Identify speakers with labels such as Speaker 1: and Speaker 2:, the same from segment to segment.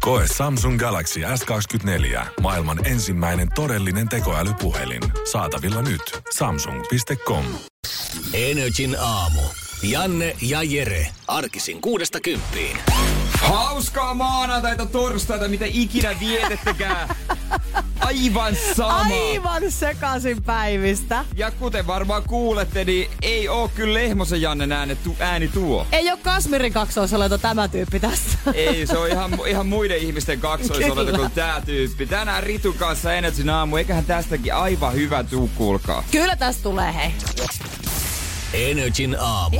Speaker 1: Koe Samsung Galaxy S24. Maailman ensimmäinen todellinen tekoälypuhelin. Saatavilla nyt. Samsung.com.
Speaker 2: Energin aamu. Janne ja Jere. Arkisin kuudesta kymppiin.
Speaker 3: Hauskaa maanantaita, torstaita, mitä ikinä vietettekään. Aivan sama.
Speaker 4: Aivan sekaisin päivistä.
Speaker 3: Ja kuten varmaan kuulette, niin ei oo kyllä Lehmosen Jannen ääni, tu- ääni tuo.
Speaker 4: Ei ole Kasmirin kaksoisolento tämä tyyppi tässä.
Speaker 3: Ei, se on ihan, ihan muiden ihmisten kaksoisolento
Speaker 4: Kyllä.
Speaker 3: kuin tää tyyppi. Tänään Ritun kanssa Energin aamu, eiköhän tästäkin aivan hyvä tuu, kuulkaa.
Speaker 4: Kyllä tästä tulee, hei.
Speaker 2: Energin aamu.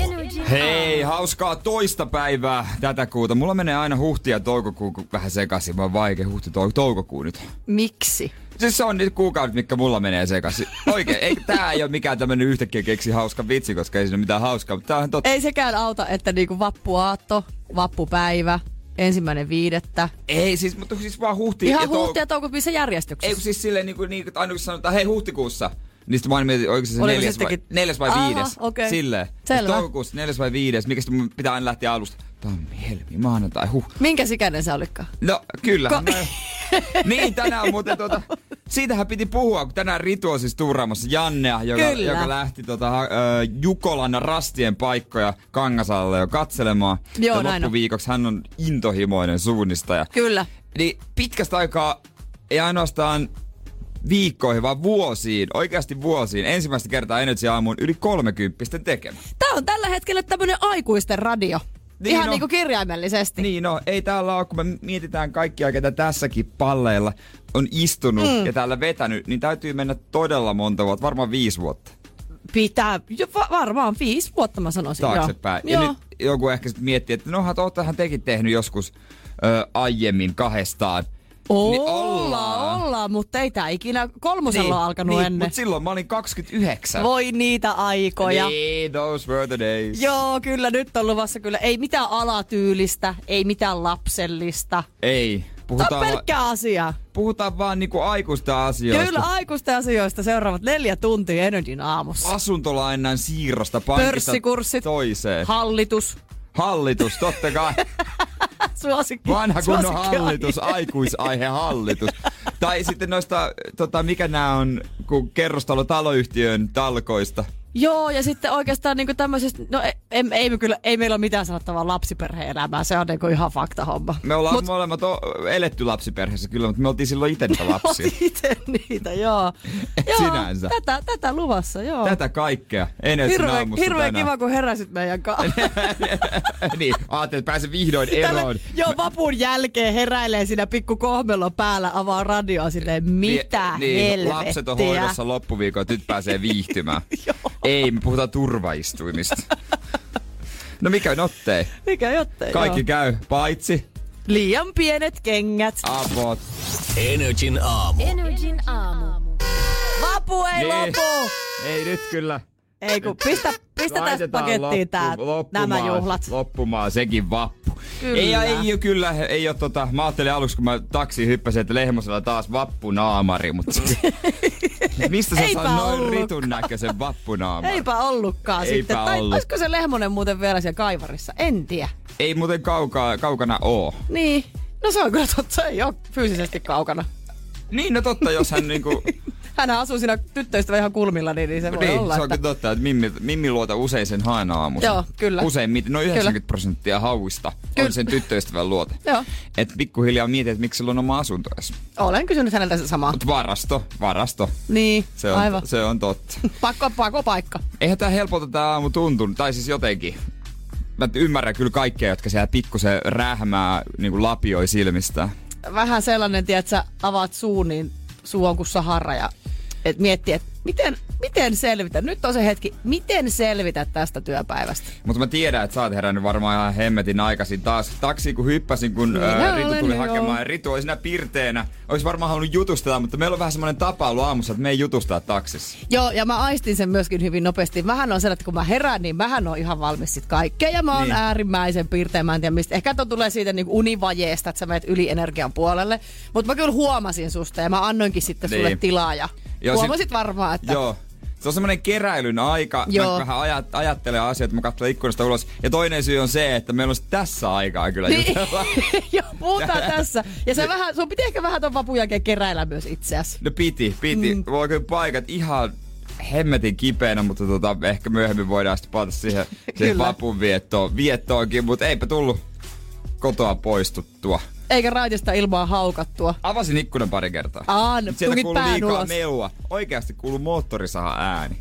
Speaker 3: Hei, hauskaa toista päivää tätä kuuta. Mulla menee aina huhti ja toukokuu ku- vähän sekaisin, vaan vaikea huhti tou- toukokuu nyt.
Speaker 4: Miksi?
Speaker 3: Siis se on niitä kuukaudet, mitkä mulla menee sekaisin. Oikein, ei, tää ei ole mikään tämmönen yhtäkkiä keksi hauska vitsi, koska ei siinä ole mitään hauskaa, mutta tää on totta.
Speaker 4: Ei sekään auta, että niinku vappuaatto, vappupäivä, ensimmäinen viidettä.
Speaker 3: Ei siis, mutta siis vaan huhti
Speaker 4: Ihan
Speaker 3: ja tou-
Speaker 4: huhtia toukokuussa
Speaker 3: Ei
Speaker 4: järjestyksessä.
Speaker 3: kun siis silleen niinku, niinku aina kun sanotaan, hei huhtikuussa. Niin sitten mä aina mietin, oliko se, se
Speaker 4: Oliko se
Speaker 3: neljäs, vai,
Speaker 4: sittenkin-
Speaker 3: neljäs vai
Speaker 4: Aha,
Speaker 3: viides.
Speaker 4: okei.
Speaker 3: Silleen.
Speaker 4: Selvä.
Speaker 3: Jos Toukokuussa neljäs vai viides, mikä sitten mun pitää aina lähteä alusta. Tammi, helmi, maanantai, huh.
Speaker 4: Minkä sikäinen sä olitkaan?
Speaker 3: No, kyllä.
Speaker 4: Ko-
Speaker 3: Mä... niin, tänään muuten tuota, siitähän piti puhua, kun tänään Ritu on siis tuuraamassa Jannea, joka,
Speaker 4: Kyllä.
Speaker 3: joka lähti tuota, ha- ö, Jukolan rastien paikkoja Kangasalle jo katselemaan.
Speaker 4: Joo,
Speaker 3: ja
Speaker 4: näin on.
Speaker 3: loppuviikoksi hän on intohimoinen suunnistaja.
Speaker 4: Kyllä.
Speaker 3: Niin pitkästä aikaa, ei ainoastaan viikkoihin, vaan vuosiin, oikeasti vuosiin, ensimmäistä kertaa Energy aamuun yli 30 tekemä.
Speaker 4: Tää on tällä hetkellä tämmönen aikuisten radio.
Speaker 3: Niin
Speaker 4: Ihan
Speaker 3: on.
Speaker 4: niinku kirjaimellisesti.
Speaker 3: Niin no, ei täällä ole, kun me mietitään kaikkia, ketä tässäkin palleilla on istunut mm. ja täällä vetänyt, niin täytyy mennä todella monta vuotta, varmaan viisi vuotta
Speaker 4: Pitää, jo, va- varmaan viisi vuotta mä sanoisin. joo.
Speaker 3: taaksepäin. Ja
Speaker 4: Joo.
Speaker 3: nyt joku ehkä sitten miettii, että nohan oottahan tekin tehnyt joskus ö, aiemmin kahdestaan.
Speaker 4: Olla,
Speaker 3: Niin
Speaker 4: ollaan, ollaan, mutta ei tää ikinä kolmosella niin, alkanut
Speaker 3: niin,
Speaker 4: ennen.
Speaker 3: Mutta silloin mä olin 29.
Speaker 4: Voi niitä aikoja.
Speaker 3: Niin, those were the days.
Speaker 4: Joo, kyllä nyt on luvassa kyllä. Ei mitään alatyylistä, ei mitään lapsellista.
Speaker 3: Ei.
Speaker 4: Tämä on
Speaker 3: Puhutaan, va-
Speaker 4: pelkkää asiaa.
Speaker 3: puhutaan vaan niinku aikuista asioista.
Speaker 4: Kyllä aikuisten asioista seuraavat neljä tuntia Energin
Speaker 3: Ah.
Speaker 4: aamussa.
Speaker 3: Asuntolainan siirrosta pankista
Speaker 4: Pörssikurssit,
Speaker 3: toiseen.
Speaker 4: hallitus,
Speaker 3: Hallitus, totta kai.
Speaker 4: suosikki.
Speaker 3: Vanha kunnon
Speaker 4: suosikki-
Speaker 3: hallitus,
Speaker 4: niin.
Speaker 3: aikuisaihe hallitus. tai sitten noista, tota, mikä nämä on, kun kerrostalo taloyhtiön talkoista.
Speaker 4: Joo, ja sitten oikeastaan niin tämmöisestä, no ei, ei, ei, me kyllä, ei meillä ole mitään sanottavaa lapsiperhe-elämää, se on niin ihan fakta homma.
Speaker 3: Me ollaan
Speaker 4: Mut-
Speaker 3: Mut... molemmat o- eletty lapsiperheessä kyllä, mutta me oltiin silloin itse niitä lapsia.
Speaker 4: Otin itse niitä, joo.
Speaker 3: Et
Speaker 4: joo
Speaker 3: sinänsä.
Speaker 4: Tätä, tätä luvassa, joo.
Speaker 3: Tätä kaikkea. Energy
Speaker 4: Hirveän
Speaker 3: aamussa
Speaker 4: hirveä
Speaker 3: tänään.
Speaker 4: kiva, kun heräsit meidän kanssa.
Speaker 3: niin, ajattelin, että pääsen vihdoin eroon.
Speaker 4: Tällä, joo, vapun jälkeen heräilee siinä pikku kohmelon päällä, avaa radioa silleen, mitä
Speaker 3: niin,
Speaker 4: helvettiä.
Speaker 3: lapset on hoidossa loppuviikon, että nyt pääsee viihtymään. Ei, me puhutaan turvaistuimista. No mikä nottei?
Speaker 4: Mikä jottei,
Speaker 3: Kaikki
Speaker 4: joo.
Speaker 3: käy, paitsi
Speaker 4: Liian pienet kengät.
Speaker 3: avot.
Speaker 2: Energin aamu.
Speaker 5: Energin aamu.
Speaker 4: Vapu ei
Speaker 3: Niin.
Speaker 4: lopu.
Speaker 3: Ei nyt kyllä.
Speaker 4: Ei kun, pistä, pistä tästä
Speaker 3: Laitetaan
Speaker 4: pakettiin tää,
Speaker 3: loppu- loppumaan-
Speaker 4: nämä juhlat.
Speaker 3: Loppumaan sekin vappu.
Speaker 4: Kyllä.
Speaker 3: Ei, ei ole kyllä, ei ole tota, mä ajattelin aluksi kun mä taksiin hyppäsin, että Lehmosella taas vappunaamari, mutta mistä sä
Speaker 4: Eipä
Speaker 3: saa noin
Speaker 4: ollutkaan.
Speaker 3: ritun näköisen vappunaamari?
Speaker 4: Eipä ollutkaan
Speaker 3: Eipä
Speaker 4: sitten. Tai
Speaker 3: ollut.
Speaker 4: olisiko se Lehmonen muuten vielä siellä kaivarissa? En tiedä.
Speaker 3: Ei muuten kaukaa, kaukana oo.
Speaker 4: Niin. No se on kyllä totta, se ei ole fyysisesti kaukana.
Speaker 3: Niin, no totta, jos hän niinku...
Speaker 4: Hän asuu siinä tyttöystävä ihan kulmilla, niin, niin se voi
Speaker 3: niin,
Speaker 4: olla.
Speaker 3: se onkin totta, että Mimmi, Mimmi luota usein sen haena aamuisin.
Speaker 4: Joo, kyllä.
Speaker 3: Useimmiten, noin
Speaker 4: Kyllä.
Speaker 3: 90 no prosenttia hauista
Speaker 4: Kyllä.
Speaker 3: on sen tyttöystävän luote.
Speaker 4: Joo.
Speaker 3: Et pikkuhiljaa mietit, että miksi sillä on oma asunto edes.
Speaker 4: Olen kysynyt häneltä se samaa.
Speaker 3: Mut varasto, varasto.
Speaker 4: Niin,
Speaker 3: Se on,
Speaker 4: aivan.
Speaker 3: se on totta.
Speaker 4: Pakko, pakko paikka.
Speaker 3: Eihän tää helpolta tää aamu tuntunut, tai siis jotenkin. Mä ymmärrän kyllä kaikkea, jotka siellä pikkusen rähmää niin lapioi silmistä.
Speaker 4: Vähän sellainen, tiedät, sä avaat suun, niin suu on kuin sahara ja et mietti, että miten, miten selvitä? Nyt on se hetki. Miten selvitä tästä työpäivästä?
Speaker 3: Mutta mä tiedän, että sä oot herännyt varmaan ihan hemmetin aikaisin taas. Taksiin kun hyppäsin, kun
Speaker 4: Minä
Speaker 3: ää, Ritu
Speaker 4: olen
Speaker 3: tuli
Speaker 4: jo.
Speaker 3: hakemaan. Ja Ritu oli siinä pirteenä. Olisi varmaan halunnut jutustella, mutta meillä on vähän semmoinen tapa ollut aamussa, että me ei jutustaa taksissa.
Speaker 4: Joo, ja mä aistin sen myöskin hyvin nopeasti. Mähän on sellainen, että kun mä herään, niin mähän on ihan valmis sit kaikkeen. Ja mä oon
Speaker 3: Niin.
Speaker 4: niin. äärimmäisen piirtein, mä en tiedä mistä. Ehkä tuo tulee siitä niin univajeesta, että sä menet yli energian puolelle. Mutta mä kyllä huomasin susta ja mä annoinkin sitten niin. sulle
Speaker 3: Niin.
Speaker 4: tilaa. Ja
Speaker 3: Joo,
Speaker 4: Joo,
Speaker 3: sit-
Speaker 4: huomasit varmaan, että...
Speaker 3: Joo. Se on semmoinen keräilyn aika. Joo.
Speaker 4: Joo.
Speaker 3: Mä vähän ajat, ajattelen asioita, mä katson ikkunasta ulos. Ja toinen syy on se, että meillä on tässä aikaa kyllä
Speaker 4: Niin.
Speaker 3: jutella.
Speaker 4: Joo, puhutaan tässä. Ja sä vähän, sun piti ehkä vähän ton vapun jälkeen keräillä myös itseäsi.
Speaker 3: No piti, piti. Mm. Voi kyllä paikat ihan hemmetin kipeänä, mutta tota, ehkä myöhemmin voidaan sitten palata siihen, siihen
Speaker 4: Kyllä.
Speaker 3: vapun viettoon, viettoonkin, mutta eipä tullut kotoa poistuttua.
Speaker 4: Eikä raitista ilmaa haukattua.
Speaker 3: Avasin ikkunan pari kertaa.
Speaker 4: Aa, no,
Speaker 3: Mut Sieltä
Speaker 4: tungit
Speaker 3: kuuluu
Speaker 4: pään
Speaker 3: liikaa
Speaker 4: ulos.
Speaker 3: melua. Oikeasti kuuluu moottorisaha ääni.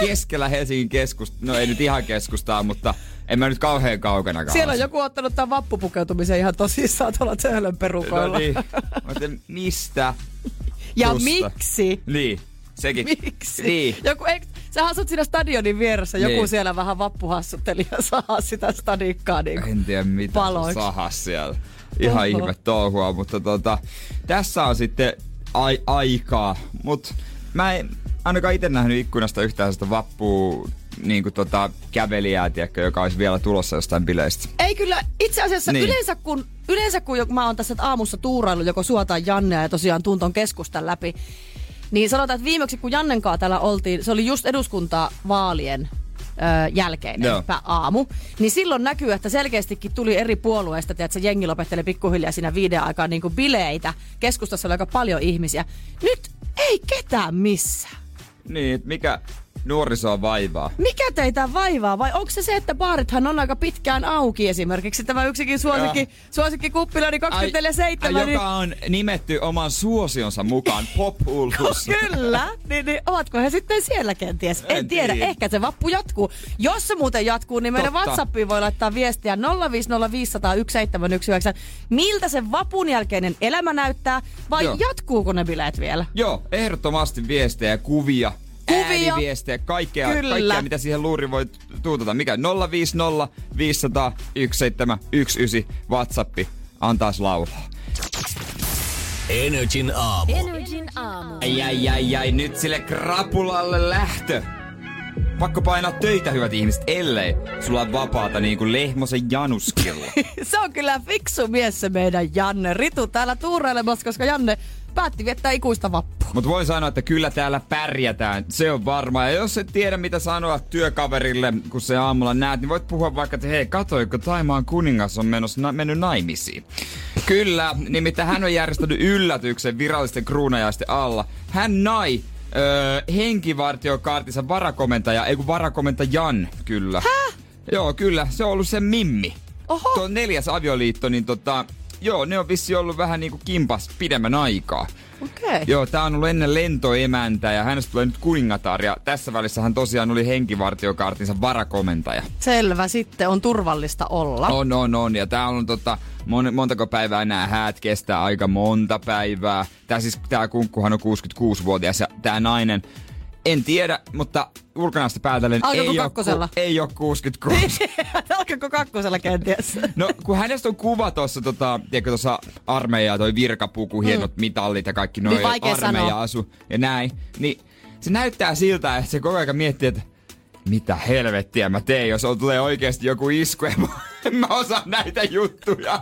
Speaker 3: Keskellä Helsingin keskustaa, no ei nyt ihan keskustaa, mutta en mä nyt kauhean kaukana
Speaker 4: Siellä on joku ottanut tämän vappupukeutumisen ihan tosissaan tuolla töölön perukoilla.
Speaker 3: No niin. Mä ajattelin, mistä?
Speaker 4: Ja
Speaker 3: tusta?
Speaker 4: miksi?
Speaker 3: Niin, sekin.
Speaker 4: Miksi?
Speaker 3: Niin.
Speaker 4: Joku, ei, sä asut siinä stadionin vieressä, joku
Speaker 3: Niin.
Speaker 4: siellä vähän vappuhassuttelija saa sitä stadikkaa niin
Speaker 3: En tiedä mitä
Speaker 4: paloiksi.
Speaker 3: se sahas siellä. Ihan
Speaker 4: Oho.
Speaker 3: ihme touhua, mutta tota, tässä on sitten ai, aikaa. Mut mä en ainakaan itse nähnyt ikkunasta yhtään sitä vappua niin kuin tota, kävelijää, tiedätkö, joka olisi vielä tulossa jostain bileistä.
Speaker 4: Ei kyllä, itse asiassa
Speaker 3: Niin.
Speaker 4: niin. yleensä kun, yleensä kun jo- mä oon tässä aamussa tuuraillut joko suotaan Jannea ja tosiaan tunton keskustan läpi, niin sanotaan, että viimeksi kun Jannenkaa täällä oltiin, se oli just eduskuntavaalien ö, jälkeinen
Speaker 3: Joo.
Speaker 4: pä- aamu, niin silloin näkyy, että selkeästikin tuli eri puolueista, että se jengi lopettelee pikkuhiljaa siinä viiden aikaa niin kuin bileitä. Keskustassa oli aika paljon ihmisiä. Nyt ei ketään missään.
Speaker 3: Niin, et mikä nuorisoa vaivaa?
Speaker 4: Mikä teitä vaivaa vai onko se se, että baarithan on aika pitkään auki esimerkiksi? Tämä yksikin suosikki, suosikki kuppila, niin 24-7.
Speaker 3: ai,
Speaker 4: niin,
Speaker 3: joka on nimetty oman suosionsa mukaan pop
Speaker 4: Oh, Kyllä, niin, niin ovatko he sitten siellä kenties? En,
Speaker 3: En
Speaker 4: tiedä,
Speaker 3: tiedä.
Speaker 4: ehkä se vappu jatkuu. Jos se muuten jatkuu, niin meidän
Speaker 3: Totta.
Speaker 4: WhatsAppiin voi laittaa viestiä 050501719. Miltä se vapun jälkeinen elämä näyttää vai
Speaker 3: Joo.
Speaker 4: Joo. jatkuuko ne bileet vielä?
Speaker 3: Joo, ehdottomasti viestejä ja kuvia.
Speaker 4: Kuvia.
Speaker 3: Ääniviestejä, kaikkea,
Speaker 4: Kyllä.
Speaker 3: kaikkea, mitä siihen luuriin voi tuutata. Mikä? 050 500 1719 WhatsAppi. Antaas laulaa.
Speaker 2: Energin aamu.
Speaker 3: Ai, ai, ai, ai, nyt sille krapulalle lähtö. Pakko painaa töitä, hyvät ihmiset, ellei sulla on vapaata niin kuin lehmosen januskilla.
Speaker 4: Se on kyllä fiksu mies se meidän Janne. Ritu täällä tuurailemassa, koska Janne päätti viettää ikuista vappua.
Speaker 3: Mutta voi sanoa, että kyllä täällä pärjätään, se on varma. Ja jos et tiedä, mitä sanoa työkaverille, kun se aamulla näet, niin voit puhua vaikka, että hei, katoiko Taimaan kuningas on menossa, na- mennyt naimisiin. Kyllä, nimittäin hän on järjestänyt yllätyksen virallisten kruunajaisten alla. Hän nai öö, henkivartiokaartinsa varakomentaja, ei kun varakomentajan, kyllä. Häh? Joo, kyllä, se on ollut se mimmi.
Speaker 4: Oho.
Speaker 3: Tuo neljäs avioliitto, niin tota, joo, ne on vissi ollut vähän niinku kimpas pidemmän aikaa.
Speaker 4: Okei. Okay.
Speaker 3: Joo, tää on ollut ennen lentoemäntä ja hänestä tulee nyt kuningatar ja tässä välissä hän tosiaan oli henkivartiokaartinsa varakomentaja.
Speaker 4: Selvä, sitten on turvallista olla.
Speaker 3: On, on, on. Ja tää on tota, mon, montako päivää nämä häät kestää aika monta päivää. Tää siis, tää kunkkuhan on 66-vuotias ja tää nainen, en tiedä, mutta ulkonaista päätellen
Speaker 4: Alkaako
Speaker 3: ei, oo
Speaker 4: kakkosella?
Speaker 3: ku- ei ole 66.
Speaker 4: Alkaako kakkosella kenties?
Speaker 3: No, kun hänestä on kuva tuossa, tota, tiedätkö, tuossa armeijaa, toi virkapuku, hienot mitallit ja kaikki noi
Speaker 4: Mm. Niin vaikea
Speaker 3: armeija-asu ja näin, niin se näyttää siltä, että se koko ajan miettii, että mitä helvettiä mä teen, jos on, tulee oikeasti joku isku, en mä, en mä osaa näitä juttuja.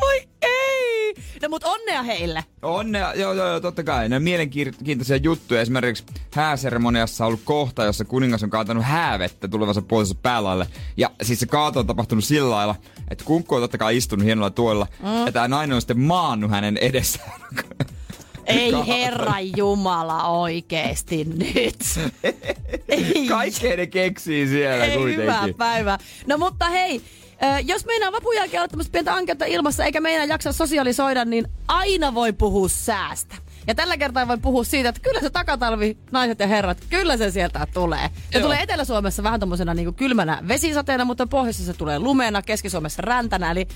Speaker 4: Voi ei! No mut onnea heille.
Speaker 3: On ne, joo, joo, joo, totta kai. Ne on mielenkiintoisia juttuja. Esimerkiksi hääseremoniassa on ollut kohta, jossa kuningas on kaatanut häävettä tulevansa puolensa päälaille. Ja siis se kaato on tapahtunut sillä lailla, että kunkku on totta kai istunut hienolla tuolla. Mm. Ja tämä nainen on sitten maannut hänen edessään.
Speaker 4: Ei herra Jumala oikeesti nyt. Ei,
Speaker 3: Kaikkea ne keksii siellä
Speaker 4: ei hyvää
Speaker 3: kuitenkin.
Speaker 4: päivää. No mutta hei, ö, jos meinaa vapun jälkeen olla tämmöistä pientä ankeutta ilmassa eikä meinaa jaksa sosiaalisoida, niin aina voi puhua säästä. Ja tällä kertaa voi puhua siitä, että kyllä se takatalvi, naiset ja herrat, kyllä se sieltä tulee. Se
Speaker 3: Joo.
Speaker 4: tulee Etelä-Suomessa vähän niinku tommosena niin kylmänä vesisateena, mutta pohjoisessa se tulee lumena, Keski-Suomessa räntänä. Eli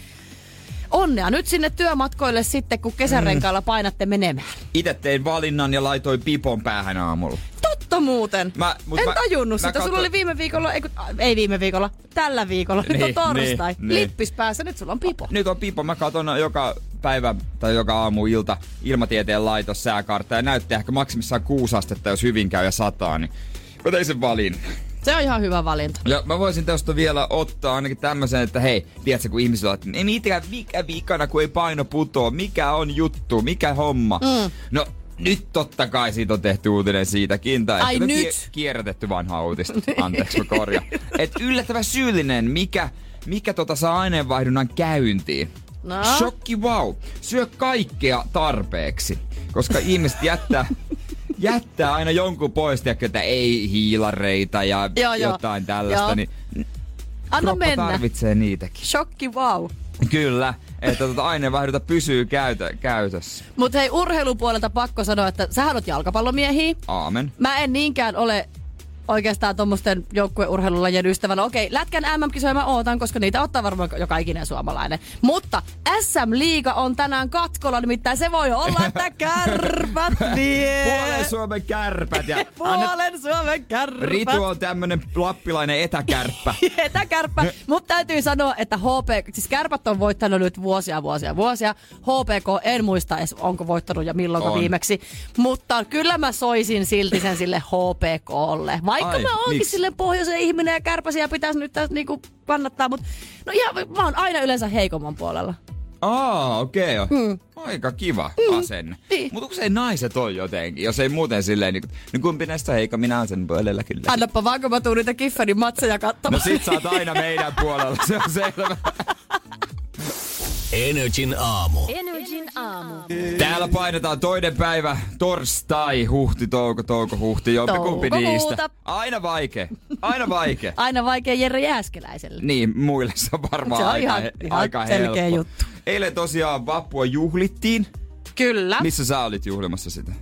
Speaker 4: onnea nyt sinne työmatkoille sitten, kun
Speaker 3: Mm.
Speaker 4: kesärenkailla painatte menemään.
Speaker 3: Itse tein valinnan ja laitoin pipon päähän aamulla.
Speaker 4: Totta muuten.
Speaker 3: Mä- mut
Speaker 4: en
Speaker 3: mä-
Speaker 4: tajunnut
Speaker 3: mä
Speaker 4: sitä. Sulla
Speaker 3: katson-
Speaker 4: oli viime viikolla, ei, kun, a, ei viime viikolla, tällä viikolla. Nyt
Speaker 3: Niin,
Speaker 4: on torstai.
Speaker 3: niin, niin.
Speaker 4: Lippis päässä, nyt sulla on pipo.
Speaker 3: Nyt on pipo. Mä katson joka päivä tai joka aamu ilta ilmatieteen laitos sääkartta ja näyttää ehkä maksimissaan kuusi astetta, jos hyvin käy ja sataa, niin mä tein sen valin.
Speaker 4: Se on ihan hyvä valinta.
Speaker 3: Ja mä voisin tästä vielä ottaa ainakin tämmöisen, että hei, tiedätkö kun ihmisillä on, että ei mitään mikä vikana, kun ei paino putoa, mikä on juttu, mikä homma. Mm. No nyt totta kai siitä on tehty uutinen siitäkin. Tai
Speaker 4: Ai
Speaker 3: ehkä
Speaker 4: nyt?
Speaker 3: kie- Kierrätetty vanhaa uutista. Anteeksi, mä korjaan. Et yllättävä syyllinen, mikä, mikä tota saa aineenvaihdunnan käyntiin.
Speaker 4: No?
Speaker 3: Shokki wow. Syö kaikkea tarpeeksi. Koska ihmiset jättää, jättää aina jonkun pois, tiedätkö, että ei hiilareita ja
Speaker 4: Joo, joo.
Speaker 3: jotain tällaista,
Speaker 4: Joo.
Speaker 3: niin
Speaker 4: Anna
Speaker 3: kroppa
Speaker 4: mennä.
Speaker 3: tarvitsee niitäkin.
Speaker 4: Shokki wow.
Speaker 3: Kyllä, että tuota aineenvaihdunta pysyy käytö, käytössä.
Speaker 4: Mutta hei, urheilupuolelta pakko sanoa, että sä oot jalkapallomiehiä.
Speaker 3: Aamen.
Speaker 4: Mä en niinkään ole oikeastaan tuommoisten joukkueurheilulajien ystävänä. Okei, lätkän MM-kisoja mä ootan, koska niitä ottaa varmaan joka ikinen suomalainen. Mutta SM-liiga on tänään katkolla, nimittäin se voi olla, että kärpät vie.
Speaker 3: Puolen Suomen kärpät ja anna,
Speaker 4: Puolen Suomen kärpät.
Speaker 3: Ritu on tämmönen lappilainen etäkärppä.
Speaker 4: Etäkärppä. Mutta täytyy sanoa, että HP, siis kärpät on voittanut nyt vuosia, vuosia, vuosia. HPK en muista edes, onko voittanut ja milloinko
Speaker 3: On.
Speaker 4: viimeksi. Mutta kyllä mä soisin silti sen sille HPKlle. Vaikka
Speaker 3: Ai,
Speaker 4: Ai, mä oonkin
Speaker 3: miksi?
Speaker 4: sille pohjoisen ihminen ja kärpäsiä pitäisi nyt tässä niinku kannattaa. Mutta no ihan, mä oon aina yleensä heikomman puolella.
Speaker 3: Aa, okei. Okay. Mm. Aika kiva mm. asenne.
Speaker 4: Niin.
Speaker 3: Mutta usein naiset on jotenkin, jos ei muuten silleen, niin, niin kumpi näistä heikko, minä olen sen puolella kyllä.
Speaker 4: Annappa vaan, kun mä tuun niitä Kifferin matseja
Speaker 3: No
Speaker 4: katsomaan.
Speaker 3: sit sä oot aina meidän puolella, se on selvä.
Speaker 2: Energin aamu.
Speaker 3: Täällä painetaan toinen päivä, torstai, huhti, touko, touko, huhti, jompikumpi
Speaker 4: Toukokuuta.
Speaker 3: niistä. Aina vaikea, aina vaikea.
Speaker 4: Aina vaikea Jere Jääskeläiselle.
Speaker 3: Niin, muille se on varmaan
Speaker 4: Se on
Speaker 3: aika,
Speaker 4: ihan-
Speaker 3: he-
Speaker 4: ihan
Speaker 3: aika
Speaker 4: selkeä
Speaker 3: helppo.
Speaker 4: juttu.
Speaker 3: Eilen tosiaan vappua juhlittiin.
Speaker 4: Kyllä.
Speaker 3: Missä sä olit juhlimassa sitä?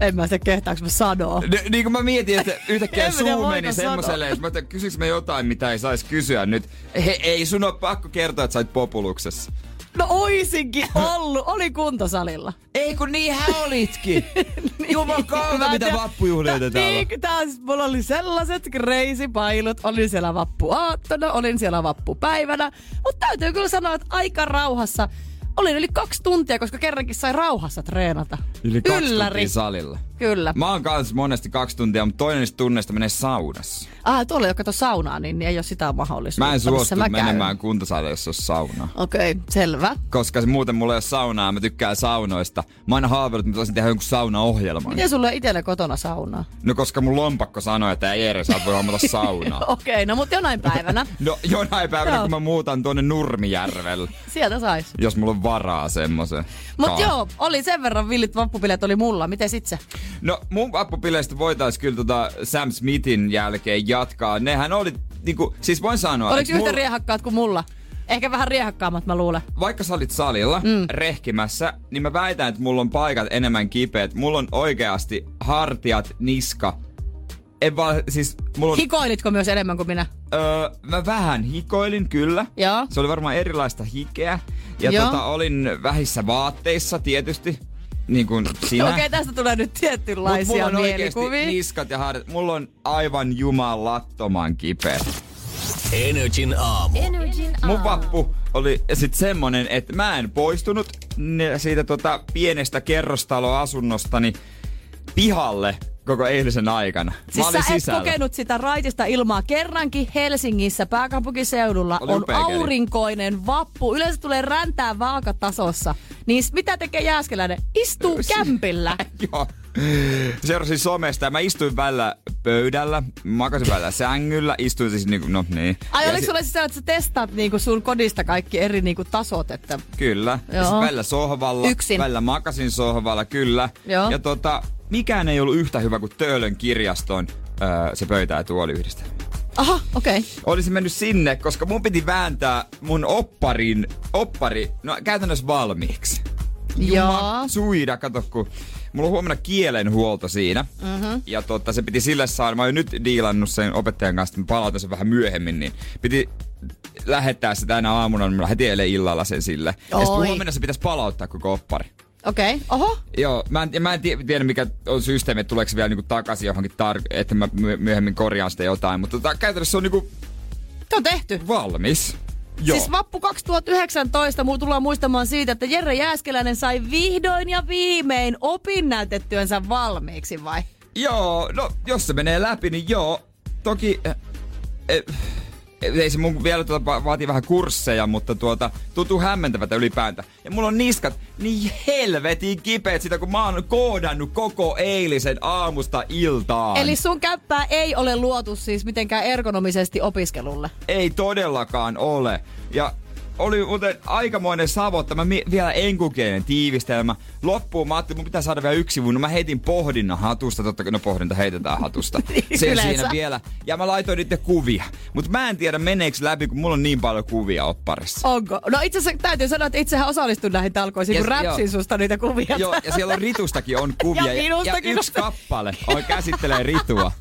Speaker 4: En mä sitä kehtaaks mä sanoa.
Speaker 3: Ni- niin kuin mä mietin, että yhtäkkiä
Speaker 4: En mä tiedä,
Speaker 3: suu
Speaker 4: voiko
Speaker 3: meni
Speaker 4: sanoa.
Speaker 3: semmoselle, että mä ajattelin, että kysyks mä jotain, mitä ei saisi kysyä nyt. He, ei, sun on pakko kertoa, että sä olit populuksessa.
Speaker 4: No oisinkin ollut. Oli kuntosalilla.
Speaker 3: Ei kun
Speaker 4: niin
Speaker 3: niinhän olitkin. Jumalauta,
Speaker 4: Mä
Speaker 3: mitä
Speaker 4: tiedän-
Speaker 3: vappujuhlijoita täällä on.
Speaker 4: Niin, taas mulla oli sellaiset crazy pailut. Olin siellä vappuaattona, olin siellä vappupäivänä. Mutta täytyy kyllä sanoa, että aika rauhassa. Olin yli kaksi tuntia, koska kerrankin sai rauhassa treenata.
Speaker 3: Yli kaksi
Speaker 4: Ylläri.
Speaker 3: tuntia salilla.
Speaker 4: Kyllä.
Speaker 3: Mä oon kans monesti kaksi tuntia, mutta toinen niistä tunneista menee saunassa.
Speaker 4: Ah, tuolla ei ole kato saunaa, niin ei ole sitä mahdollisuutta.
Speaker 3: Mä en suostu
Speaker 4: missä mä käyn.
Speaker 3: menemään kuntosalille, jos on sauna.
Speaker 4: Okei, okay, selvä.
Speaker 3: Koska se- muuten mulla ei ole saunaa, mä tykkään saunoista. Mä aina haaveillut, että mä voisin tehdä jonkun saunaohjelman.
Speaker 4: Miten sulla on itsellä kotona saunaa?
Speaker 3: No koska mun lompakko sanoi, että ei Eero, sä et voi hommata saunaa.
Speaker 4: Okei, okay, no mutta jonain päivänä.
Speaker 3: No jonain päivänä,
Speaker 4: Joo.
Speaker 3: kun mä muutan tuonne Nurmijärvelle,
Speaker 4: Sieltä sais.
Speaker 3: jos mulla on varaa semmoisen.
Speaker 4: Mut joo, oli sen verran villit vappupileet oli mulla. Miten sit se?
Speaker 3: No mun vappupileistä voitaisiin kyllä tota Sam Smithin jälkeen jatkaa. Nehän oli, niinku, siis voin sanoa,
Speaker 4: Oliko
Speaker 3: että
Speaker 4: yhtä
Speaker 3: mulla-
Speaker 4: riehakkaat kuin mulla? Ehkä vähän riehakkaammat mä luulen.
Speaker 3: vaikka sä olit salilla mm. rehkimässä, niin mä väitän, että mulla on paikat enemmän kipeät. Mulla on oikeasti hartiat, niska. En vaan, siis mulla on,
Speaker 4: Hikoilitko myös enemmän kuin minä?
Speaker 3: öö, mä vähän hikoilin kyllä.
Speaker 4: Joo.
Speaker 3: Se oli varmaan erilaista hikeä. Ja
Speaker 4: Joo.
Speaker 3: tota, olin vähissä vaatteissa tietysti, niin kuin sinä.
Speaker 4: Okei, okay, tästä tulee nyt
Speaker 3: Mut mulla
Speaker 4: tietynlaisia
Speaker 3: on oikeesti niin
Speaker 4: mielikuvia.
Speaker 3: niskat ja hartiat. Mulla on aivan jumalattoman kipeä.
Speaker 2: Energin aamu.
Speaker 3: Mun vappu oli sit semmonen, että mä en poistunut ne- siitä tota pienestä kerrostaloasunnostani pihalle koko eilisen aikana.
Speaker 4: Siis
Speaker 3: mä
Speaker 4: sä
Speaker 3: olin
Speaker 4: et
Speaker 3: sisällä.
Speaker 4: kokenut sitä raitista ilmaa kerrankin Helsingissä pääkaupunkiseudulla
Speaker 3: Oli
Speaker 4: on
Speaker 3: upea keli.
Speaker 4: aurinkoinen vappu. Yleensä tulee räntää vaakatasossa. Niin s- mitä tekee Jääskeläinen? Istuu kämpillä.
Speaker 3: Joo. Seurasin somesta ja mä istuin välillä pöydällä, makasin välillä sängyllä, istuin siis niinku, no niin.
Speaker 4: Ai
Speaker 3: Ja
Speaker 4: oliko
Speaker 3: si-
Speaker 4: sulla siis sellainen, että sä testaat niinku sun kodista kaikki eri niinku tasot, että
Speaker 3: Kyllä. Ja sit
Speaker 4: Joo.
Speaker 3: välillä sohvalla,
Speaker 4: Yksin.
Speaker 3: välillä makasin sohvalla, kyllä.
Speaker 4: Joo.
Speaker 3: Ja tota, mikään ei ollut yhtä hyvä kuin Töölön kirjaston öö, se pöytä ja tuoli yhdistä.
Speaker 4: Aha, okei. Okay.
Speaker 3: olisin mennyt sinne, koska mun piti vääntää mun opparin, oppari, no käytännössä valmiiksi.
Speaker 4: Joo.
Speaker 3: Suida, kato kun mulla on huomenna kielenhuolto siinä. Mm-hmm. Ja tota, se piti sille saada, mä oon jo nyt diilannut sen opettajan kanssa, että mä palautan sen vähän myöhemmin, niin piti lähettää sitä aina aamuna, niin mä lähetin eilen illalla sen sille. Ja sitten
Speaker 4: Oi.
Speaker 3: huomenna se pitäisi palauttaa koko oppari.
Speaker 4: Okei, okay. oho.
Speaker 3: Joo, mä en, mä en tie, tiedä mikä on systeemi, että tuleeko se vielä niinku takaisin johonkin, tar- että mä my- myöhemmin korjaan sitä jotain, mutta tota, käytännössä se on niinku
Speaker 4: Te on tehty.
Speaker 3: valmis. Joo.
Speaker 4: Siis vappu 2019 mulla tullaan muistamaan siitä, että Jere Jääskeläinen sai vihdoin ja viimein opinnäytetyönsä valmiiksi vai?
Speaker 3: Joo, no jos se menee läpi, niin joo. Toki äh, äh, ei se mun vielä tuota, va- vaatii vähän kursseja, mutta tuota, tuntuu hämmentävältä ylipäätään. Ja mulla on niskat niin helvetin kipeät sitä, kun mä oon koodannut koko eilisen aamusta iltaan.
Speaker 4: Eli sun käppää ei ole luotu siis mitenkään ergonomisesti opiskelulle.
Speaker 3: Ei todellakaan ole. Ja oli muuten aikamoinen savottama, mi- vielä enkukielinen tiivistelmä. Loppuun mä ajattelin, mun pitää saada vielä yksi sivun. No mä heitin pohdinnan hatusta, totta kai no pohdinta heitetään hatusta.
Speaker 4: Niin,
Speaker 3: Se
Speaker 4: yleensä.
Speaker 3: siinä vielä. Ja mä laitoin niitä kuvia. Mutta mä en tiedä meneekö läpi, kun mulla on niin paljon kuvia opparissa.
Speaker 4: Onko? No itse asiassa täytyy sanoa, että itsehän osallistuin näihin talkoisiin,
Speaker 3: Ja-
Speaker 4: kun räpsin
Speaker 3: joo.
Speaker 4: susta niitä kuvia.
Speaker 3: Joo, ja siellä on Ritustakin on kuvia.
Speaker 4: Oh, Ja minustakin
Speaker 3: ja yksi
Speaker 4: on.
Speaker 3: kappale on, käsittelee Ritua.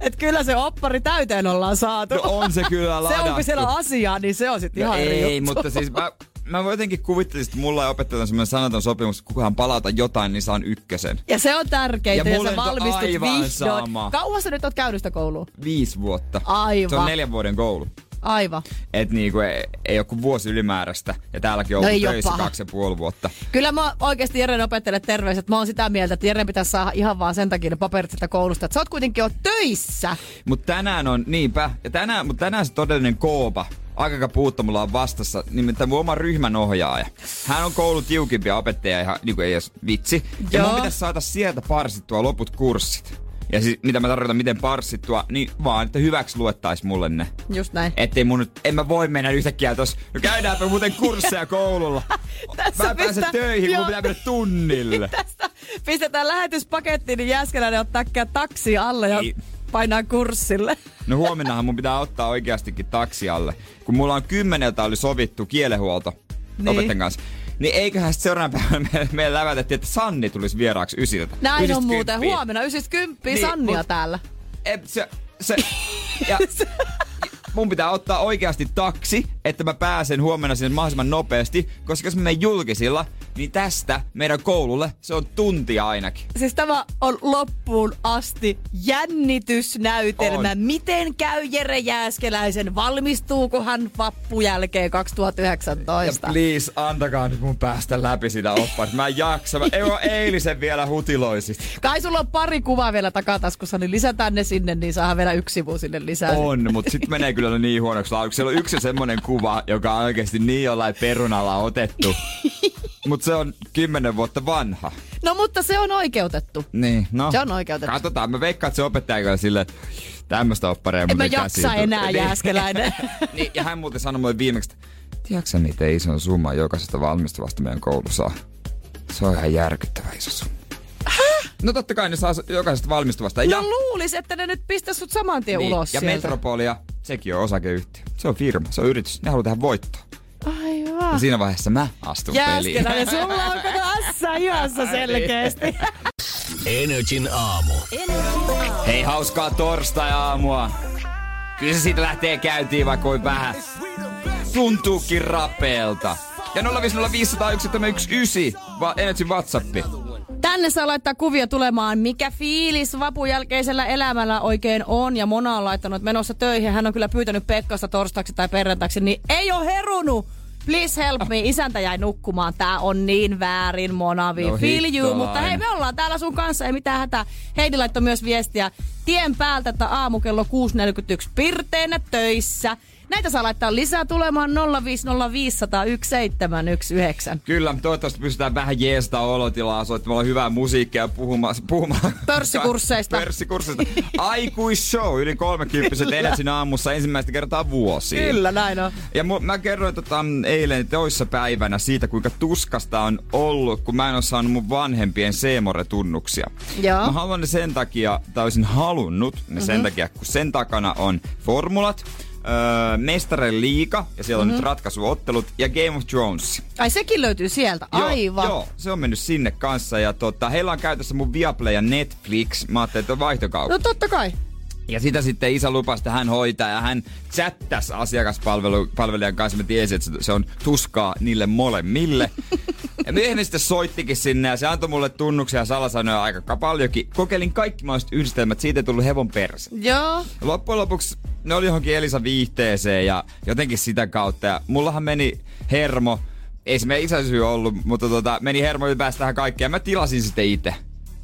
Speaker 4: Et kyllä se oppari täyteen ollaan saatu.
Speaker 3: No on se kyllä
Speaker 4: se
Speaker 3: ladattu. No
Speaker 4: on, kun siellä on asiaa, niin se on sitten ihan eri
Speaker 3: ei,
Speaker 4: juttu.
Speaker 3: mutta siis mä, mä jotenkin kuvittelin, että mulla ei opettajalla semmoinen sanaton sopimus, että kunhan palauta jotain, niin saan ykkösen.
Speaker 4: Ja se on tärkeintä,
Speaker 3: Ja
Speaker 4: ja, ja
Speaker 3: mulle
Speaker 4: sä
Speaker 3: nyt on
Speaker 4: valmistut
Speaker 3: aivan
Speaker 4: vihdoin.
Speaker 3: sama.
Speaker 4: Kauan sä nyt oot käynyt sitä koulua?
Speaker 3: Viisi vuotta.
Speaker 4: Aivan.
Speaker 3: Se on neljän vuoden koulu.
Speaker 4: Aivan.
Speaker 3: Et niinku ei, ei ole kuin vuosi ylimääräistä. Ja täälläkin on
Speaker 4: No
Speaker 3: ollut
Speaker 4: ei oo
Speaker 3: töissä
Speaker 4: paha.
Speaker 3: kaksi ja puoli vuotta.
Speaker 4: Kyllä mä oikeasti Jeren opettajalle terveiset. Mä oon sitä mieltä, että Jeren pitäisi saada ihan vaan sen takia ne paperit sitä koulusta. Että sä oot kuitenkin oot töissä.
Speaker 3: Mutta tänään on, niinpä. Ja tänään, mut tänään se todellinen koopa. Aika puutto mulla on vastassa, nimittäin mun oma ryhmän ohjaaja. Hän on koulun tiukimpia opettajia, ihan niinku ei edes vitsi. Ja
Speaker 4: Joo.
Speaker 3: mun pitäisi saada sieltä parsittua loput kurssit. Ja siis mitä mä tarkoitan, miten parsittua, niin vaan, että hyväksi luettais mulle ne.
Speaker 4: Just näin.
Speaker 3: Ettei mun nyt, en mä voi mennä yhtäkkiä tos, no käydäänpä muuten kursseja koululla.
Speaker 4: Tässä
Speaker 3: mä en pääse
Speaker 4: pistää-
Speaker 3: töihin, kun
Speaker 4: joo.
Speaker 3: mun pitää mennä tunnille.
Speaker 4: Tästä pistetään lähetyspakettiin, niin Jääskeläinen ottaa kää taksi alle ja
Speaker 3: Ei.
Speaker 4: painaa kurssille.
Speaker 3: No huomennahan mun pitää ottaa oikeastikin taksi alle. Kun mulla on kymmeneltä oli sovittu kielenhuolto
Speaker 4: Niin.
Speaker 3: niin. opettajan kanssa. Niin eiköhän sitten seuraavana päivänä me, me lävätettiin, että Sanni tulisi vieraaksi ysiltä.
Speaker 4: Näin
Speaker 3: Ysistä
Speaker 4: on muuten.
Speaker 3: kymppiin.
Speaker 4: Huomenna 9.10 niin,
Speaker 3: Niin,
Speaker 4: Sannia
Speaker 3: mut-
Speaker 4: täällä.
Speaker 3: Ei, se, se, ja, mun pitää ottaa oikeasti taksi, että mä pääsen huomenna sinne mahdollisimman nopeasti, koska jos mä menen julkisilla, niin tästä meidän koululle se on tunti ainakin.
Speaker 4: Siis tämä on loppuun asti jännitysnäytelmä.
Speaker 3: On.
Speaker 4: Miten käy Jere Jääskeläisen? Valmistuuko hän vappun jälkeen 2019?
Speaker 3: Ja please, antakaa nyt mun päästä läpi sitä oppaat. Mä en jaksa. Mä, ei, mä eilisen vielä hutiloisit.
Speaker 4: Kai sulla on pari kuvaa vielä takataskussa, niin lisätään ne sinne, niin saadaan vielä yksi sivu sinne lisää.
Speaker 3: On, mutta sitten menee kyllä niin huonoksi laaduksi. Siellä on yksi semmonen kuva, joka on oikeasti niin jollain perunalla otettu. Mutta se on kymmenen vuotta vanha.
Speaker 4: No mutta se on oikeutettu.
Speaker 3: Niin, no.
Speaker 4: Se on oikeutettu.
Speaker 3: Katsotaan, mä veikkaan, että se opettaja kyllä silleen, että tämmöstä oppareja
Speaker 4: En mä
Speaker 3: muuten
Speaker 4: jaksa
Speaker 3: käsiin.
Speaker 4: enää,
Speaker 3: Niin.
Speaker 4: Jääskeläinen.
Speaker 3: niin, ja hän muuten sanoi mulle viimeksi, että tiedätkö sä, miten ison summan jokaisesta valmistuvasta meidän koulu saa? Se on ihan järkyttävä iso summa. No totta kai ne saa jokaisesta valmistuvasta.
Speaker 4: No luulis, että ne nyt pistä sut saman tien ulos
Speaker 3: Niin, ja
Speaker 4: sieltä.
Speaker 3: Metropolia, sekin on osakeyhtiö. Se on firma, se on yritys. Ne haluaa tehdä voittoa. Ja
Speaker 4: Aivan.
Speaker 3: siinä vaiheessa mä astun peliin.
Speaker 4: Ah. Jääskeläinen, sulla on kato assa
Speaker 3: niin.
Speaker 4: hyvässä selkeästi.
Speaker 2: Energin aamu.
Speaker 3: Hei, hauskaa torstai-aamua. Kyllä se siitä lähtee käyntiin vaikka kuin vähän. Tuntuukin rapeelta. Ja 050501719, vaan Energy Whatsappi.
Speaker 4: Tänne saa laittaa kuvia tulemaan, mikä fiilis vapun jälkeisellä elämällä oikein on. Ja Mona on laittanut että menossa töihin. Hän on kyllä pyytänyt Pekkasta torstaksi tai perjantaiksi, niin ei ole herunut. Please help me. Isäntä jäi nukkumaan. Tää on niin väärin, Mona. We
Speaker 3: No
Speaker 4: feel you.
Speaker 3: hittoainen.
Speaker 4: Mutta hei, me ollaan täällä sun kanssa. Ei mitään hätää. Heidi laittoi myös viestiä tien päältä, että aamukello 6.41 pirteenä töissä. Näitä saa laittaa lisää tulemaan 050501719.
Speaker 3: Kyllä, toivottavasti pystytään vähän jeesta olotilaa soittamalla hyvää musiikkia ja puhumaan. puhumaan
Speaker 4: Pörssikursseista.
Speaker 3: Pörssikursseista. Aikuisshow, yli 30 Energyn aamussa ensimmäistä kertaa vuosiin.
Speaker 4: Kyllä, näin on.
Speaker 3: Ja mu- mä kerroin tota, eilen toissa päivänä siitä, kuinka tuskasta on ollut, kun mä en ole saanut mun vanhempien Seemore-tunnuksia.
Speaker 4: Joo. Mhm.
Speaker 3: Mä haluan ne sen takia, tai olisin halunnut ne mm-hmm. sen takia, kun sen takana on formulat, öö, Mestarien liika, ja siellä on
Speaker 4: Mhm.
Speaker 3: mm-hmm. nyt ratkaisuottelut, ja Game of Thrones.
Speaker 4: Ai sekin löytyy sieltä, aivan.
Speaker 3: Joo, joo, se on mennyt sinne kanssa, ja tota, heillä on käytössä mun Viaplay ja Netflix. Mä ajattelin, että on vaihtokauppa.
Speaker 4: No totta kai.
Speaker 3: Ja sitä sitten isä lupasi, että hän hoitaa ja hän chattasi asiakaspalvelijan kanssa. Mä tiesin, että se on tuskaa niille molemmille. ja myöhemmin sitten soittikin sinne ja se antoi mulle tunnuksia ja salasanoja aika paljonkin. Kokeilin kaikki mahdolliset yhdistelmät, siitä ei tullut hevon perse.
Speaker 4: Joo.
Speaker 3: Ja Loppujen lopuksi ne oli johonkin Elisa viihteeseen ja jotenkin sitä kautta. Ja mullahan meni hermo, ei se meidän isän syy ollut, mutta tota, meni hermo ylipäänsä tähän kaikkeen. Mä tilasin sitten itse.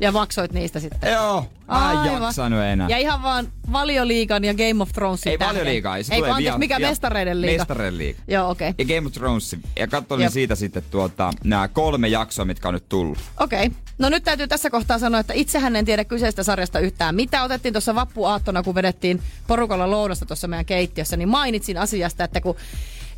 Speaker 4: Ja maksoit niistä sitten.
Speaker 3: Joo, mä en
Speaker 4: Aivan.
Speaker 3: jaksanut enää.
Speaker 4: Ja ihan vaan valioliikan ja Game of Thronesin
Speaker 3: Ei
Speaker 4: tähden.
Speaker 3: paljon liikaa. Se
Speaker 4: Ei,
Speaker 3: tulee
Speaker 4: kun anteeksi,
Speaker 3: via-
Speaker 4: mikä
Speaker 3: via-
Speaker 4: mestareiden liiga?
Speaker 3: Mestareiden liiga.
Speaker 4: Joo, okei. Okay.
Speaker 3: Ja Game of Thrones. Ja katsoin
Speaker 4: Jep.
Speaker 3: siitä sitten tuota, nämä kolme jaksoa, mitkä on nyt tullut.
Speaker 4: Okei. Okay. No nyt täytyy tässä kohtaa sanoa, että itsehän en tiedä kyseistä sarjasta yhtään mitä. Otettiin tuossa vappuaattona, kun vedettiin porukalla lounasta tuossa meidän keittiössä, niin mainitsin asiasta, että kun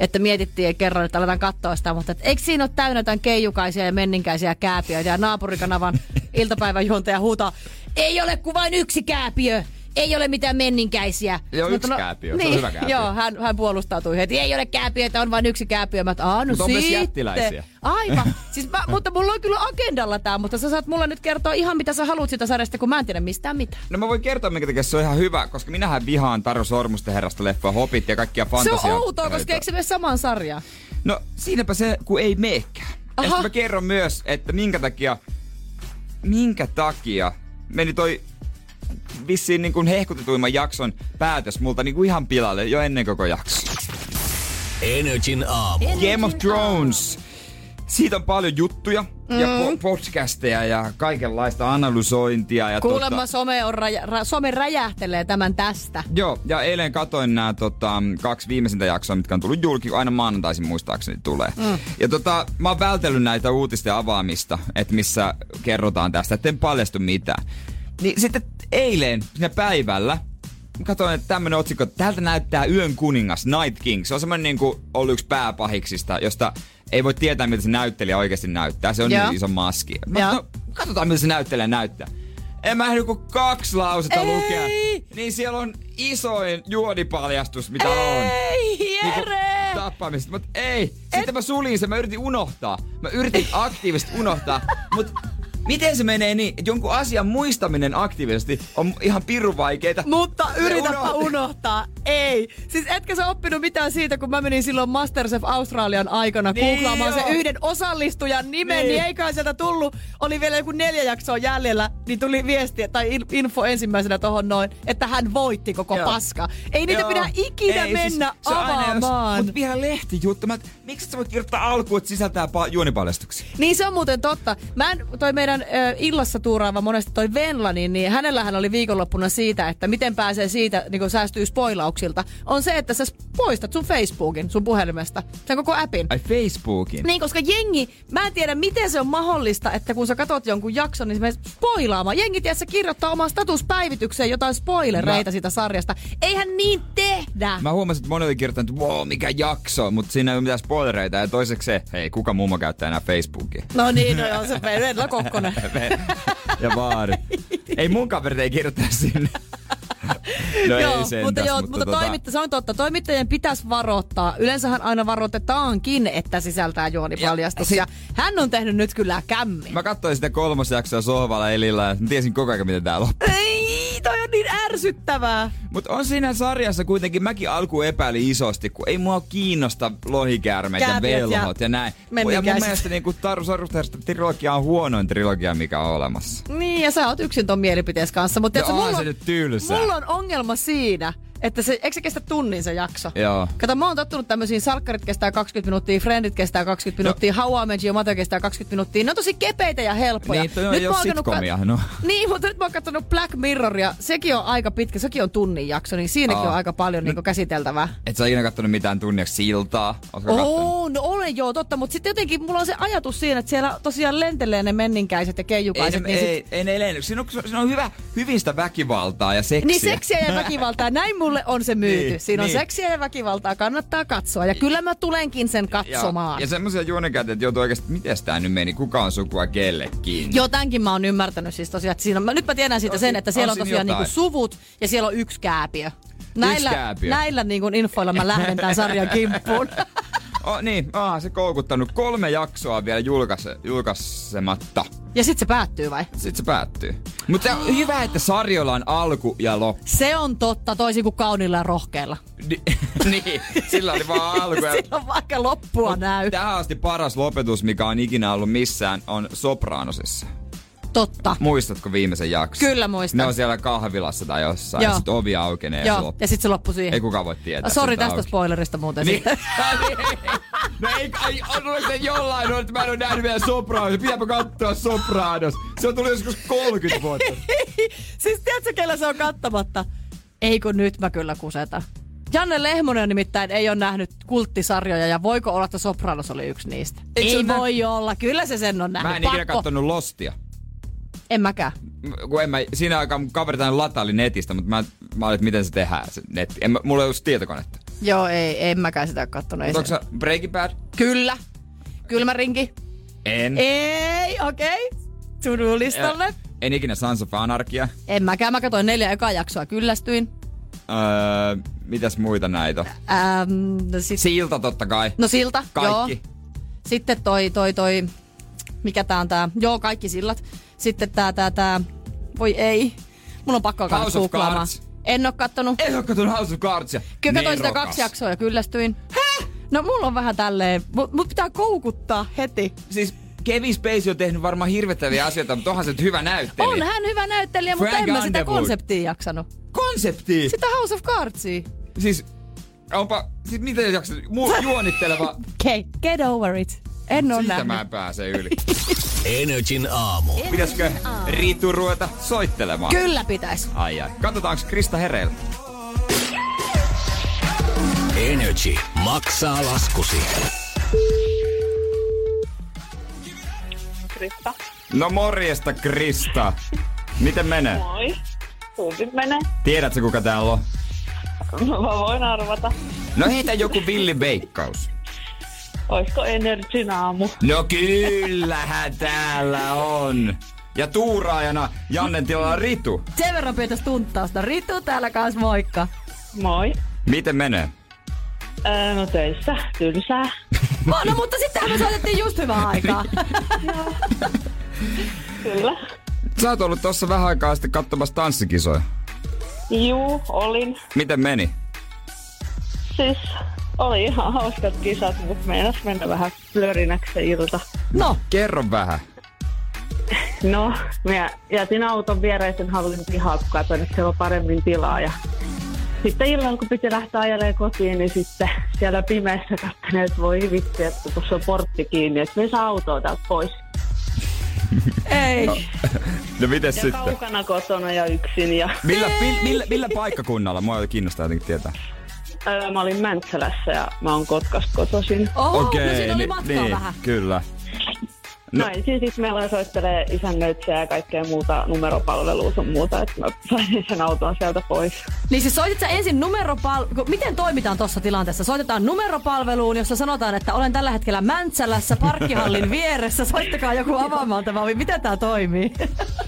Speaker 4: että mietittiin kerran, että aletaan katsoa sitä, mutta et, eikö siinä ole täynnä jotain keijukaisia ja menninkäisiä kääpiöitä ja naapurikanavan iltapäiväjuontaja huutaa, ei ole kuin vain yksi kääpiö, ei ole mitään menninkäisiä.
Speaker 3: Joo,
Speaker 4: Mä
Speaker 3: yksi
Speaker 4: oon,
Speaker 3: kääpiö, se
Speaker 4: niin,
Speaker 3: on hyvä kääpiö.
Speaker 4: Joo, hän, hän puolustautui heti, ei ole kääpiöitä, on vain yksi kääpiö. Mä, et, "Aa, no
Speaker 3: Mutta on myös
Speaker 4: sitten."
Speaker 3: jättiläisiä.
Speaker 4: Aivan. Siis mä, mutta mulla on kyllä agendalla tää, mutta sä saat mulle nyt kertoa ihan mitä sä haluat sitä sarjasta, kun mä en tiedä mistään mitään.
Speaker 3: No mä voin kertoa, minkä takia se on ihan hyvä, koska minähän vihaan Taru Sormusten herrasta leffoa Hobbit ja kaikkia
Speaker 4: Se
Speaker 3: fantasia.
Speaker 4: on outoa, koska eikö se mene samaan sarjaan?
Speaker 3: No siinäpä se, kun ei meekään. Ja
Speaker 4: Aha.
Speaker 3: sit mä kerron myös, että minkä takia, minkä takia meni toi vissiin niin kuin hehkutetuimman jakson päätös multa niin kuin ihan pilalle jo ennen koko jakso.
Speaker 2: Energin aamu.
Speaker 3: Game of Thrones. Siitä on paljon juttuja ja
Speaker 4: Mm.
Speaker 3: po- podcasteja ja kaikenlaista analysointia. Ja
Speaker 4: Kuulemma
Speaker 3: tota-
Speaker 4: some, on raja, ra, some räjähtelee tämän tästä.
Speaker 3: Joo, ja eilen katoin nämä tota, kaksi viimeisintä jaksoa, mitkä on tullut julki, kun aina maanantaisin muistaakseni tulee. Mm. Ja tota, mä oon vältellyt näitä uutisten avaamista, että missä kerrotaan tästä, etten paljastu mitään. Niin sitten eilen, siinä päivällä, mä katsoin, että tämmönen otsikko, että täältä näyttää Yön kuningas, Night King. Se on semmonen niinku ollut yksi pääpahiksista, josta ei voi tietää, miltä se näyttelijä oikeasti näyttää. Se on
Speaker 4: Joo.
Speaker 3: niin iso maski. Mä,
Speaker 4: Joo.
Speaker 3: no, katsotaan, miltä se näyttelijä näyttää. En mä ehdi kuin kaksi lausetta
Speaker 4: Ei!
Speaker 3: lukea. Niin siellä on isoin juodipaljastus, mitä on.
Speaker 4: Ei,
Speaker 3: Niinku
Speaker 4: Jere!
Speaker 3: tappamista, mut ei. Sitten mä suljin sen, mä yritin unohtaa. Mä yritin aktiivisesti unohtaa, mut miten se menee niin, että jonkun asian muistaminen aktiivisesti on ihan pirun vaikeeta.
Speaker 4: Mutta
Speaker 3: Se
Speaker 4: yritäpä
Speaker 3: unohti.
Speaker 4: unohtaa. Ei. Siis etkö sä oppinut mitään siitä, kun mä menin silloin Masterchef Australian aikana
Speaker 3: Niin
Speaker 4: googlaamaan
Speaker 3: joo.
Speaker 4: sen yhden osallistujan nimen, niin.
Speaker 3: Niin.
Speaker 4: niin eiköhän sieltä tullut, oli vielä joku neljä jaksoa jäljellä, niin tuli viesti tai in- info ensimmäisenä tohon noin, että hän voitti koko
Speaker 3: Joo.
Speaker 4: paska. Ei niitä
Speaker 3: Joo.
Speaker 4: pidä ikinä
Speaker 3: Ei, siis
Speaker 4: mennä
Speaker 3: se on aina jos-
Speaker 4: avaamaan.
Speaker 3: Mut vielä lehtijuttu. Mä, et, miksi sä voit kirjoittaa alkuun, että sisältää pa- juonipaljastuksia?
Speaker 4: Niin se on muuten totta. Mä en, toi meidän ö, illassa tuuraava monesti toi Venla, niin, niin hänellähän oli viikonloppuna siitä, että miten pääsee siitä, niin kun säästyy spoilauksilta, on se, että sä s- poistat sun Facebookin sun puhelimesta, sen koko appin.
Speaker 3: Ai Facebookin.
Speaker 4: Niin, koska jengi, mä en tiedä miten se on mahdollista, että kun sä katot jonkun jakson, niin se menee spoilaamaan. Jengi tiedä, kirjoittaa omaan statuspäivitykseen jotain spoilereita
Speaker 3: Mä-
Speaker 4: siitä sarjasta. Eihän niin tehdä!
Speaker 3: Mä huomasin, että moni oli kirjoittanut, että wow, mikä jakso, mutta siinä ei ole mitään spoilereita. Ja toiseksi se, hei, kuka mummo käyttää enää Facebookia?
Speaker 4: No niin, no joo, se Venla Kokkonen.
Speaker 3: ja vaari. ei mun kaverit ei kirjoittaa sinne. no ei sentäs, tota-
Speaker 4: mutta, joo, mutta toimitta, se on totta. Toimittajien pitäisi varoittaa. Yleensähän aina varoitetaankin, että sisältää juonipaljastuksia. Hän on tehnyt nyt kyllä kämmin.
Speaker 3: Mä katsoin sitä kolmosjaksoa sohvalla elillä ja mä tiesin koko ajan, miten tää loppuu.
Speaker 4: Ei, toi on niin ärsyttävää.
Speaker 3: Mutta on siinä sarjassa kuitenkin, mäkin alku epäili isosti, kun ei mua kiinnosta lohikäärmeet ja
Speaker 4: Kääpiöt ja
Speaker 3: velhot ja, näin. Ja mun
Speaker 4: menninkäiset.
Speaker 3: mielestä niin Taru Sarusterista trilogia on huonoin trilogia, mikä on olemassa.
Speaker 4: Niin, ja sä oot yksin ton mielipiteessä kanssa. Mutta
Speaker 3: No
Speaker 4: tiedätkö,
Speaker 3: onhan
Speaker 4: mulla,
Speaker 3: se nyt tylsää.
Speaker 4: mulla on ongelma siinä, että se, eikö se kestä tunnin se jakso?
Speaker 3: Joo.
Speaker 4: Kato, mä oon tottunut tämmöisiin salkkarit kestää 20 minuuttia, friendit kestää 20 minuuttia, no. How I Met Your Mother kestää 20 minuuttia. Ne on tosi kepeitä ja helppoja.
Speaker 3: Niin, toi on- ei
Speaker 4: mä
Speaker 3: oo
Speaker 4: oon alkanut
Speaker 3: sitcomia, no.
Speaker 4: Niin, mutta nyt mä oon katsonut Black Mirroria. Sekin on aika pitkä, sekin on tunnin jakso, niin siinäkin
Speaker 3: Aa.
Speaker 4: on aika paljon niin käsiteltävää.
Speaker 3: Et sä ole ikinä kattonut mitään tunneksi siltaa. Ootko kattonut?
Speaker 4: Oo, no olen joo, totta, mutta sitten jotenkin mulla on se ajatus siinä, että siellä tosiaan lentelee ne menninkäiset ja
Speaker 3: Ei,
Speaker 4: keijukaiset.
Speaker 3: ne,
Speaker 4: niin sit-
Speaker 3: ei, ei ne elennyt. Siinä on, siinä on hyvä, hyvistä väkivaltaa ja seksiä.
Speaker 4: Niin seksiä ja väkivaltaa, näin mulle on se myyty.
Speaker 3: Niin,
Speaker 4: Niin, Siinä on
Speaker 3: niin.
Speaker 4: seksiä ja väkivaltaa, kannattaa katsoa. Ja kyllä mä tulenkin sen katsomaan.
Speaker 3: Ja, ja semmoisia juonenkäytä, että joutuu oikeasti, miten tää nyt meni, kuka on sukua kellekin.
Speaker 4: Joo, tämänkin mä oon ymmärtänyt siis tosiaan, että siinä on, mä- nyt mä tiedän siitä
Speaker 3: On
Speaker 4: sen,
Speaker 3: siinä-
Speaker 4: että
Speaker 3: on
Speaker 4: siellä on
Speaker 3: siinä
Speaker 4: tosiaan
Speaker 3: jotain.
Speaker 4: niinku suvut ja siellä on yksi kääpiö. Näillä,
Speaker 3: kääpiö.
Speaker 4: näillä niinku infoilla mä lähden tämän sarjan kimppuun.
Speaker 3: O, niin, aha, se koukuttanut. Kolme jaksoa vielä julkaise, julkaisematta.
Speaker 4: Ja sit se päättyy vai?
Speaker 3: Sitten se päättyy. Mutta hyvä, että sarjolla on alku ja loppu.
Speaker 4: Se on totta, toisin kuin kaunilla ja rohkeilla.
Speaker 3: Ni- niin, sillä oli vaan alku ja
Speaker 4: Silloin vaikka loppua näy.
Speaker 3: Tähän asti paras lopetus, mikä on ikinä ollut missään, on Sopranosissa.
Speaker 4: Totta.
Speaker 3: Muistatko viimeisen jakson?
Speaker 4: Kyllä muistan.
Speaker 3: Ne on siellä kahvilassa tai jossain,
Speaker 4: Joo.
Speaker 3: ja sit ovi aukenee ja se
Speaker 4: Joo,
Speaker 3: loppuu.
Speaker 4: ja sit se loppui siihen.
Speaker 3: Ei kukaan voi tietää.
Speaker 4: Sori
Speaker 3: sitä
Speaker 4: tästä
Speaker 3: auki.
Speaker 4: spoilerista muuten.
Speaker 3: Niin.
Speaker 4: sitten.
Speaker 3: no ei, ei on se jollain, on, että mä en ole nähnyt vielä Sopranos. Pitääpä katsoa Sopranos. Se on tullut joskus 30 vuotta.
Speaker 4: siis tiedätkö, kellä se on kattamatta? Ei kun nyt mä kyllä kuseta. Janne Lehmonen nimittäin ei ole nähnyt kulttisarjoja ja voiko olla, että Sopranos oli yksi niistä?
Speaker 3: Eikö se
Speaker 4: ei
Speaker 3: ole
Speaker 4: voi olla, kyllä se sen on nähnyt.
Speaker 3: Mä en ikinä
Speaker 4: Pakko.
Speaker 3: kattonut Lostia.
Speaker 4: En mäkään.
Speaker 3: M- kun en mä, siinä aikaan mun kaverit aina lataili netistä, mutta mä, mä olin, että miten se tehdään se netti. En, mä- mulla ei ollut tietokonetta.
Speaker 4: Joo, ei, en mäkään sitä ole kattonut. Ei
Speaker 3: Onko
Speaker 4: se...
Speaker 3: se Breaking Bad?
Speaker 4: Kyllä. Kylmä rinki.
Speaker 3: En.
Speaker 4: Ei, okei. Okay. Tudulistalle.
Speaker 3: Ja- En ikinä Sons of Anarchia.
Speaker 4: En mäkään, mä katsoin neljä ekaa jaksoa, kyllästyin.
Speaker 3: Öö, mitäs muita näitä? on?
Speaker 4: Ähm, no, sit...
Speaker 3: Silta totta kai.
Speaker 4: no silta,
Speaker 3: Kaikki.
Speaker 4: joo. Sitten toi, toi, toi, mikä tää on tää, joo kaikki sillat. Sitten tää, tää, tää, voi ei. Mun on pakko alkaa
Speaker 3: House of
Speaker 4: googlaamaan.
Speaker 3: Cards. Niin,
Speaker 4: En oo kattonut.
Speaker 3: Ei oo katsonut House of Cardsia.
Speaker 4: Kyllä katsoin sitä
Speaker 3: Nerokas.
Speaker 4: kaksi jaksoa ja kyllästyin. Häh? No mulla on vähän tälleen, mut, mut pitää koukuttaa heti.
Speaker 3: Siis Kevin Spacey on tehnyt varmaan hirvettäviä asioita, mutta onhan se nyt hyvä näyttelijä.
Speaker 4: On hän hyvä näyttelijä, mutta
Speaker 3: Frank
Speaker 4: en mä sitä
Speaker 3: Underwood.
Speaker 4: konseptia jaksanut.
Speaker 3: Konsepti.
Speaker 4: Sitä House of Cardsia.
Speaker 3: Siis, onpa, siis miten jaksat,
Speaker 4: No,
Speaker 3: mu- juonitteleva.
Speaker 4: Okay, get over it. En oo
Speaker 3: Ah. Siitä
Speaker 4: nähnyt.
Speaker 3: mä en pääse yli.
Speaker 2: Energin aamu.
Speaker 3: Pitäisikö Ritu ruveta soittelemaan?
Speaker 4: Kyllä pitäis.
Speaker 3: Ai ai. Katsotaanko Krista hereillä?
Speaker 2: Energy maksaa laskusi.
Speaker 5: Krista.
Speaker 3: No morjesta Krista. Miten menee?
Speaker 5: Moi. Tumpit menee.
Speaker 3: Tiedätkö kuka täällä on?
Speaker 5: Mä voin arvata.
Speaker 3: No heitä joku villi veikkaus.
Speaker 5: Oisko Energin aamu?
Speaker 3: No kyllähän täällä on. Ja tuuraajana Jannen tilalla Ritu.
Speaker 4: Sen verran pitäis tunttausta. Ritu täällä kans, moikka.
Speaker 5: Moi.
Speaker 3: Miten menee?
Speaker 5: Öö, no töissä. Tylsää.
Speaker 4: No, no mutta sittenhän me soitettiin just hyvää aikaa.
Speaker 5: Kyllä.
Speaker 3: Sä oot ollut tossa vähän aikaa sitten katsomassa tanssikisoja.
Speaker 5: Juu, olin.
Speaker 3: Miten meni?
Speaker 5: Siis oli ihan hauskat kisat, mutta meinas mennä vähän flörinäksi se ilta.
Speaker 4: No,
Speaker 3: Kerro vähän.
Speaker 5: No, mä jätin auton viereisen hallin pihaa, kun katsoin, että siellä on paremmin tilaa. Ja sitten illalla, kun piti lähteä ajaleen kotiin, niin sitten siellä pimeässä katsoin, että voi vittu, että tuossa on portti kiinni, että me saa autoa täältä pois.
Speaker 4: ei.
Speaker 3: No miten
Speaker 5: Ja
Speaker 3: sitten?
Speaker 5: kaukana kotona ja yksin. Ja,
Speaker 3: Millä, millä, millä, millä paikkakunnalla? Mua kiinnostaa jotenkin tietää.
Speaker 5: öö, mä olin Mäntsälässä ja mä oon Kotkasta kotoisin.
Speaker 4: Oho, no
Speaker 3: Okei,
Speaker 4: siinä oli
Speaker 3: ni-
Speaker 4: matkaa
Speaker 3: niin,
Speaker 4: vähän.
Speaker 3: kyllä. No.
Speaker 5: No. Siis, siis meillä soittelee isännöitsejä ja kaikkea muuta numeropalvelua sun muuta, että mä sain sen auton sieltä pois.
Speaker 4: Niin siis soitit sä ensin numeropalveluun. Miten toimitaan tuossa tilanteessa? Soitetaan numeropalveluun, jossa sanotaan, että olen tällä hetkellä Mäntsälässä parkkihallin vieressä. Soittakaa joku avaamaan tämä ovi. Miten tämä toimii?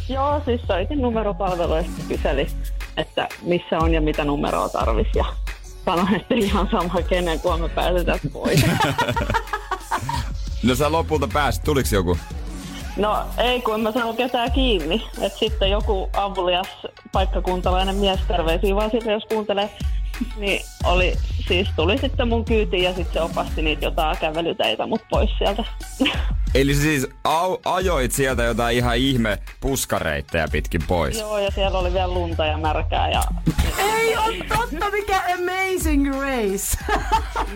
Speaker 5: Joo, siis soitin numeropalveluista kyseli, että missä on ja mitä numeroa tarvis ja sanoin, että ihan sama kenen, kun me päätetään pois.
Speaker 3: No sä lopulta pääsit, tuliks joku?
Speaker 5: No ei, kun en mä saanut ketään kiinni. Et sitten joku avulias paikkakuntalainen mies terveisiä vaan sitten, jos kuuntelee. Niin oli, siis tuli sitten mun kyytiin ja sitten se opasti niitä jotain kävelyteitä mut pois sieltä.
Speaker 3: Eli sä siis au, ajoit sieltä jotain ihan ihme puskareittejä pitkin pois.
Speaker 5: Joo, ja siellä oli vielä lunta ja märkää ja
Speaker 4: Ei on totta, mikä amazing grace.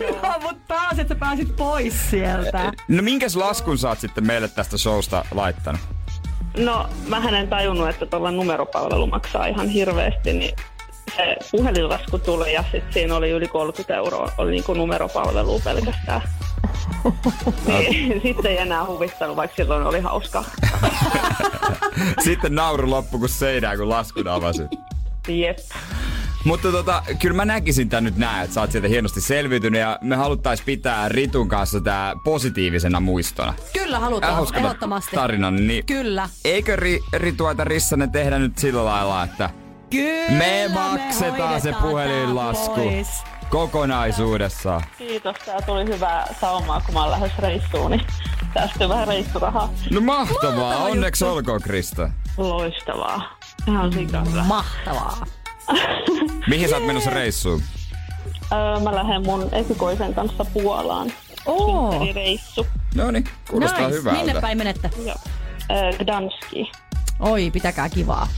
Speaker 4: Joo, mutta No, taas, että sä pääsit pois sieltä.
Speaker 3: No minkäs laskun sä oot sitten meille tästä showsta laittanut?
Speaker 5: No, mä en tajunnut, että tuolla numeropalvelu maksaa ihan hirveästi, niin se puhelinlasku tuli ja sitten siinä oli yli 30 euroa, oli niinku numeropalvelu pelkästään. Niin, sitten ei enää huvittanut, vaikka silloin oli hauskaa.
Speaker 3: Sitten nauru loppu kun seinää, kun laskun avasit.
Speaker 5: Jep.
Speaker 3: Mutta tota, kyllä mä näkisin tän nyt näin, että sä oot sieltä hienosti selviytynyt ja me haluttais pitää Ritun kanssa tää positiivisena muistona.
Speaker 4: Kyllä halutaan,
Speaker 3: Hauskana
Speaker 4: ehdottomasti.
Speaker 3: tarina, niin
Speaker 4: Kyllä.
Speaker 3: Eikö ri, Rituaita Rissanen tehdä nyt sillä lailla, että
Speaker 4: Kyllä
Speaker 3: me maksetaan se
Speaker 4: hoidetaan
Speaker 3: puhelinlasku
Speaker 4: tää pois.
Speaker 3: kokonaisuudessaan?
Speaker 5: Kiitos, tää tuli hyvää saumaa, kun mä oon lähes reissuun, niin säästyy vähän reissurahaa.
Speaker 3: No mahtavaa, Mahtava onneksi juttu. olkoon Krista.
Speaker 5: Loistavaa. Ihan sikana.
Speaker 4: Mahtavaa.
Speaker 3: Mihin sä oot menossa reissuun?
Speaker 5: Öö, mä lähden mun esikoisen kanssa Puolaan.
Speaker 4: Oo.
Speaker 5: Eli reissu.
Speaker 3: No niin, kuulostaa
Speaker 4: Nice.
Speaker 3: hyvältä.
Speaker 4: Minne päin menette?
Speaker 5: Joo. Öö, Gdanski.
Speaker 4: Oi, pitäkää kivaa.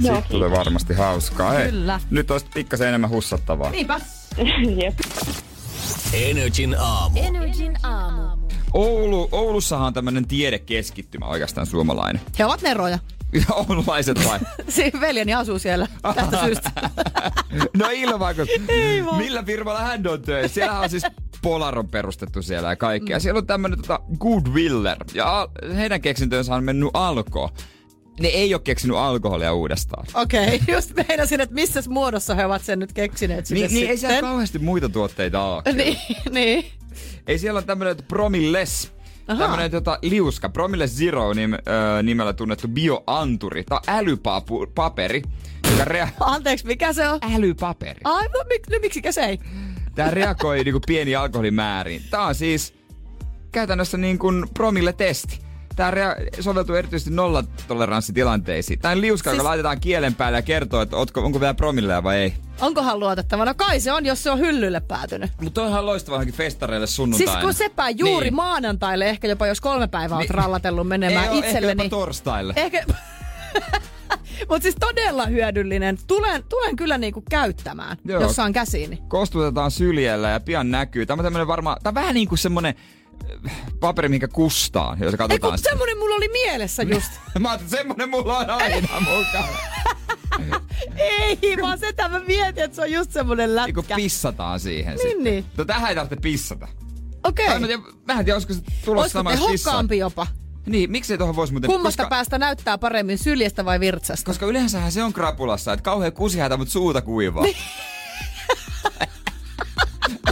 Speaker 5: Joo,
Speaker 3: Siitä tulee varmasti hauskaa. Hei,
Speaker 4: Kyllä.
Speaker 3: Nyt olisi pikkasen enemmän hussattavaa.
Speaker 4: Niinpä.
Speaker 5: kiitos. Jep.
Speaker 2: Energin aamu.
Speaker 3: Oulu, Oulussahan on tämmöinen tiedekeskittymä oikeastaan suomalainen.
Speaker 4: He ovat neroja.
Speaker 3: Ja Oululaiset vai?
Speaker 4: Siinä veljeni asuu siellä tästä syystä.
Speaker 3: No ilman, kun millä firmalla hän on töissä? Siellä on siis Polar on perustettu siellä ja kaikkea. Siellä on tämmönen tota Goodwiller. Ja al- heidän keksintöönsä on mennyt alko. Ne ei ole keksinyt alkoholia uudestaan.
Speaker 4: Okei, okay, just meinasin, että missä muodossa he ovat sen nyt keksineet sinne
Speaker 3: Niin, niin ei siellä
Speaker 4: sitten.
Speaker 3: kauheasti muita tuotteita ole.
Speaker 4: niin, niin.
Speaker 3: Ei siellä on tämmönen promilles.
Speaker 4: Ahaa.
Speaker 3: Tämmönen tota, liuska, Promille Zero nim, ö, nimellä tunnettu bioanturi. Tää on älypaperi, joka rea-
Speaker 4: Anteeksi, mikä se on?
Speaker 3: älypaperi.
Speaker 4: Ai, no, mik, no miksikä se ei?
Speaker 3: Tää reagoi niinku pieniin alkoholimääriin. Tää on siis käytännössä niin kuin promille testi. Tää rea- soveltuu erityisesti nollatoleranssitilanteisiin. Tää on liuska, siis...
Speaker 4: Siis-
Speaker 3: joka laitetaan kielen päälle ja kertoo, että otko, onko vielä promillea vai ei.
Speaker 4: Onkohan luotettava? No kai se on, jos se on hyllylle päätynyt.
Speaker 3: Mutta toi on ihan loistava johonkin festareille
Speaker 4: Siis
Speaker 3: sunnuntaina.
Speaker 4: kun sepä juuri
Speaker 3: Niin.
Speaker 4: niin. maanantaille, ehkä jopa jos kolme päivää oot
Speaker 3: Niin.
Speaker 4: rallatellut menemään
Speaker 3: ei oo, Ehkä
Speaker 4: itselleni.
Speaker 3: jopa torstaille.
Speaker 4: Ehkä... Mutta siis todella hyödyllinen. Tulen, tulen kyllä niinku käyttämään,
Speaker 3: Joo.
Speaker 4: Joo. jos saan käsiini.
Speaker 3: kostutetaan syljellä ja pian näkyy. Tämä on tämmönen varmaan, tämä on vähän niin kuin semmonen äh, paperi, mihinkä kustaa, jos
Speaker 4: Ei
Speaker 3: katsotaan
Speaker 4: kun
Speaker 3: sitä.
Speaker 4: semmonen mulla oli mielessä just.
Speaker 3: Mä ajattelin, että semmonen mulla on aina mukana.
Speaker 4: ei, vaan sitä mä mietin, että se on just semmonen
Speaker 3: Niin kun
Speaker 4: lätkä.
Speaker 3: pissataan siihen
Speaker 4: Niin,
Speaker 3: sitten.
Speaker 4: niin.
Speaker 3: No tähän ei tarvitse pissata.
Speaker 4: Okei.
Speaker 3: Tai mä, tiedän, mä en tiedä, olisiko se tulossa
Speaker 4: Olisiko
Speaker 3: sama,
Speaker 4: te
Speaker 3: jos pissaa.
Speaker 4: hokkaampi jopa?
Speaker 3: Niin, miksei tuohon voisi muuten...
Speaker 4: Kummasta
Speaker 3: koska,
Speaker 4: päästä näyttää paremmin, syljestä vai virtsasta?
Speaker 3: koska yleensähän se on krapulassa, että kauhean kusihätä, mutta suuta kuivaa.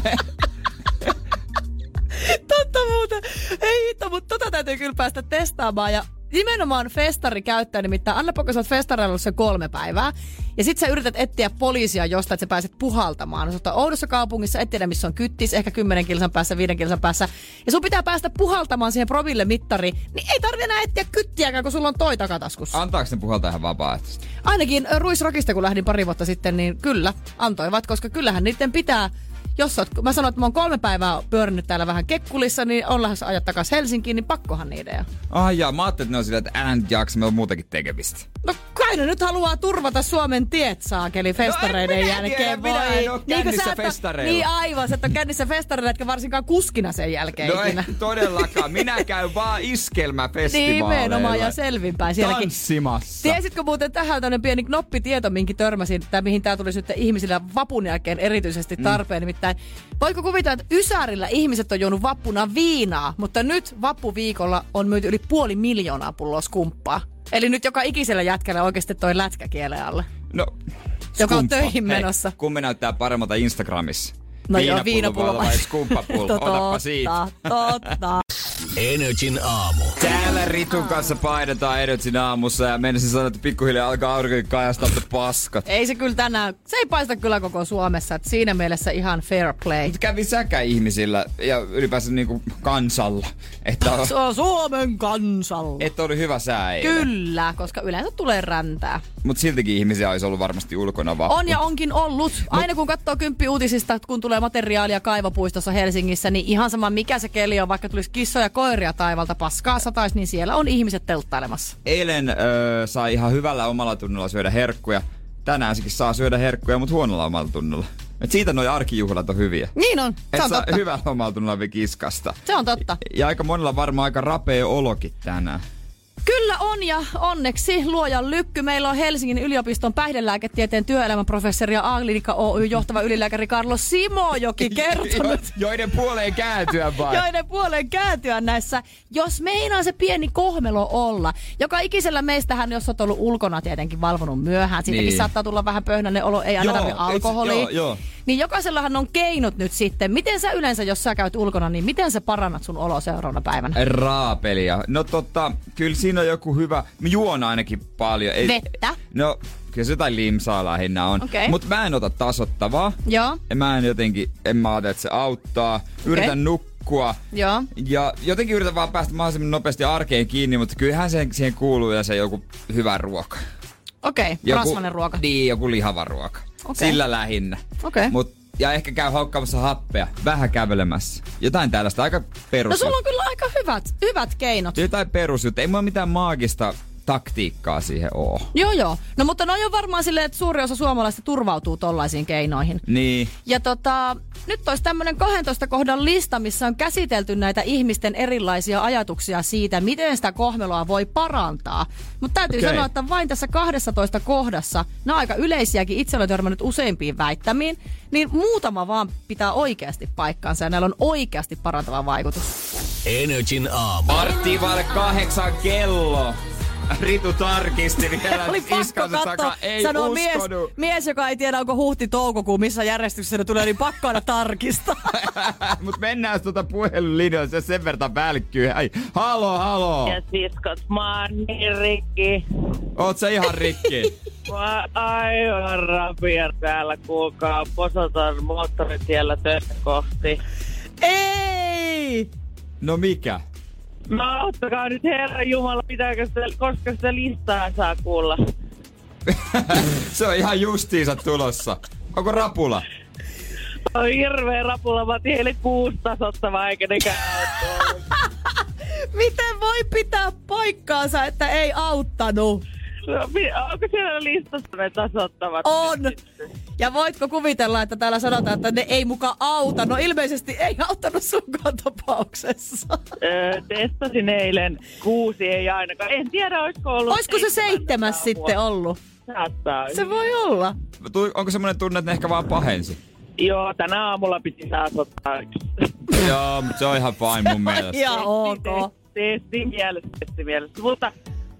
Speaker 4: Niin. Totta muuten. Ei hitto, mutta tota täytyy kyllä päästä testaamaan. Ja nimenomaan festari käyttää nimittäin. Annapa, kun sä oot festareilla ollut se kolme päivää. Ja sit sä yrität etsiä poliisia jostain, että sä pääset puhaltamaan. Sä oot oudossa kaupungissa, et tiedä missä on kyttis, ehkä 10 kilsan päässä, 5 kilsan päässä. Ja sun pitää päästä puhaltamaan siihen promille mittariin. Niin ei tarvi enää etsiä kyttiäkään, kun sulla on toi takataskussa.
Speaker 3: Antaako ne puhaltaa ihan vapaaehtoisesti?
Speaker 4: Ainakin ö, Ruisrokista, kun lähdin pari vuotta sitten, niin kyllä antoivat, koska kyllähän niiden pitää, jos sä oot, mä sanoin, että mä oon kolme päivää pyörinyt täällä vähän kekkulissa, niin on lähes ajat takas Helsinkiin, niin pakkohan niiden. ja-
Speaker 3: Ai jaa, mä ajattelin, että ne on sillä, että älä nyt jaksa, meillä on muutakin tekemistä.
Speaker 4: No kai ne nyt haluaa turvata Suomen tiet saakeli festareiden
Speaker 3: No minä
Speaker 4: jälkeen.
Speaker 3: tiedä,
Speaker 4: voi.
Speaker 3: minä en oo
Speaker 4: Niin kun
Speaker 3: kännissä
Speaker 4: sä et oo-
Speaker 3: festareilla.
Speaker 4: Niin aivan, sä et ole kännissä festareilla, etkä varsinkaan kuskina sen jälkeen
Speaker 3: No ei
Speaker 4: ikinä.
Speaker 3: todellakaan. Minä käyn vaan iskelmäfestivaaleilla.
Speaker 4: Nimenomaan ja selvinpäin sielläkin.
Speaker 3: Tanssimassa.
Speaker 4: Niin Tiesitkö muuten tähän tämmöinen pieni knoppitieto, minkä törmäsin, tai mihin tämä tulisi nyt ihmisillä vapun jälkeen erityisesti tarpeen. Mm. Nimittäin, voiko kuvitella, että Ysärillä ihmiset on juonut vappuna viinaa, mutta nyt vappuviikolla on myyty yli puoli miljoonaa pulloa skumppaa. Eli nyt joka ikisellä jätkällä oikeasti toi lätkä kielen alle.
Speaker 3: No,
Speaker 4: Joka on
Speaker 3: skumppa.
Speaker 4: töihin
Speaker 3: Hei,
Speaker 4: menossa.
Speaker 3: kumpi näyttää paremmalta Instagramissa?
Speaker 4: No joo,
Speaker 3: Viinapullo
Speaker 4: viinapullo
Speaker 3: vai skumppapullo? Otapa siitä.
Speaker 4: totta.
Speaker 2: Energin aamu.
Speaker 3: Täällä Ritun kanssa painetaan Energyn aamussa ja menisin sanoa, että pikkuhiljaa alkaa aurinkokin kajastaa mutta paskat.
Speaker 4: Ei se kyllä tänään, se ei paista kyllä koko Suomessa, että siinä mielessä ihan fair play.
Speaker 3: Mut kävi säkä ihmisillä ja ylipäänsä niinku kansalla, että on,
Speaker 4: Se on Suomen kansalla.
Speaker 3: että oli hyvä sää eilen.
Speaker 4: Kyllä, koska yleensä tulee räntää.
Speaker 3: Mut siltikin ihmisiä olisi ollut varmasti ulkona vaan.
Speaker 4: On ja onkin ollut. Aina kun katsoo kymppi uutisista, kun tulee materiaalia kaivopuistossa Helsingissä, niin ihan sama mikä se keli on, vaikka tulisi kissoja koiria taivalta paskaa satais, niin siellä on ihmiset telttailemassa.
Speaker 3: Eilen öö, sai ihan hyvällä omalla tunnolla syödä herkkuja. Tänään sekin saa syödä herkkuja, mutta huonolla omalla tunnolla. Et siitä noi arkijuhlat on hyviä.
Speaker 4: Niin on,
Speaker 3: Et
Speaker 4: se on
Speaker 3: saa
Speaker 4: totta.
Speaker 3: hyvällä omalla tunnolla vi- kiskasta.
Speaker 4: Se on totta.
Speaker 3: Ja aika monella varmaan aika rapea olokin tänään.
Speaker 4: Kyllä on ja onneksi luojan lykky. Meillä on Helsingin yliopiston päihdelääketieteen työelämän professori ja A-klinikka Oy johtava ylilääkäri Carlos Simojoki kertonut.
Speaker 3: Jo- joiden puoleen kääntyä vaan.
Speaker 4: Niin, joiden puoleen kääntyä näissä, jos meinaa se pieni kohmelo olla. Joka ikisellä meistähän, jos olet ollut ulkona tietenkin valvonut myöhään, siitäkin
Speaker 3: Niin.
Speaker 4: niin. saattaa tulla vähän pöhnäinen olo, ei aina
Speaker 3: Joo,
Speaker 4: tarvitse
Speaker 3: ei se-
Speaker 4: alkoholia.
Speaker 3: joo, joo.
Speaker 4: Niin jokaisellahan on keinot nyt sitten. Miten sä yleensä, jos sä käyt ulkona, niin miten sä parannat sun olo seuraavana päivänä?
Speaker 3: Raapelia. No totta, kyllä siinä on joku hyvä. Mä juon ainakin paljon. Ei,
Speaker 4: Vettä?
Speaker 3: No, kyllä se jotain limsaa lähinnä on.
Speaker 4: Okei.
Speaker 3: Mutta mä en ota tasottavaa.
Speaker 4: Joo.
Speaker 3: Ja mä en jotenkin, en mä ajatella, että se auttaa. Yritän
Speaker 4: Okei.
Speaker 3: nukkua nukkua.
Speaker 4: Joo.
Speaker 3: Ja jotenkin yritän vaan päästä mahdollisimman nopeasti arkeen kiinni, mutta kyllähän siihen, siihen kuuluu ja se joku hyvä ruoka.
Speaker 4: Okei, okay,
Speaker 3: Joku-
Speaker 4: rasvainen ruoka.
Speaker 3: Niin, joku lihava ruoka.
Speaker 4: Okei. Eh?
Speaker 3: Sillä lähinnä.
Speaker 4: Okei.
Speaker 3: Mut, ja ehkä käy haukkaamassa happea, vähän kävelemässä. Jotain tällaista, aika perus.
Speaker 4: No sulla on kyllä aika hyvät, hyvät keinot.
Speaker 3: Jotain perusjuttu. Ei mulla mitään maagista taktiikkaa siihen oo.
Speaker 4: Joo, joo. No mutta noi on varmaan silleen, että suuri osa suomalaisista turvautuu tollaisiin keinoihin.
Speaker 3: Niin.
Speaker 4: Ja tota, nyt olisi tämmöinen 12 kohdan lista, missä on käsitelty näitä ihmisten erilaisia ajatuksia siitä, miten sitä kohmeloa voi parantaa. Mutta täytyy
Speaker 3: Okei.
Speaker 4: okay. sanoa, että vain tässä 12 kohdassa, nämä on aika yleisiäkin, itse olen törmännyt useimpiin väittämiin, niin muutama vaan pitää oikeasti paikkaansa ja näillä on oikeasti parantava vaikutus.
Speaker 2: Energin aamu.
Speaker 3: Partti vaille kahdeksan kello. Ritu tarkisti vielä
Speaker 4: Oli pakko
Speaker 3: iskansa
Speaker 4: katsoa,
Speaker 3: takaa. Ei
Speaker 4: sanoo mies,
Speaker 3: uskonut.
Speaker 4: mies, joka ei tiedä, onko huhti-toukokuu, missä järjestyksessä ne tulee, niin pakko aina tarkistaa.
Speaker 3: Mut mennään tuota puhelinlinjaa, se sen verran välkkyy. Ai, halo, halo.
Speaker 6: Ja siskot, mä oon niin rikki.
Speaker 3: Oot sä ihan rikki?
Speaker 6: Mä oon aivan rapia täällä, kuulkaa. Posotan moottoritiellä töitä kohti.
Speaker 4: ei!
Speaker 3: No mikä?
Speaker 6: No ottakaa nyt Herra Jumala, pitääkö sitä, koska sitä listaa saa kuulla.
Speaker 3: Se on ihan justiinsa tulossa. Onko rapula?
Speaker 6: On hirveä rapula, mä oon tieli kuusi tasotta vai eikä nekään ole.
Speaker 4: Miten voi pitää paikkaansa, että ei auttanut?
Speaker 6: No, mi- Onko siellä listassa ne tasottavat?
Speaker 4: On!
Speaker 6: nyt sitten?
Speaker 4: Ja voitko kuvitella, että täällä sanotaan, että ne ei muka auta? No ilmeisesti ei auttanut sunkaan tapauksessa.
Speaker 6: Öö, testasin eilen. Kuusi ei ainakaan. En tiedä, olisiko ollut...
Speaker 4: Olisiko se seitsemäs sitten ollut?
Speaker 6: Saattaa.
Speaker 4: Se voi olla.
Speaker 3: Tu- Onko semmonen tunne, että ne ehkä vaan pahensi?
Speaker 6: Joo, tänä aamulla piti tota saatottaa yksi.
Speaker 3: Joo, mutta se on ihan fine mun mielestä.
Speaker 4: Ihan ok.
Speaker 6: Testi mielessä, testi mielessä. Mutta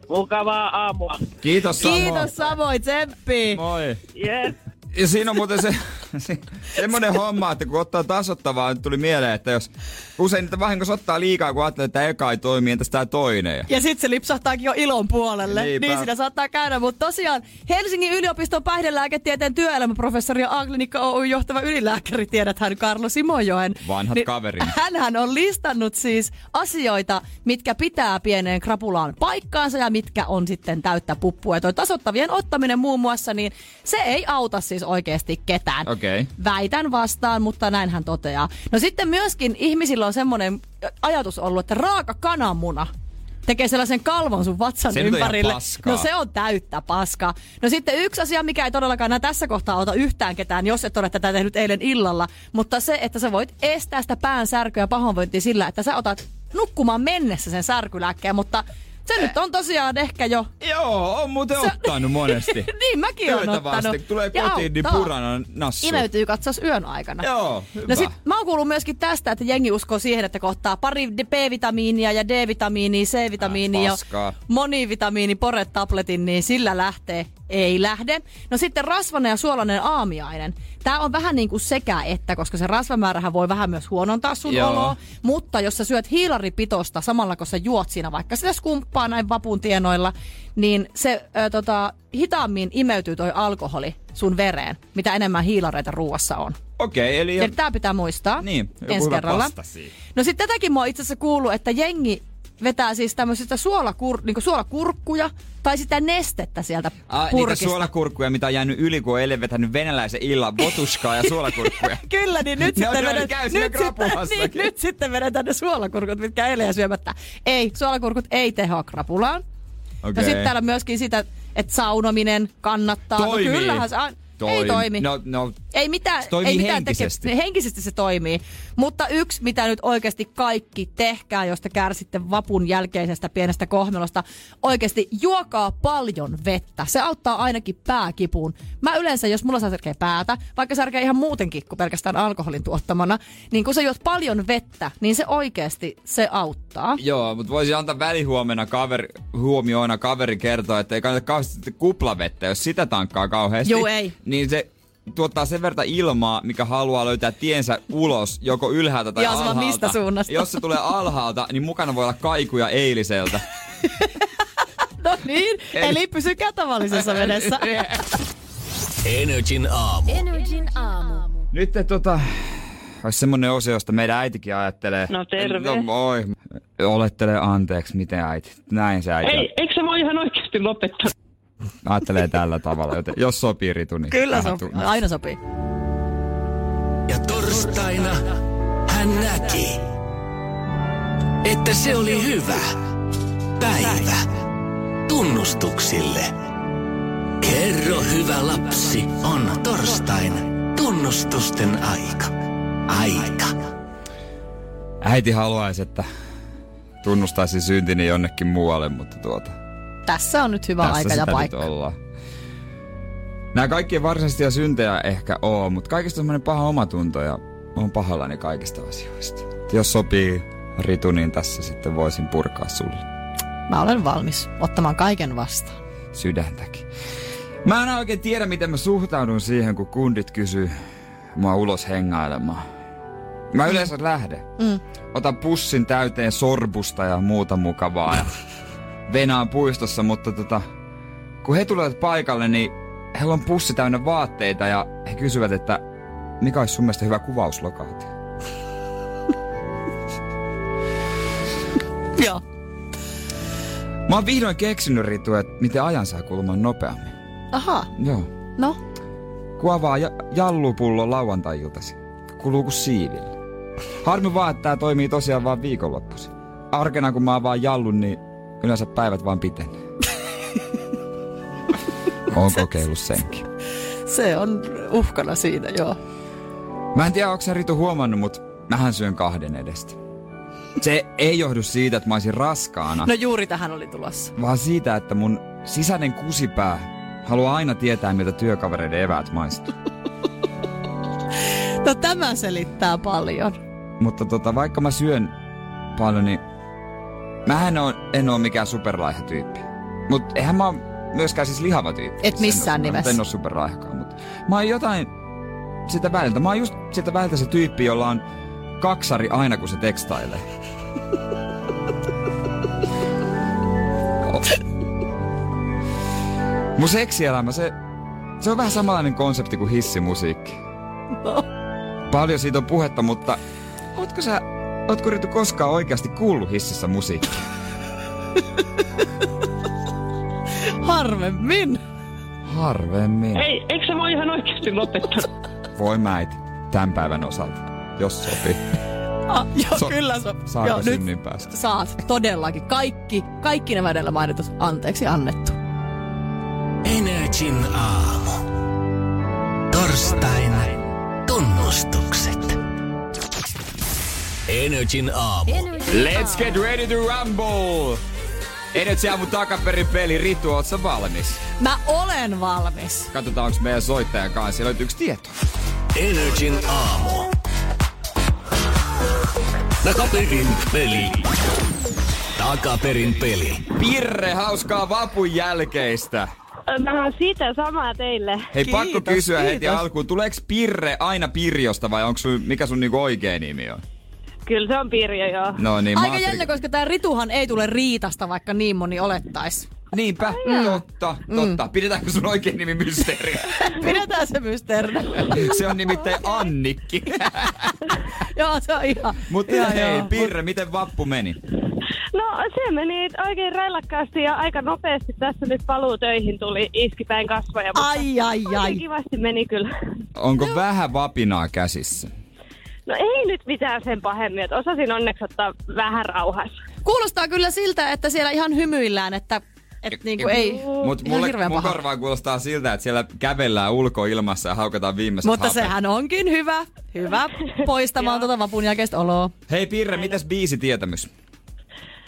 Speaker 6: mukavaa aamua.
Speaker 3: Kiitos Samo.
Speaker 4: Kiitos samoin, Tsemppi.
Speaker 3: Moi.
Speaker 6: Yes.
Speaker 3: Ja siinä on muuten se, se, semmoinen homma, että kun ottaa tasottavaa, nyt tuli mieleen, että jos usein niitä vahingossa ottaa liikaa, kun ajattelee, että eka ei toimi, entäs tää toinen. Ja
Speaker 4: Ja sitten se lipsahtaakin jo ilon puolelle.
Speaker 3: Niinpä.
Speaker 4: Niinpä. Niin siinä saattaa käydä. Mutta tosiaan Helsingin yliopiston päihdelääketieteen työelämäprofessori ja Aglinikka Oyn johtava ylilääkäri, tiedät hän Karlo Simojoen. Niin
Speaker 3: Vanhat kaverit.
Speaker 4: Hänhän on listannut siis asioita, mitkä pitää pieneen krapulaan paikkaansa ja mitkä on sitten täyttä puppua. Ja toi tasottavien ottaminen muun muassa, niin se ei auta siis oikeasti ketään.
Speaker 3: Okei.
Speaker 4: Väitän vastaan, mutta näin hän toteaa. No sitten myöskin ihmisillä on semmoinen ajatus ollut, että raaka kananmuna tekee sellaisen kalvon sun vatsan
Speaker 3: Se nyt on ihan
Speaker 4: ympärille.
Speaker 3: paskaa.
Speaker 4: No se on täyttä paskaa. No sitten yksi asia, mikä ei todellakaan enää tässä kohtaa auta yhtään ketään, jos et ole tätä tehnyt eilen illalla, mutta se, että sä voit estää sitä pään särkyä ja pahoinvointia sillä, että sä otat nukkumaan mennessä sen särkylääkkeen, mutta
Speaker 3: Eh.
Speaker 4: se nyt on tosiaan ehkä jo...
Speaker 3: Joo, on muuten
Speaker 4: Se-
Speaker 3: ottanut monesti.
Speaker 4: niin, mäkin olen
Speaker 3: Töitä vasten,
Speaker 4: ottanut.
Speaker 3: kun tulee
Speaker 4: Ja
Speaker 3: kotiin, niin
Speaker 4: auttaa.
Speaker 3: purana nassu.
Speaker 4: Imeytyy katsos yön aikana.
Speaker 3: Joo, hyvä.
Speaker 4: No sit mä oon kuullut myöskin tästä, että jengi uskoo siihen, että kohtaa pari d- B-vitamiinia ja D-vitamiinia,
Speaker 3: Äh,
Speaker 4: C-vitamiinia
Speaker 3: paskaa.
Speaker 4: ja monivitamiini poretabletin, niin sillä lähtee. Ei lähde. No sitten rasvainen ja suolainen aamiainen. Tää on vähän niin kuin sekä että, koska se rasvamäärähän voi vähän myös huonontaa sun
Speaker 3: Joo.
Speaker 4: oloa. Mutta jos sä syöt hiilaripitosta samalla, kun sä juot siinä vaikka sitä skumppaa näin vapun tienoilla, niin se ö, tota, hitaammin imeytyy toi alkoholi sun vereen, mitä enemmän hiilareita ruuassa on.
Speaker 3: Okei, eli...
Speaker 4: Ja tämä pitää muistaa
Speaker 3: Niin, joku
Speaker 4: ensi
Speaker 3: hyvä
Speaker 4: kerralla.
Speaker 3: pasta siihen.
Speaker 4: No sitten tätäkin mä oon itse asiassa kuullut, että jengi vetää siis tämmöisistä suolakur, niin suolakurkkuja tai sitä nestettä sieltä
Speaker 3: Ah, niitä
Speaker 4: purkista.
Speaker 3: suolakurkkuja, mitä on jäänyt yli, kun on eilen vetänyt venäläisen illan botuskaa ja suolakurkkuja.
Speaker 4: Kyllä, niin nyt
Speaker 3: Ne on
Speaker 4: sitten,
Speaker 3: ne
Speaker 4: vedän,
Speaker 3: käy siinä
Speaker 4: nyt, sitten,
Speaker 3: krapulassakin.
Speaker 4: niin, nyt sitten vedetään ne suolakurkut, mitkä eilen ja syömättä. Ei, suolakurkut ei tehoa krapulaan. Okay. No
Speaker 3: Okei.
Speaker 4: sitten täällä myöskin sitä, että saunominen kannattaa.
Speaker 3: Toimii.
Speaker 4: No kyllähän se an... Ei toimi.
Speaker 3: No, no,
Speaker 4: Ei mitään,
Speaker 3: Se toimii
Speaker 4: ei mitään
Speaker 3: henkisesti.
Speaker 4: Teke, henkisesti se toimii. Mutta yksi, mitä nyt oikeasti kaikki tehkää, jos te kärsitte vapun jälkeisestä pienestä kohmelosta, oikeasti juokaa paljon vettä. Se auttaa ainakin pääkipuun. Mä yleensä, jos mulla särkee päätä, vaikka särkee ihan muutenkin kuin pelkästään alkoholin tuottamana, niin kun sä juot paljon vettä, niin se oikeasti se auttaa.
Speaker 3: Joo, mutta voisi antaa välihuomiona kaveri, huomioina kaveri kertoa, että ei kannata kauheasti kuplavettä, jos sitä tankkaa kauheasti.
Speaker 4: Juu, ei.
Speaker 3: Niin se tuottaa sen verran ilmaa, mikä haluaa löytää tiensä ulos joko ylhäältä tai
Speaker 4: Joo, se vaan
Speaker 3: alhaalta.
Speaker 4: mistä suunnasta.
Speaker 3: Jos se tulee alhaalta, niin mukana voi olla kaikuja eiliseltä.
Speaker 4: No niin,
Speaker 3: Ei.
Speaker 4: eli pysykää tavallisessa vedessä.
Speaker 2: Energin aamu.
Speaker 7: Energin aamu.
Speaker 3: Nyt eh, tota, olisi semmoinen osio, josta meidän äitikin ajattelee.
Speaker 5: No, terve.
Speaker 3: No, oi, olettele anteeksi, miten äiti. Näin se äiti
Speaker 5: Ei, eikö se voi ihan oikeasti lopettaa?
Speaker 3: ajattelee tällä tavalla, joten jos sopii Ritu, niin
Speaker 4: Kyllä
Speaker 3: vähän
Speaker 4: sopii.
Speaker 3: tunne.
Speaker 4: Aina sopii.
Speaker 2: Ja torstaina hän näki, että se oli hyvä päivä tunnustuksille. Kerro hyvä lapsi, on torstain tunnustusten aika. Aika.
Speaker 3: Äiti haluaisi, että tunnustaisi syntini jonnekin muualle, mutta tuota,
Speaker 4: Tässä on nyt hyvä
Speaker 3: tässä
Speaker 4: aika
Speaker 3: sitä
Speaker 4: ja
Speaker 3: nyt
Speaker 4: paikka.
Speaker 3: ollaan. Nämä kaikki ei varsinaisia syntejä ehkä oo, mutta kaikista semmoinen paha omatunto ja on pahallani kaikista asioista. Jos sopii Ritu, niin tässä sitten voisin purkaa sulle
Speaker 4: Mä olen valmis ottamaan kaiken vastaan.
Speaker 3: sydäntäkin. Mä en oikein tiedä, miten mä suhtaudun siihen, kun kundit kysyy mua ulos hengailemaan. Mä yleensä lähden. Mm. Otan pussin täyteen sorbusta ja muuta mukavaa ja venaan puistossa, mutta tota, kun he tulevat paikalle, niin heillä on pussi täynnä vaatteita ja he kysyvät, että mikä olisi sun mielestä hyvä kuvauslokaatio.
Speaker 4: Joo.
Speaker 3: Mä oon vihdoin keksinyt Ritu, että miten ajan saa kulumaan nopeammin.
Speaker 4: Aha,
Speaker 3: Joo.
Speaker 4: no.
Speaker 3: kun avaa ja- jallupullo lauantai-iltasi. Kuluu kuin siivillä. Harmi vaan, että tää toimii tosiaan vaan viikonloppuisin. Arkena kun mä avaan jallun, niin yleensä päivät vaan pitenee. Oon kokeillut senkin.
Speaker 4: Se on uhkana siinä, joo.
Speaker 3: Mä en tiedä, onko sä Ritu huomannut, mut mähän syön kahden edestä. Se ei johdu siitä, että mä olisin raskaana,
Speaker 4: No juuri tähän oli tulossa.
Speaker 3: vaan siitä, että mun sisäinen kusipää haluaa aina tietää, miltä työkavereiden eväät maistuu.
Speaker 4: No tämä selittää paljon.
Speaker 3: Mutta tota, vaikka mä syön paljon, niin mähän on, en oo mikään superlaiha tyyppi. Mut eihän mä oo myöskään siis lihava tyyppi.
Speaker 4: Et missään
Speaker 3: en, oo-
Speaker 4: nimessä.
Speaker 3: En oo superlaihakaan, mutta mä oon jotain sitä väliltä. Mä oon just sitä väliltä se tyyppi, jolla on kaksari aina kun se tekstailee. Oh. Mun seksielämä, se, se on vähän samanlainen konsepti kuin hissimusiikki.
Speaker 4: No.
Speaker 3: Paljon siitä on puhetta, mutta ootko sä, ootko Ritu koskaan oikeasti kuullut hississä musiikkia?
Speaker 4: Harvemmin.
Speaker 3: Harvemmin.
Speaker 5: Ei, eikö se voi ihan oikeasti lopettaa?
Speaker 3: Voi mäit, tämän päivän osalta, jos sopii.
Speaker 4: Ah, joo,
Speaker 3: So-
Speaker 4: kyllä se.
Speaker 3: saako
Speaker 4: joo, nyt
Speaker 3: synnin päästä?
Speaker 4: Saat, todellakin. Kaikki, kaikki nämä edellä mainitut anteeksi annettu.
Speaker 2: Energin aamu. Torstain tunnustukset. Energin aamu.
Speaker 3: Let's get ready to rumble! Energy aamu takaperin peli, Ritu, oot sä valmis?
Speaker 4: Mä olen valmis.
Speaker 3: Katsotaan, onko meidän soittajan kanssa löytyykö tieto.
Speaker 2: Energin aamu. Takaperin peli. Takaperin peli.
Speaker 3: Pirre, hauskaa vapun jälkeistä.
Speaker 7: No sitä samaa teille.
Speaker 3: Hei,
Speaker 4: Kiitos,
Speaker 3: pakko kysyä heti
Speaker 4: kiitos.
Speaker 3: alkuun, tuleeko Pirre aina Pirjosta vai onko sun, mikä sun niinku oikea nimi on?
Speaker 7: Kyllä se on Pirjo, joo.
Speaker 3: No niin, mä
Speaker 4: Aika
Speaker 3: ajattelin-
Speaker 4: jännä, koska tää Rituhan ei tule Riitasta, vaikka niin moni olettaisi.
Speaker 3: Niinpä, totta,
Speaker 4: Mm.
Speaker 3: totta. Pidetäänkö sun oikea nimi mysteeri?
Speaker 4: Pidetään se mysteerinä.
Speaker 3: Se on nimittäin Annikki.
Speaker 4: joo, se on ihan.
Speaker 3: Mutta
Speaker 4: ihan
Speaker 3: hei,
Speaker 4: joo.
Speaker 3: Pirre, miten vappu meni?
Speaker 7: No se meni oikein railakkaasti ja aika nopeasti tässä nyt paluu töihin tuli iskipäin kasvoja. Mutta
Speaker 4: Ai, ai, ai.
Speaker 7: oikein kivasti meni kyllä.
Speaker 3: Onko
Speaker 4: No.
Speaker 3: vähän vapinaa käsissä?
Speaker 7: No ei nyt mitään sen pahemmin, että osasin onneksi ottaa vähän rauhassa.
Speaker 4: Kuulostaa kyllä siltä, että siellä ihan hymyillään, että et niinku ei.
Speaker 3: Mut
Speaker 4: ihan
Speaker 3: mulle,
Speaker 4: hirveän
Speaker 3: mun
Speaker 4: paha.
Speaker 3: korvaan kuulostaa siltä, että siellä kävellään ulkoilmassa ja haukataan viimeiset
Speaker 4: Mutta
Speaker 3: hapet.
Speaker 4: sehän onkin hyvä, hyvä poistamaan tuota vapun jälkeistä oloa.
Speaker 3: Hei Pirre, mitäs biisi tietämys?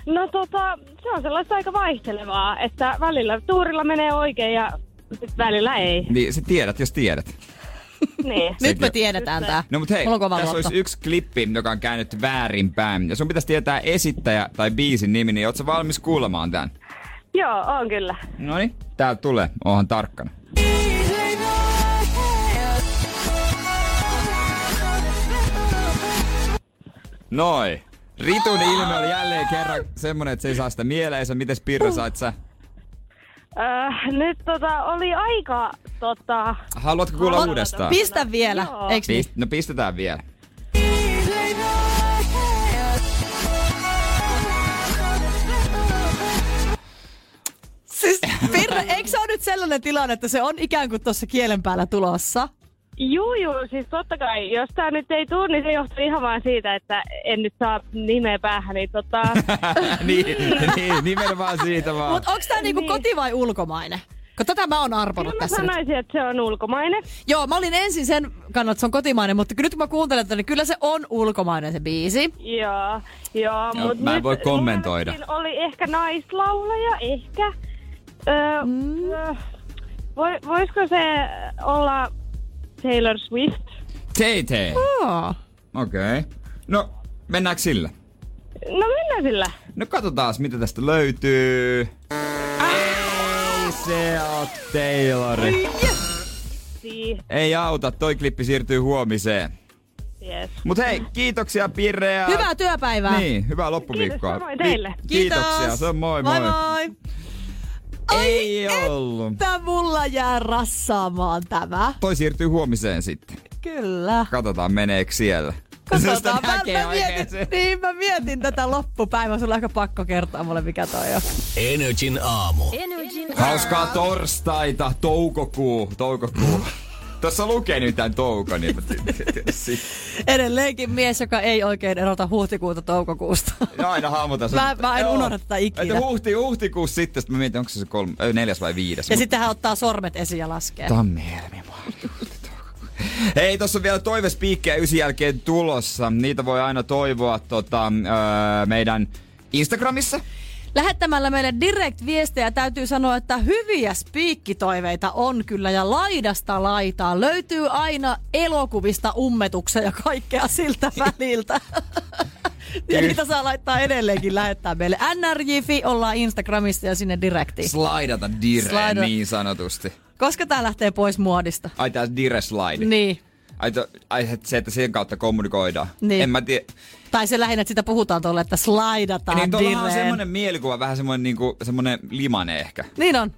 Speaker 7: No tota, se on sellaista aika vaihtelevaa, että välillä tuurilla menee oikein ja sit välillä ei.
Speaker 3: Niin, sä tiedät, jos tiedät.
Speaker 7: Niin.
Speaker 4: Nyt me
Speaker 3: on.
Speaker 4: tiedetään tää.
Speaker 3: No mut hei,
Speaker 4: Mulla on kova
Speaker 3: tässä
Speaker 4: luotto.
Speaker 3: olisi yksi klippi, joka on käynyt väärinpäin. Ja sun pitäisi tietää esittäjä tai biisin nimi, niin oot sä valmis kuulemaan tän?
Speaker 7: Joo, on kyllä.
Speaker 3: Noni, tää tulee. Oohan tarkkana. Noi. Ritun ilme oli jälleen kerran semmonen, että se ei saa sitä mieleensä. Mites Pirra sait sä?
Speaker 7: Öö, nyt tota, oli aika tota,
Speaker 3: Haluatko kuulla uudestaan?
Speaker 4: Pistä vielä,
Speaker 7: Joo.
Speaker 4: eiks niin?
Speaker 3: Pist- no pistetään vielä.
Speaker 7: Thank
Speaker 4: Pirra, Siis eikö se ole nyt sellainen tilanne, että se on ikään kuin tuossa kielen päällä tulossa?
Speaker 7: Juu, juu, siis totta kai, jos tää nyt ei tuu, niin se johtuu ihan vaan siitä, että en nyt saa nimeä päähän, niin tota...
Speaker 3: niin, niin, nimenomaan siitä vaan.
Speaker 4: Mutta onko tämä niinku
Speaker 7: Niin.
Speaker 4: koti vai ulkomainen? Kun tätä mä oon arponut
Speaker 7: Kyllä mä
Speaker 4: tässä nyt.
Speaker 7: sanoisin, että se on ulkomainen.
Speaker 4: Joo, mä olin ensin sen kannalta, että se on kotimainen, mutta nyt kun mä kuuntelen tätä, niin kyllä se on ulkomainen se biisi.
Speaker 7: Joo, joo,
Speaker 3: Joo,
Speaker 7: mut
Speaker 3: mä en
Speaker 7: nyt
Speaker 3: voi kommentoida.
Speaker 7: mun mielestä siinä oli ehkä naislaulaja, ehkä. Öö, mm. öö, voi, voisiko se olla Taylor Swift?
Speaker 3: Tei tei.
Speaker 4: Joo.
Speaker 3: Okei. Okay. No, mennäänkö sillä?
Speaker 7: No mennään sillä.
Speaker 3: No katsotaan, mitä tästä löytyy. Ei se oo Taylori.
Speaker 7: Si-
Speaker 3: Ei auta, toi klippi siirtyy huomiseen.
Speaker 7: Yes.
Speaker 3: Mut hei, kiitoksia Pirreä.
Speaker 4: Hyvää työpäivää.
Speaker 3: Niin, hyvää loppuviikkoa.
Speaker 7: Kiitos, samoin teille.
Speaker 3: Ki- Kiitoksia, se on moi moi.
Speaker 4: Moi moi.
Speaker 3: Ei ollut.
Speaker 4: Tää mulla jää rassaamaan tämä.
Speaker 3: Toi siirtyy huomiseen sitten.
Speaker 4: Kyllä.
Speaker 3: Katsotaan meneekö siellä.
Speaker 4: Katsotaan,
Speaker 3: Sitä
Speaker 4: mä,
Speaker 3: näkee
Speaker 4: mä
Speaker 3: oikein
Speaker 4: mietin,
Speaker 3: se.
Speaker 4: niin mä mietin tätä loppupäivää. Sulla on aika pakko kertoa mulle, mikä toi on.
Speaker 2: Energin aamu.
Speaker 3: Hauskaa torstaita, toukokuu, toukokuu. Tässä lukee nyt tämän toukon, niin mä sit-
Speaker 4: Edelleenkin mies, joka ei oikein erota huhtikuuta toukokuusta.
Speaker 3: Ja aina hahmotan sen.
Speaker 4: Mä- mä en
Speaker 3: Joo.
Speaker 4: unohda tätä ikinä.
Speaker 3: Että huhti, huhtikuussa sitten, sit mä mietin, onko se se kolme, ö, neljäs vai viides.
Speaker 4: Ja
Speaker 3: Mut-
Speaker 4: sitten hän ottaa sormet esiin ja laskee.
Speaker 3: Tammi, helmi, maaliskuussa, toukokuussa. Hei, tossa on vielä toivespiikkejä ysin jälkeen tulossa. Niitä voi aina toivoa tota, öö, meidän Instagramissa.
Speaker 4: Niin. Lähettämällä meille direct-viestejä täytyy sanoa, että hyviä spiikkitoiveita on kyllä ja laidasta laitaa. Löytyy aina elokuvista ummetuksia ja kaikkea siltä väliltä. ja niitä saa laittaa edelleenkin lähettää meille. NRJFI ollaan Instagramissa ja sinne direktiin.
Speaker 3: Slaidata dire
Speaker 4: Slaida-
Speaker 3: niin sanotusti.
Speaker 4: Koska tää lähtee pois muodista?
Speaker 3: Ai tää dire slide.
Speaker 4: Niin.
Speaker 3: Ai, to, ai et se, että sen kautta kommunikoidaan.
Speaker 4: Niin.
Speaker 3: En mä tiedä.
Speaker 4: Tai se lähinnä, että sitä puhutaan tuolle, että slaidataan
Speaker 3: Niin tuollahan on
Speaker 4: direen.
Speaker 3: semmonen mielikuva, vähän semmonen, niinku, semmonen limane ehkä.
Speaker 4: Niin on.
Speaker 3: Et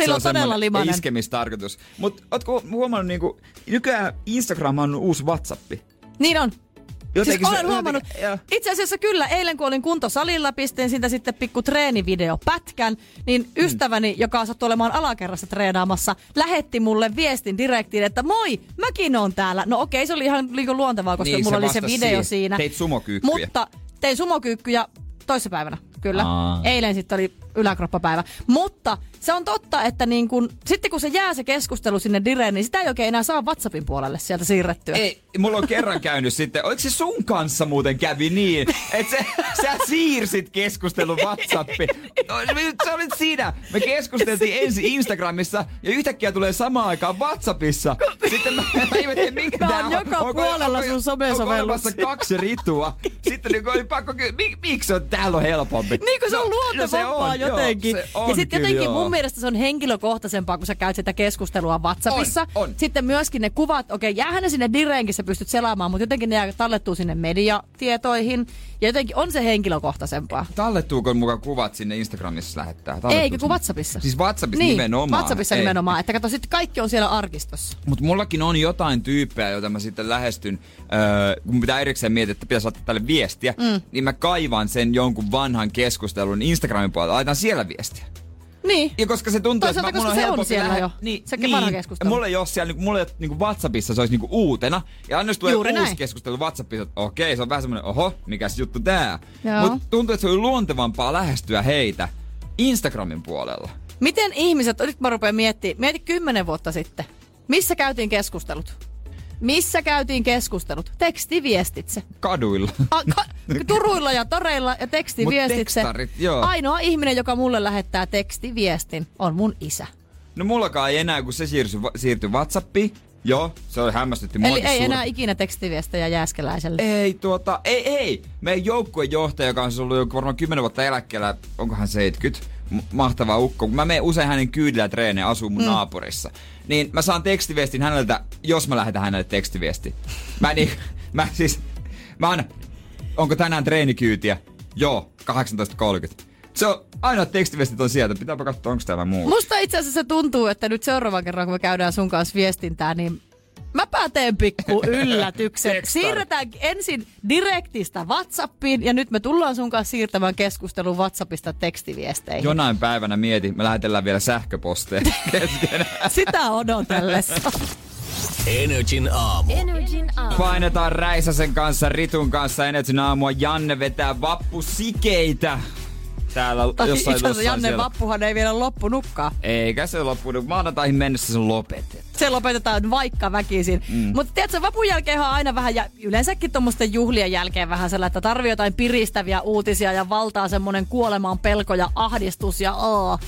Speaker 4: Sillä on, todella
Speaker 3: semmonen
Speaker 4: limainen.
Speaker 3: Iskemistarkoitus. Mut ootko huomannut niinku, nykyään Instagram on uusi Whatsappi.
Speaker 4: Niin on.
Speaker 3: Jotenkin
Speaker 4: siis
Speaker 3: se-
Speaker 4: olen huomannut,
Speaker 3: jotenkin- joo.
Speaker 4: itse asiassa kyllä, eilen kun olin kuntosalilla, pistin siitä sitten pikku treenivideo pätkän, niin
Speaker 3: Mm.
Speaker 4: ystäväni, joka sattui olemaan alakerrassa treenaamassa, lähetti mulle viestin direktiin, että moi, mäkin on täällä. No okei, se oli ihan liian luontevaa, koska
Speaker 3: Niin,
Speaker 4: mulla
Speaker 3: se
Speaker 4: oli se
Speaker 3: vastasi
Speaker 4: video
Speaker 3: siihen.
Speaker 4: siinä.
Speaker 3: Teit sumokyykkyjä.
Speaker 4: Mutta tein sumokyykkyjä toissapäivänä, kyllä.
Speaker 3: Aa.
Speaker 4: Eilen sitten oli yläkroppapäivä. Mutta se on totta, että niin kun, sitten kun se jää se keskustelu sinne direen, niin sitä ei oikein enää saa WhatsAppin puolelle sieltä siirrettyä.
Speaker 3: Ei, mulla on kerran käynyt sitten, oliko se sun kanssa muuten kävi niin, että se, sä siirsit keskustelun Whatsappiin. No, nyt sä olit siinä. Me keskusteltiin ensin Instagramissa ja yhtäkkiä tulee samaan aikaan Whatsappissa. Sitten mä, mä ihmettelin, mikä
Speaker 4: Tää
Speaker 3: tää
Speaker 4: on joka puolella sun somesovelluksia.
Speaker 3: Onko olemassa kaksi ritua? Sitten niin oli pakko kysyä, mik, miksi on täällä on helpompi?
Speaker 4: Niin kuin se on
Speaker 3: No, no se
Speaker 4: luontevampaa
Speaker 3: on, joo,
Speaker 4: jotenkin.
Speaker 3: se on
Speaker 4: ja sitten
Speaker 3: kyllä,
Speaker 4: jotenkin
Speaker 3: joo.
Speaker 4: mun mielestä se on henkilökohtaisempaa, kun sä käyt sitä keskustelua WhatsAppissa.
Speaker 3: On, on.
Speaker 4: Sitten myöskin ne kuvat, okei, okay, jäähän ne sinne direenkin, sä pystyt selaamaan, mutta jotenkin ne jää- tallettuu sinne mediatietoihin. Ja jotenkin on se henkilökohtaisempaa.
Speaker 3: Tallettuuko mukaan kuvat sinne Instagramissa lähettää? Tallettuuko
Speaker 4: Eikö, kun
Speaker 3: sinne?
Speaker 4: WhatsAppissa.
Speaker 3: Siis WhatsAppissa
Speaker 4: niin,
Speaker 3: nimenomaan.
Speaker 4: WhatsAppissa
Speaker 3: Ei.
Speaker 4: nimenomaan. Että kato, sitten kaikki on siellä arkistossa.
Speaker 3: Mutta mullakin on jotain tyyppejä, joita mä sitten lähestyn, öö, kun pitää erikseen miettiä, että pitäisi laittaa tälle viestiä, mm. niin mä kaivan sen jonkun vanhan keskustelun Instagramin puolella, laitan siellä viestiä.
Speaker 4: Niin.
Speaker 3: Ja koska se tuntuu,
Speaker 4: Toisaalta,
Speaker 3: että mä- mun
Speaker 4: koska
Speaker 3: on
Speaker 4: se on
Speaker 3: helpompi
Speaker 4: siellä
Speaker 3: lähe-
Speaker 4: jo.
Speaker 3: Niin,
Speaker 4: Se vanha
Speaker 3: niin.
Speaker 4: keskustelu.
Speaker 3: Mulla ei ole siellä, niinku- mulla ei ole niinku Whatsappissa se olisi niinku uutena. Ja aina jos tulee
Speaker 4: Juuri
Speaker 3: uusi
Speaker 4: näin.
Speaker 3: keskustelu Whatsappissa, että okei, se on vähän semmoinen, oho, mikäs juttu tää.
Speaker 4: Joo.
Speaker 3: Mutta tuntuu, että se oli luontevampaa lähestyä heitä Instagramin puolella.
Speaker 4: Miten ihmiset, nyt mä rupean miettimään, mieti kymmenen vuotta sitten. Missä käytiin keskustelut? Missä käytiin keskustelut? Tekstiviestitse.
Speaker 3: Kaduilla.
Speaker 4: A, ka, turuilla ja toreilla ja
Speaker 3: Mut
Speaker 4: tekstiviestitse.
Speaker 3: tekstarit, joo.
Speaker 4: Ainoa ihminen, joka mulle lähettää tekstiviestin, on mun isä.
Speaker 3: No mullakaan ei enää, kun se siirtyi, siirtyi Whatsappiin. Joo, se oli hämmästytti siis
Speaker 4: Eli
Speaker 3: muakin
Speaker 4: ei
Speaker 3: suuri-
Speaker 4: enää ikinä tekstiviestejä jääskeläiselle.
Speaker 3: Ei tuota, ei ei. Meidän joukkuejohtaja, joka on siis ollut jo varmaan 10 vuotta eläkkeellä, onkohan 70, m- mahtava ukko. Kun mä menen usein hänen kyydillä treeneen, asuu mun mm. naapurissa. Niin mä saan tekstiviestin häneltä, jos mä lähetän hänelle tekstiviesti. Mä niin, mä siis, mä aina, onko tänään treenikyytiä? Joo, 18.30. Se on, aina tekstiviestit on sieltä, pitääpä katsoa, onko täällä muu.
Speaker 4: Musta itse asiassa tuntuu, että nyt seuraavan kerran, kun me käydään sun kanssa viestintää, niin mä mäpä teen pikku yllätyksen. Siirretään ensin direktistä Whatsappiin ja nyt me tullaan sun kanssa siirtämään keskustelun Whatsappista tekstiviesteihin.
Speaker 3: Jonain päivänä mieti, me lähetellään vielä sähköposteja kesken.
Speaker 4: Sitä odotellessa.
Speaker 2: Energin aamu.
Speaker 3: Painetaan Räisäsen kanssa, Ritun kanssa Energin aamua. Janne vetää vappusikeitä. Täällä
Speaker 4: Tai
Speaker 3: jossain,
Speaker 4: itse
Speaker 3: jossain
Speaker 4: asiassa Janne
Speaker 3: siellä.
Speaker 4: Vappuhan ei vielä loppunutkaan.
Speaker 3: Eikä se loppunut. Maanantaihin mennessä se lopetettu.
Speaker 4: se lopetetaan vaikka väkisin. Mm. Mutta tiedätkö, vapun jälkeen on aina vähän, ja yleensäkin tuommoisten juhlien jälkeen vähän sellainen, että tarvii jotain piristäviä uutisia ja valtaa semmoinen kuolemaan pelko ja ahdistus ja aa.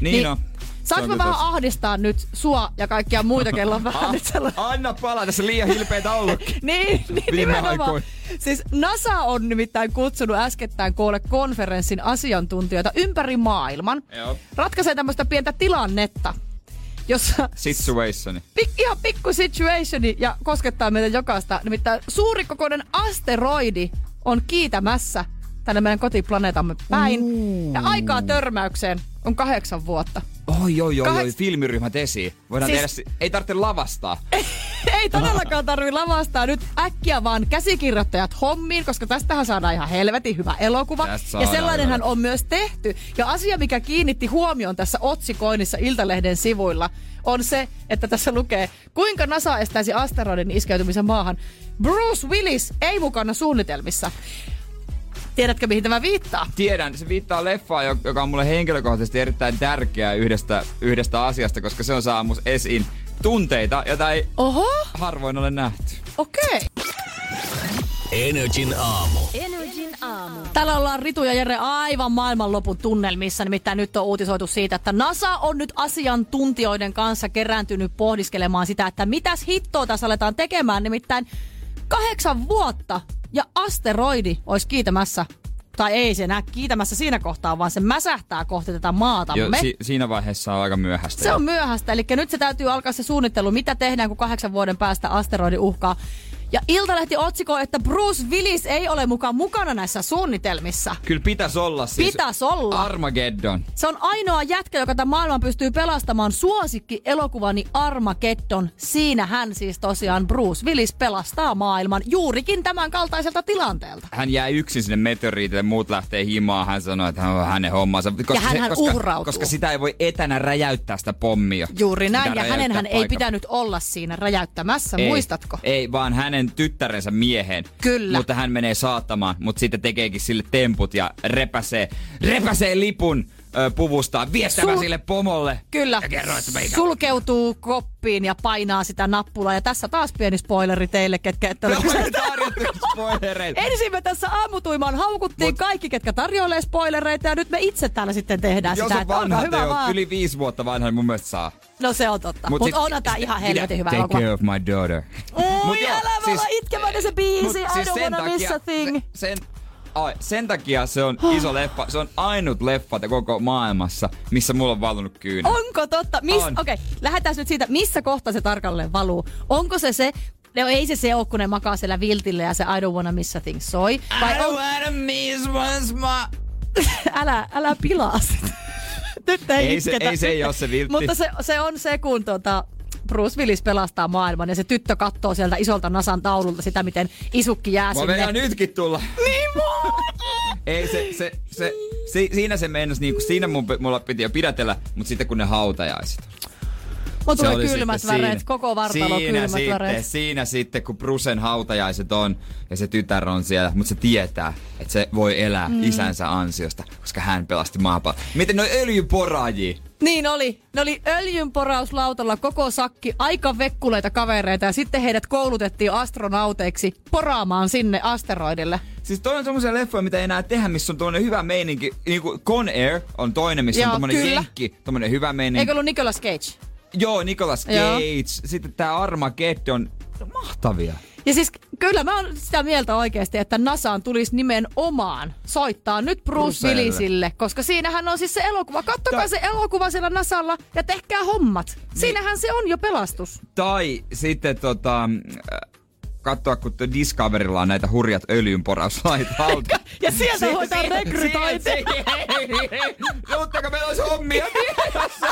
Speaker 3: Niin on. Se on
Speaker 4: Saanko mä
Speaker 3: kyllä
Speaker 4: vähän
Speaker 3: totta.
Speaker 4: ahdistaa nyt sua ja kaikkia muita, kello on vähän nyt sellainen...
Speaker 3: Anna palaa, tässä liian hilpeitä ollutkin.
Speaker 4: Niin, niin
Speaker 3: Ah. Viime
Speaker 4: nimenomaan.
Speaker 3: aikoina.
Speaker 4: Siis NASA on nimittäin kutsunut äskettäin koolle konferenssin asiantuntijoita ympäri maailman.
Speaker 3: Joo.
Speaker 4: Ratkaisee tämmöistä pientä tilannetta, jossa
Speaker 3: Situationi.
Speaker 4: pik, ihan pikku situationi ja koskettaa meitä jokaista. Nimittäin suurikokoinen asteroidi on kiitämässä tänne meidän kotiplaneetamme päin. Mm. Ja aikaa törmäykseen on kahdeksan vuotta.
Speaker 3: Oi, oi, oi, oi,
Speaker 4: Kahdeks-
Speaker 3: filmiryhmät esiin. Voidaan
Speaker 4: Siis-
Speaker 3: siis... tehdä, si- ei tarvitse lavastaa.
Speaker 4: Ei todellakaan tarvi lavastaa nyt äkkiä vaan käsikirjoittajat hommiin, koska tästähän saadaan ihan helvetin hyvä elokuva.
Speaker 3: Tästä
Speaker 4: Ja
Speaker 3: saadaan
Speaker 4: sellainenhan
Speaker 3: hyvä.
Speaker 4: on myös tehty. Ja asia, mikä kiinnitti huomioon tässä otsikoinnissa Iltalehden sivuilla, on se, että tässä lukee, kuinka NASA estäisi asteroidin iskeytymisen maahan. Bruce Willis ei mukana suunnitelmissa. Tiedätkö, mihin tämä viittaa?
Speaker 3: Tiedän, se viittaa leffaan, jo- joka on mulle henkilökohtaisesti erittäin tärkeää yhdestä, yhdestä asiasta, koska se on saa mus esiin tunteita, jota ei
Speaker 4: Oho,
Speaker 3: harvoin ole nähty.
Speaker 4: okei. Okay.
Speaker 2: Energin aamu.
Speaker 4: Täällä ollaan Ritu ja Jere aivan maailmanlopun tunnelmissa, nimittäin nyt on uutisoitu siitä, että NASA on nyt asiantuntijoiden kanssa kerääntynyt pohdiskelemaan sitä, että mitäs hittoa tässä aletaan tekemään, nimittäin kahdeksan vuotta ja asteroidi olisi kiitämässä, tai ei se enää kiitämässä siinä kohtaa, vaan se mäsähtää kohti tätä maatamme.
Speaker 3: Jo, si- siinä vaiheessa on aika myöhäistä.
Speaker 4: Se
Speaker 3: jo.
Speaker 4: on myöhäistä, eli nyt se täytyy alkaa se suunnittelu, mitä tehdään, kun kahdeksan vuoden päästä asteroidi uhkaa. Ja Iltalehti otsikoi, että Bruce Willis ei ole mukaan mukana näissä suunnitelmissa.
Speaker 3: Kyllä pitäis olla siis.
Speaker 4: Pitäis olla.
Speaker 3: Armageddon.
Speaker 4: Se on ainoa jätkä, joka tämän maailman pystyy pelastamaan suosikki elokuvani Armageddon. Siinä hän siis tosiaan Bruce Willis pelastaa maailman juurikin tämän kaltaiselta tilanteelta.
Speaker 3: Hän jää yksin sinne meteoriitille, muut lähtee himaan, hän sanoo, että hän on hänen hommansa. Koska
Speaker 4: hänhän
Speaker 3: koska,
Speaker 4: uhrautuu.
Speaker 3: Koska sitä ei voi etänä räjäyttää sitä pommia.
Speaker 4: Juuri näin,
Speaker 3: Sitä
Speaker 4: ja
Speaker 3: räjäyttää
Speaker 4: hänenhän ei
Speaker 3: paikan-
Speaker 4: pitänyt olla siinä räjäyttämässä,
Speaker 3: Ei,
Speaker 4: muistatko?
Speaker 3: Ei, vaan hänen tyttärensä miehen.
Speaker 4: Kyllä.
Speaker 3: Mutta hän menee saattamaan, mutta sitten tekeekin sille temput ja repäsee, repäsee lipun ö, puvustaan, viestävä
Speaker 4: Sul-
Speaker 3: sille pomolle.
Speaker 4: Kyllä,
Speaker 3: Ja kerro, että meikä...
Speaker 4: sulkeutuu koppiin ja painaa sitä nappulaa. Ja tässä taas pieni spoileri teille, ketkä ette ole
Speaker 3: Olemme tarjottu spoilereita.
Speaker 4: Ensin me tässä aamutuimaan haukuttiin
Speaker 3: Mut-
Speaker 4: kaikki, ketkä tarjoilee spoilereita, ja nyt me itse täällä sitten tehdään
Speaker 3: Jos
Speaker 4: sitä,
Speaker 3: on
Speaker 4: että olkaa
Speaker 3: vanha
Speaker 4: hyvä
Speaker 3: teo,
Speaker 4: vaan.
Speaker 3: yli viisi vuotta vanha, niin mun mielestä saa.
Speaker 4: No se on
Speaker 3: Mut
Speaker 4: totta. Mutta Mut
Speaker 3: sit-
Speaker 4: onhan tää ihan helvetin hyvä
Speaker 3: Take
Speaker 4: elokuva.
Speaker 3: care of my daughter.
Speaker 4: Oi,
Speaker 3: Mut
Speaker 4: Mut älä joo, siis, itkemään se
Speaker 3: mut
Speaker 4: biisi, I
Speaker 3: siis
Speaker 4: don't
Speaker 3: sen
Speaker 4: wanna miss a
Speaker 3: takia-
Speaker 4: thing.
Speaker 3: Se, sen, ai, sen takia se on iso leffa. Se on ainut leffa te- koko maailmassa, missä mulla on valunut kyynä.
Speaker 4: Onko totta? Mis,
Speaker 3: On.
Speaker 4: Okei, okay, lähdetään nyt siitä, missä kohtaa se tarkalleen valuu. Onko se se, no ei se se ole, kun ne makaa siellä viltillä ja se I don't wanna miss a thing soi. Vai on,
Speaker 3: wanna miss once more.
Speaker 4: älä, älä pilaa sitä. Nyt ei,
Speaker 3: Ei se-
Speaker 4: itketä.
Speaker 3: ei se ei oo se viltti.
Speaker 4: Mutta se, se on se, kun tota, Bruce Willis pelastaa maailman ja se tyttö katsoo sieltä isolta Nasan taululta sitä, miten isukki jää
Speaker 3: Mä
Speaker 4: sinne.
Speaker 3: meinaan nytkin tulla. Niin Ei se, se, se, si, siinä se meinas niinku, siinä mun, p- mulla piti jo pidätellä, mut sitten kun ne hautajaiset.
Speaker 4: Mulla
Speaker 3: Se
Speaker 4: tulee
Speaker 3: oli
Speaker 4: kylmät
Speaker 3: sitten
Speaker 4: väreet,
Speaker 3: siinä.
Speaker 4: koko vartalo
Speaker 3: siinä
Speaker 4: kylmät
Speaker 3: sitten,
Speaker 4: väreet.
Speaker 3: Siinä sitten, kun Brusen hautajaiset on ja se tytär on siellä, mutta se tietää, että se voi elää mm. isänsä ansiosta, koska hän pelasti maapallon. Miten noi öljyporaaji?
Speaker 4: Niin oli. Ne oli öljynporauslautalla koko sakki, aika vekkuleita kavereita ja sitten heidät koulutettiin astronauteiksi poraamaan sinne asteroidille.
Speaker 3: Siis toi on semmoisia leffoja, mitä ei enää tehdä, missä on tuommoinen hyvä meininki. Niin kuin Con Air on toinen, missä
Speaker 4: Joo,
Speaker 3: on tommonen
Speaker 4: kyllä.
Speaker 3: jenkki, tommonen hyvä meininki.
Speaker 4: Eikö ollut Nicolas Cage?
Speaker 3: Joo, Nicolas
Speaker 4: Joo.
Speaker 3: Cage. Sitten tää Armageddon. Mahtavia.
Speaker 4: Ja siis kyllä mä oon sitä mieltä oikeasti, että NASAan tulisi nimenomaan soittaa nyt Bruce
Speaker 3: Brucelle.
Speaker 4: Willisille, koska siinähän on siis se elokuva. Kattokaa
Speaker 3: Ta-
Speaker 4: se elokuva siellä NASAlla ja tehkää hommat. Siinähän se on jo pelastus.
Speaker 3: Tai sitten tota, äh, katsoa, kun tuo Discoverilla on näitä hurjat öljynporauslait haltu.
Speaker 4: Ja sieltä
Speaker 3: Si-
Speaker 4: hoitaa
Speaker 3: si-
Speaker 4: rekrytointi.
Speaker 3: Luutteko No, meillä olisi hommia tiedossa?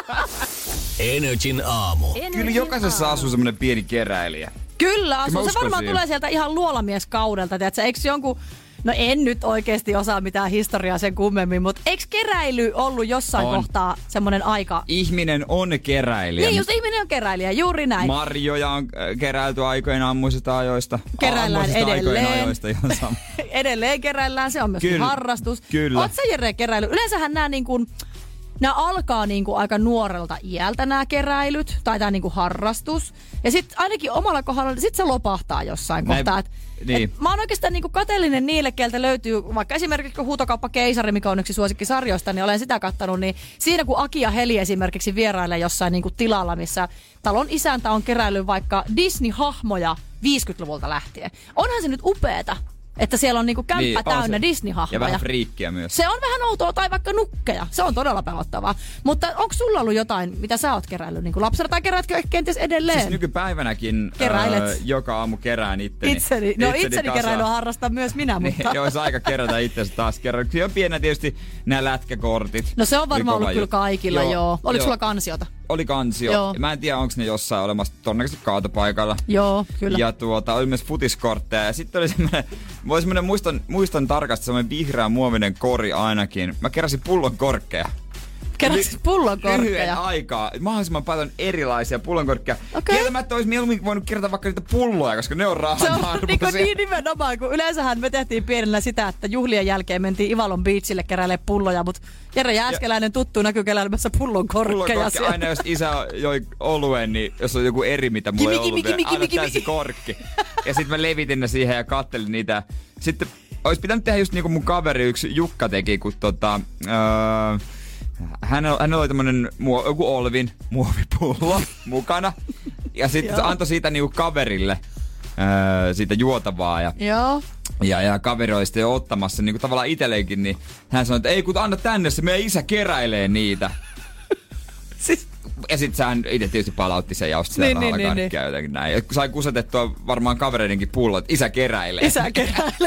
Speaker 2: Energin aamu.
Speaker 3: Kyllä jokaisessa asuu semmonen pieni keräilijä.
Speaker 4: Kyllä,
Speaker 3: mä
Speaker 4: asuu. se
Speaker 3: uskon
Speaker 4: varmaan
Speaker 3: siihen.
Speaker 4: tulee sieltä ihan luolamieskaudelta, tiedätkö? Eikö se jonkun... No en nyt oikeasti osaa mitään historiaa sen kummemmin, mutta eikö keräily ollut jossain
Speaker 3: On.
Speaker 4: kohtaa semmoinen aika...
Speaker 3: Ihminen on keräilijä.
Speaker 4: Niin, just niin. ihminen on keräilijä, juuri näin.
Speaker 3: Marjoja on äh, keräilty aikoinaan muisista ajoista.
Speaker 4: Keräillään
Speaker 3: Aamuisista aikojen
Speaker 4: edelleen.
Speaker 3: ajoista ihan sama.
Speaker 4: Edelleen keräillään, se on myös
Speaker 3: Kyllä,
Speaker 4: harrastus.
Speaker 3: kyllä.
Speaker 4: Oot sä Jere keräily? Yleensähän nämä niin kuin, nämä alkaa niin kuin aika nuorelta iältä nämä keräilyt, tai tämä niin kuin harrastus. Ja sitten ainakin omalla kohdalla, niin sit se lopahtaa jossain
Speaker 3: Näin-
Speaker 4: kohtaa. Et,
Speaker 3: niin.
Speaker 4: et mä oon oikeastaan niin kuin kateellinen niille, keltä löytyy, vaikka esimerkiksi kun Huutokauppa Keisari, mikä on yksi suosikkisarjoista, niin olen sitä kattanut, niin siinä kun Aki ja Heli esimerkiksi vierailee jossain niin kuin tilalla, missä talon isäntä on keräillyt vaikka Disney-hahmoja 50-luvulta lähtien. Onhan se nyt upeeta, että siellä on niinku kämppä
Speaker 3: Niin,
Speaker 4: niin,
Speaker 3: on
Speaker 4: täynnä
Speaker 3: se. Ja
Speaker 4: Disney-hahmoja.
Speaker 3: vähän friikkiä myös.
Speaker 4: Se on vähän outoa tai vaikka nukkeja. Se on todella pelottavaa. Mutta onko sulla ollut jotain, mitä sä oot keräillyt niin lapsena tai kerätkö kenties edelleen?
Speaker 3: Siis nykypäivänäkin
Speaker 4: Keräilet.
Speaker 3: öö, joka aamu kerään itteni.
Speaker 4: itseni. No itseni, itseni
Speaker 3: kasaan.
Speaker 4: keräilyä harrastan myös minä,
Speaker 3: Niin,
Speaker 4: mutta...
Speaker 3: olisi aika kerätä itsensä taas kerran. Siinä on pienä tietysti nämä lätkäkortit.
Speaker 4: No se on
Speaker 3: Oli kova
Speaker 4: varmaan ollut kyllä
Speaker 3: juttu.
Speaker 4: kaikilla, joo. joo. Oliko
Speaker 3: joo.
Speaker 4: sulla kansiota?
Speaker 3: Oli kansio.
Speaker 4: Joo.
Speaker 3: Joo. Mä en tiedä, onko ne jossain olemassa, todennäköisesti kaatopaikalla.
Speaker 4: Joo, kyllä.
Speaker 3: Ja tuota, oli myös futiskortteja. Ja sitten oli semmoinen, mä olin semmoinen muistan, muistan tarkasti semmoinen vihreä muovinen kori ainakin. Mä keräsin pullon korkkeja.
Speaker 4: Keräsit pullon
Speaker 3: Lyhyen
Speaker 4: korkeja.
Speaker 3: aikaa. Mahdollisimman paljon erilaisia pullonkorkkeja.
Speaker 4: Okei.
Speaker 3: Kieltämättä olisi mieluummin voinut kerätä vaikka niitä pulloja, koska ne on rahan
Speaker 4: Se on niin,
Speaker 3: arvoisia.
Speaker 4: kuin, niin nimenomaan, kun yleensähän me tehtiin pienellä sitä, että juhlien jälkeen mentiin Ivalon beachille keräilemään pulloja, mutta Jere Jääskeläinen tuttu näkyy keräilemässä pullon korkkeja
Speaker 3: Pullokorkki,
Speaker 4: siellä.
Speaker 3: aina jos isä joi oluen, niin jos on joku eri, mitä mulla ei
Speaker 4: Kimi,
Speaker 3: ollut,
Speaker 4: kimi,
Speaker 3: niin
Speaker 4: kimi,
Speaker 3: aina
Speaker 4: kimi,
Speaker 3: täysi
Speaker 4: kimi.
Speaker 3: korkki. Ja sitten mä levitin ne siihen ja kattelin niitä. Sitten olisi pitänyt tehdä just niinku mun kaveri yksi Jukka teki, kun tota... Öö, hänellä, hänellä oli tämmönen muo, joku Olvin muovipullo mukana. Ja sitten
Speaker 4: Joo.
Speaker 3: antoi siitä niinku kaverille öö, siitä juotavaa. Ja
Speaker 4: Joo.
Speaker 3: ja, ja kaveri oli sitten jo ottamassa niin kuin tavallaan itselleenkin, niin hän sanoi, että ei kun anna tänne, se meidän isä keräilee niitä.
Speaker 4: Siis,
Speaker 3: Ja sit sehän itse tietysti palautti sen ja osti sitä
Speaker 4: Niin,
Speaker 3: niin,
Speaker 4: niin, niin,
Speaker 3: niin, niin. jotenkin näin. Ja sai kusetettua varmaan kavereidenkin pullot, isä keräilee.
Speaker 4: isä keräilee.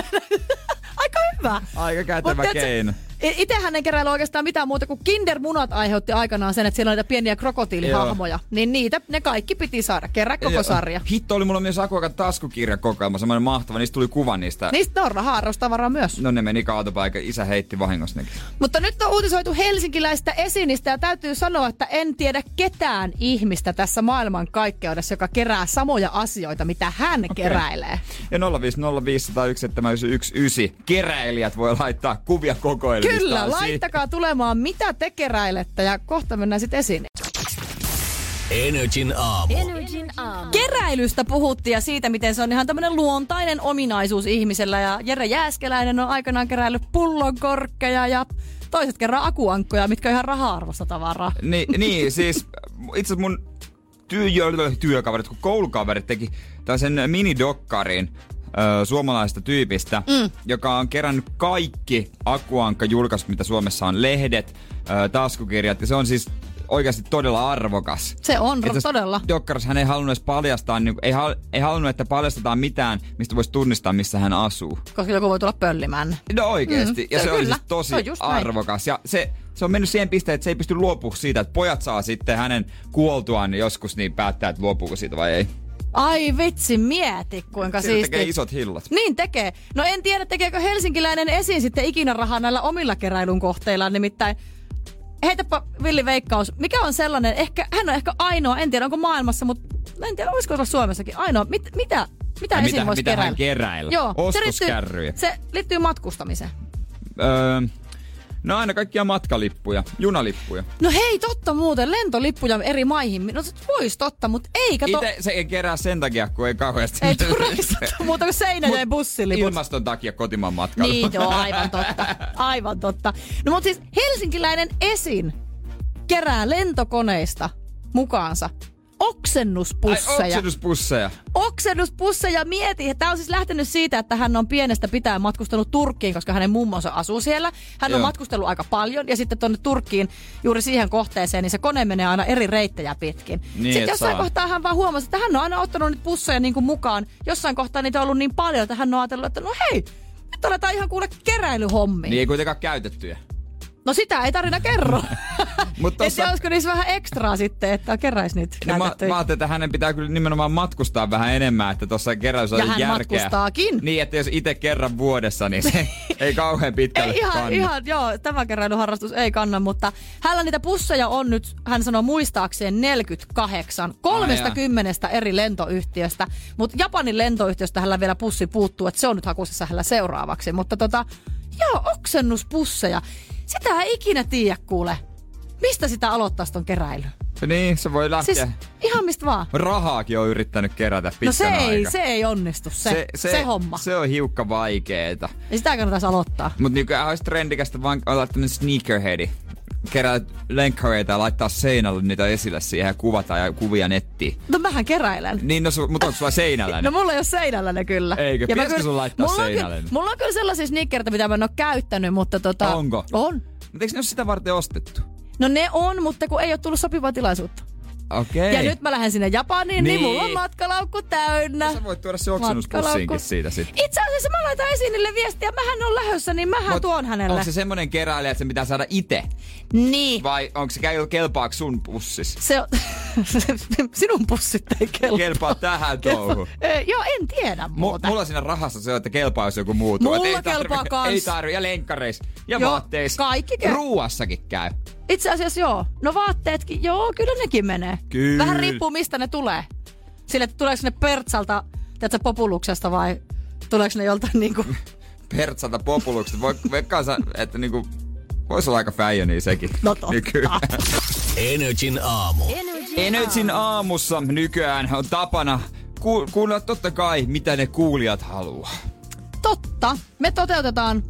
Speaker 4: Aika hyvä.
Speaker 3: Aika kätevä
Speaker 4: Mut tiedätkö,
Speaker 3: keino.
Speaker 4: i- Itehän en keräillä oikeastaan mitään muuta kuin kindermunat aiheutti aikanaan sen, että siellä on niitä pieniä krokotiilihahmoja. Niin niitä, ne kaikki piti saada. Kerää koko
Speaker 3: Ja-
Speaker 4: sarja.
Speaker 3: Hitto oli mulla myös Akuakan taskukirjakokoelma, semmoinen mahtava, niistä tuli kuva niistä. Niin.
Speaker 4: Niistä on rahaa arvostavaraa myös.
Speaker 3: No ne meni kaatopaikan, isä heitti vahingossa nekin.
Speaker 4: Mutta nyt on uutisoitu helsinkiläistä esinistä ja täytyy sanoa, että en tiedä ketään ihmistä tässä maailmankaikkeudessa, joka kerää samoja asioita, mitä hän okay. keräilee.
Speaker 3: Ja 050501719 keräilijät voi laittaa kuvia kokoelmistaan.
Speaker 4: Kyllä,
Speaker 3: siihen.
Speaker 4: laittakaa tulemaan, mitä te keräilette ja kohta mennään sitten esiin.
Speaker 2: Energin aamu.
Speaker 4: Keräilystä puhuttiin ja siitä, miten se on ihan tämmöinen luontainen ominaisuus ihmisellä. Ja Jere Jääskeläinen on aikanaan keräillyt pullonkorkkeja ja toiset kerran akuankkoja, mitkä on ihan raha-arvosta tavaraa.
Speaker 3: Niin, niin siis itse asiassa mun työ, työkaverit, kun koulukaverit teki tällaisen minidokkarin ö, suomalaista tyypistä, mm. joka on kerännyt kaikki akuankka julkaisut, mitä Suomessa on, lehdet, ö, taskukirjat, ja se on siis oikeasti todella arvokas.
Speaker 4: Se on
Speaker 3: Ja
Speaker 4: ro-
Speaker 3: tässä
Speaker 4: todella.
Speaker 3: Dokkarissa hän ei halunnut edes paljastaa, niin, ei, hal, ei halunnut, että paljastetaan mitään, mistä voisi tunnistaa, missä hän asuu.
Speaker 4: Koska joku voi tulla pöllimään.
Speaker 3: No oikeesti. Mm,
Speaker 4: Mm,
Speaker 3: ja
Speaker 4: se-
Speaker 3: se, oli
Speaker 4: kyllä,
Speaker 3: siis tosi
Speaker 4: se on just näin.
Speaker 3: arvokas. Ja se, se on mennyt siihen pisteeseen, että se ei pysty luopumaan siitä, että pojat saa sitten hänen kuoltuaan joskus niin päättää, että luopuuko siitä vai ei.
Speaker 4: Ai vitsi, mieti kuinka
Speaker 3: Siitä
Speaker 4: siisti.
Speaker 3: tekee isot hillat.
Speaker 4: Niin tekee. No en tiedä, tekeekö helsinkiläinen esiin sitten ikinä rahaa näillä omilla keräilun kohteillaan, nimittäin Heitäpä Villi Veikkaus, mikä on sellainen, ehkä, hän on ehkä ainoa, en tiedä onko maailmassa, mutta en tiedä olisiko olla Suomessakin, ainoa, mit, mitä, mitä
Speaker 3: Ai
Speaker 4: esiin
Speaker 3: mitä-
Speaker 4: voisi
Speaker 3: mitä hän
Speaker 4: keräillä?
Speaker 3: keräillä?
Speaker 4: Joo, se liittyy,
Speaker 3: Ostoskärryjä.
Speaker 4: se liittyy matkustamiseen.
Speaker 3: Öö, no aina kaikkia matkalippuja, junalippuja.
Speaker 4: No hei, totta muuten, lentolippuja eri maihin, no se voisi totta, mutta ei, kato,
Speaker 3: Itse se ei kerää sen takia, kun ei kauheasti...
Speaker 4: ei tule reissattua muuta kuin seinälle
Speaker 3: Mut
Speaker 4: bussiliput.
Speaker 3: Ilmaston takia kotimaan matkailu.
Speaker 4: Niin, joo, aivan totta. Aivan totta. No mutta siis helsinkiläinen esin kerää lentokoneista mukaansa
Speaker 3: Ai,
Speaker 4: oksennuspusseja.
Speaker 3: oksennuspusseja.
Speaker 4: Niin. Oksennuspusseja mieti. Tämä on siis lähtenyt siitä, että hän on pienestä pitää matkustanut Turkkiin, koska hänen mummonsa asuu siellä. Hän on
Speaker 3: Joo.
Speaker 4: matkustellut aika paljon ja sitten tuonne Turkkiin juuri siihen kohteeseen, niin se kone menee aina eri reittejä pitkin.
Speaker 3: Niin,
Speaker 4: sitten
Speaker 3: et
Speaker 4: jossain
Speaker 3: saa.
Speaker 4: kohtaa hän vaan huomasi, että hän on aina ottanut niitä pusseja niin kuin mukaan. Jossain kohtaa niitä on ollut niin paljon, että hän on ajatellut, että no hei, nyt aletaan ihan kuule keräilyhommiin.
Speaker 3: Niin ei kuitenkaan käytettyjä.
Speaker 4: No sitä ei tarina kerro.
Speaker 3: Mut
Speaker 4: Tossa... Että olisiko niissä vähän ekstraa sitten, että keräis niitä
Speaker 3: No mä, mä
Speaker 4: näytettyjä.
Speaker 3: ajattelin, että hänen pitää kyllä nimenomaan matkustaa vähän enemmän, että tuossa keräys
Speaker 4: Ja
Speaker 3: on
Speaker 4: hän
Speaker 3: järkeä.
Speaker 4: matkustaakin.
Speaker 3: Niin, että jos itse kerran vuodessa, niin se ei kauhean pitkälle
Speaker 4: Ei, ihan,
Speaker 3: kanna.
Speaker 4: ihan, joo, tämä keräilyharrastus ei kanna, mutta hänellä niitä pusseja on nyt, hän sanoo muistaakseen 48, 30 eri lentoyhtiöstä, mutta Japanin lentoyhtiöstä hänellä vielä pussi puuttuu, että se on nyt hakusessa hänellä seuraavaksi, mutta tota, joo, oksennuspusseja, sitä ei ikinä tiedä kuule, mistä sitä aloittaisi ton keräily.
Speaker 3: Niin, se voi lähteä.
Speaker 4: Siis
Speaker 3: Siis...
Speaker 4: ihan mistä vaan.
Speaker 3: Rahaakin on yrittänyt kerätä
Speaker 4: No
Speaker 3: pitkän
Speaker 4: se ei,
Speaker 3: aikaa.
Speaker 4: se ei onnistu, se, se, se, se homma. Se.
Speaker 3: Se on hiukka vaikeeta.
Speaker 4: Ei sitä kannattaisi aloittaa.
Speaker 3: Mut nykyään olisi trendikästä vaan olla tämmönen sneakerheadi. Kerätä lenkkareita ja laittaa seinälle niitä esille siihen ja kuvata ja kuvia nettiin.
Speaker 4: No mähän keräilen.
Speaker 3: Niin, no, su- mutta onko sulla seinällä ne?
Speaker 4: No mulla ei ole seinällä ne kyllä.
Speaker 3: Eikö?
Speaker 4: mä
Speaker 3: Pitäisikö sun laittaa
Speaker 4: mulla on
Speaker 3: seinälle
Speaker 4: kyllä-
Speaker 3: ne?
Speaker 4: Mulla on kyllä sellaisia sneakerita, mitä mä en ole käyttänyt, mutta tota...
Speaker 3: Onko?
Speaker 4: On.
Speaker 3: Mutta eikö ne ole sitä varten ostettu?
Speaker 4: No ne on, mutta kun ei ole tullut sopivaa tilaisuutta.
Speaker 3: Okei.
Speaker 4: Ja nyt mä lähden sinne Japaniin, niin,
Speaker 3: Niin. No
Speaker 4: mulla on matkalaukku täynnä.
Speaker 3: Sä voit tuoda se oksennuspussinkin
Speaker 4: Matkalaukku.
Speaker 3: siitä sitten.
Speaker 4: Itse asiassa mä laitan esiin niille viestiä, mähän on lähössä, niin mähän
Speaker 3: Mut
Speaker 4: tuon hänelle.
Speaker 3: Onko se semmonen keräilijä, että se pitää saada itse?
Speaker 4: Niin.
Speaker 3: Vai onko se käy kelpaako sun pussis?
Speaker 4: Se on... Sinun pussit ei kelpaa.
Speaker 3: Kelpaa tähän touhuun.
Speaker 4: Ö, joo, en tiedä muuta.
Speaker 3: Mu- mulla siinä rahassa se on, että kelpaa jos joku muu tuo.
Speaker 4: Mulla
Speaker 3: Et ei tarvi-
Speaker 4: kelpaa kans.
Speaker 3: Ei tarvi, ja lenkkareissa, ja
Speaker 4: Joo,
Speaker 3: vaatteissa.
Speaker 4: kaikki kel-
Speaker 3: Ruuassakin käy.
Speaker 4: Itse asiassa joo. No vaatteetkin, joo, kyllä nekin menee.
Speaker 3: Kyllä.
Speaker 4: Vähän riippuu mistä ne tulee. Sille, että tuleeko ne Pertsalta, tiedätkö, populuksesta vai tuleeko ne joltain niinku...
Speaker 3: Pertsalta populukset. Voi veikkaansa, että niinku, vois olla aika fäijäniä sekin.
Speaker 4: No totta.
Speaker 3: Nykyään.
Speaker 2: Energin aamu.
Speaker 3: Energin aamussa nykyään on tapana ku- kuunnella totta kai, mitä ne kuulijat haluaa.
Speaker 4: Totta, me toteutetaan,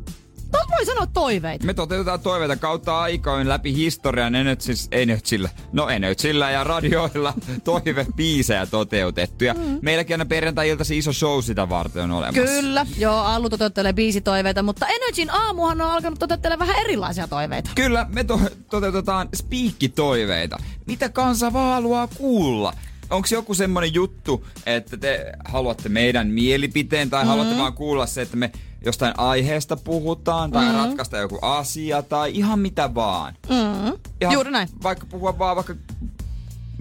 Speaker 4: no voi sanoa toiveita.
Speaker 3: Me toteutetaan toiveita kautta aikoin läpi historian Energy's, Energyllä, no Energyllä ja radioilla toivebiisejä toteutettuja. Mm. Meilläkin aina perjantai-iltaisin iso show sitä varten on olemassa.
Speaker 4: Kyllä, joo, Allu toteuttelee biisitoiveita, mutta Energin aamuhan on alkanut toteuttelemaan vähän erilaisia toiveita.
Speaker 3: Kyllä, me to- toteutetaan spiikkitoiveita. Mitä kansa vaan haluaa kuulla? Onko joku semmoinen juttu, että te haluatte meidän mielipiteen tai mm-hmm. haluatte vaan kuulla se, että me jostain aiheesta puhutaan tai mm-hmm. ratkaista joku asia tai ihan mitä vaan?
Speaker 4: Mm-hmm. Juuri näin.
Speaker 3: Vaikka puhua vaan vaikka...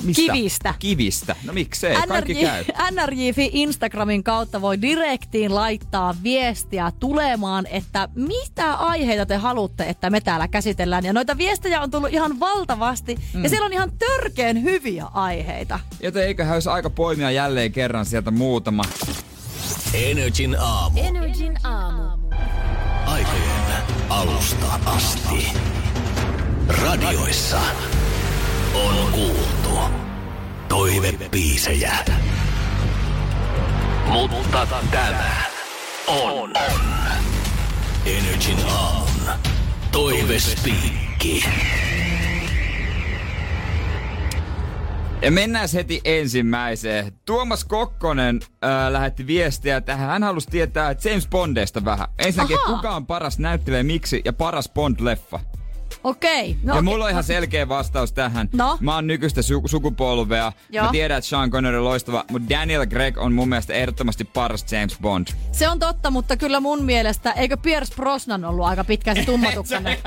Speaker 3: Mistä?
Speaker 4: Kivistä.
Speaker 3: Kivistä. No miksei, kaikki käy.
Speaker 4: NRJ.fi Instagramin kautta voi direktiin laittaa viestiä tulemaan, että mitä aiheita te haluatte, että me täällä käsitellään. Ja noita viestejä on tullut ihan valtavasti mm. ja siellä on ihan törkeen hyviä aiheita.
Speaker 3: Joten eiköhän olisi aika poimia jälleen kerran sieltä muutama.
Speaker 2: Energin aamu. Energin aamu. Aikojen alusta asti. Radioissa on kuultu toivepiisejä. Mutta tämä on Energin aamun toivespiikki.
Speaker 3: Ja mennään heti ensimmäiseen. Tuomas Kokkonen äh, lähetti viestiä tähän. Hän halusi tietää James Bondeista vähän. Ensinnäkin,
Speaker 4: Ahaa.
Speaker 3: Ahaa. kuka on paras näyttelijä, miksi ja paras Bond-leffa.
Speaker 4: Okei.
Speaker 3: No, ja
Speaker 4: okei.
Speaker 3: mulla on ihan selkeä vastaus tähän.
Speaker 4: e- No?
Speaker 3: Mä oon nykyistä su- sukupolvea.
Speaker 4: Joo.
Speaker 3: Mä tiedän, että Sean Connery on loistava, mutta Daniel Craig on mun mielestä ehdottomasti paras James Bond.
Speaker 4: Se on totta, mutta kyllä mun mielestä, eikö Pierce Brosnan ollut aika pitkään se tummatukkainen?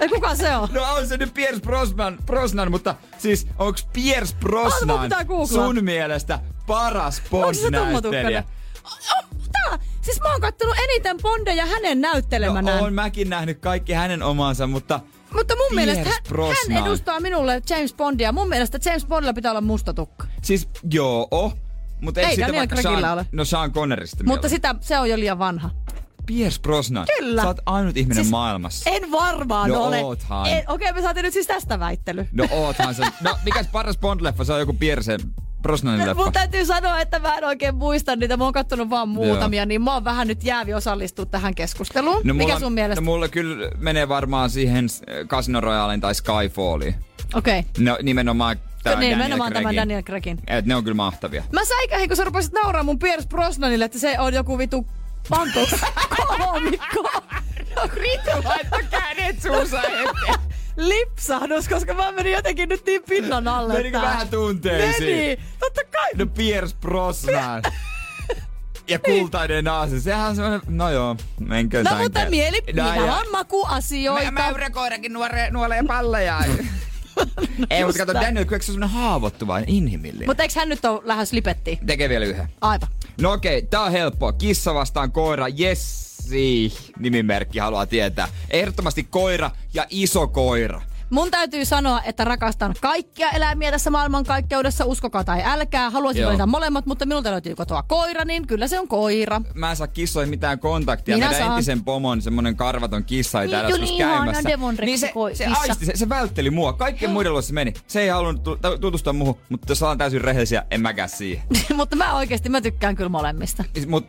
Speaker 4: Ei, kuka se on?
Speaker 3: No on se nyt Piers Brosnan, Brosnan mutta siis onks Piers
Speaker 4: Oota, mun
Speaker 3: Brosnan
Speaker 4: pitää googlaa.
Speaker 3: sun mielestä paras
Speaker 4: Onko se
Speaker 3: Bond-näyttelijä?
Speaker 4: tummatukkainen? O- o- Tää, siis mä oon kattonut eniten Bondeja hänen näyttelemänään.
Speaker 3: No, oon mäkin nähnyt kaikki hänen omansa, mutta...
Speaker 4: Mutta mun
Speaker 3: Pierce
Speaker 4: mielestä hän,
Speaker 3: Brosnan.
Speaker 4: hän edustaa minulle James Bondia. Mun mielestä James Bondilla pitää olla musta tukka.
Speaker 3: Siis joo, oh, mutta
Speaker 4: Ei
Speaker 3: sitä
Speaker 4: Daniel
Speaker 3: vaikka
Speaker 4: Craigillä
Speaker 3: Sean,
Speaker 4: ole.
Speaker 3: No Sean Connerista
Speaker 4: Mutta
Speaker 3: mieluummin.
Speaker 4: sitä, se on jo liian vanha.
Speaker 3: Piers Brosnan.
Speaker 4: Kyllä.
Speaker 3: Sä oot ainut ihminen
Speaker 4: Siis-
Speaker 3: siis... maailmassa.
Speaker 4: En varmaan
Speaker 3: No
Speaker 4: ole.
Speaker 3: oothan.
Speaker 4: En- Okei, okay, me saatiin nyt siis tästä väittely.
Speaker 3: No oothan se. No mikäs paras Bond-leffa? Se on joku Piersen Brosnanin leffa.
Speaker 4: Mun täytyy sanoa, että mä en oikein muista niitä. Mä oon kattonut vaan muutamia, niin mä oon vähän nyt jäävi osallistua tähän keskusteluun.
Speaker 3: No,
Speaker 4: Mikä sun mielestä?
Speaker 3: No mulla kyllä menee varmaan siihen äh, Casino Royalen tai Skyfalliin.
Speaker 4: Okei. Okay.
Speaker 3: No nimenomaan tämä
Speaker 4: Niin, nimenomaan
Speaker 3: Daniel
Speaker 4: tämän
Speaker 3: Craigin.
Speaker 4: Daniel Craigin.
Speaker 3: Et ne on kyllä mahtavia.
Speaker 4: Mä säikähin, kun sä rupesit nauraa mun Pierce Brosnanille, että se on joku vitu pantus. Koomikko. No, riittävä.
Speaker 3: kädet suussa
Speaker 4: lipsahdus, koska mä menin jotenkin nyt niin pinnan alle.
Speaker 3: Menikö
Speaker 4: tää.
Speaker 3: vähän tunteisiin?
Speaker 4: Meni, totta kai.
Speaker 3: No Piers Brosnan. No ja kultainen naasi. Sehän on semmoinen, no joo, menkö
Speaker 4: Niin. No mutta mieli, niillä on makuasioita.
Speaker 3: Mä, mä urakoidakin nuore, nuoleen palleja. Ei, mutta kato,
Speaker 4: näin.
Speaker 3: Daniel Craig on semmoinen haavoittuvainen, inhimillinen.
Speaker 4: Mutta eiks hän nyt ole lähes lipettiin?
Speaker 3: Tekee vielä yhden.
Speaker 4: Aivan.
Speaker 3: No okei, tää on helppoa. Kissa vastaan koira. Jessi nimimerkki haluaa tietää. Ehdottomasti koira ja iso koira.
Speaker 4: Mun täytyy sanoa, että rakastan kaikkia eläimiä tässä maailmankaikkeudessa, uskokaa tai älkää. Haluaisin
Speaker 3: Joo.
Speaker 4: valita molemmat, mutta minulta löytyy kotoa koira, niin kyllä se on koira.
Speaker 3: Mä en saa kissoihin mitään kontaktia.
Speaker 4: Minä
Speaker 3: Meidän
Speaker 4: saan.
Speaker 3: entisen pomon semmonen karvaton kissa ei
Speaker 4: Niin,
Speaker 3: täällä
Speaker 4: kyllä
Speaker 3: joskus
Speaker 4: ihana
Speaker 3: käymässä.
Speaker 4: Devon Rex
Speaker 3: niin se,
Speaker 4: koi-
Speaker 3: se,
Speaker 4: kissa.
Speaker 3: aisti, se, se vältteli mua. Kaikkien muiden luo se meni. Se ei halunnut tu- tu- tutustua muuhun, mutta jos ollaan täysin rehellisiä, en mäkään siihen.
Speaker 4: mutta mä oikeasti mä tykkään kyllä molemmista.
Speaker 3: Niin, Mut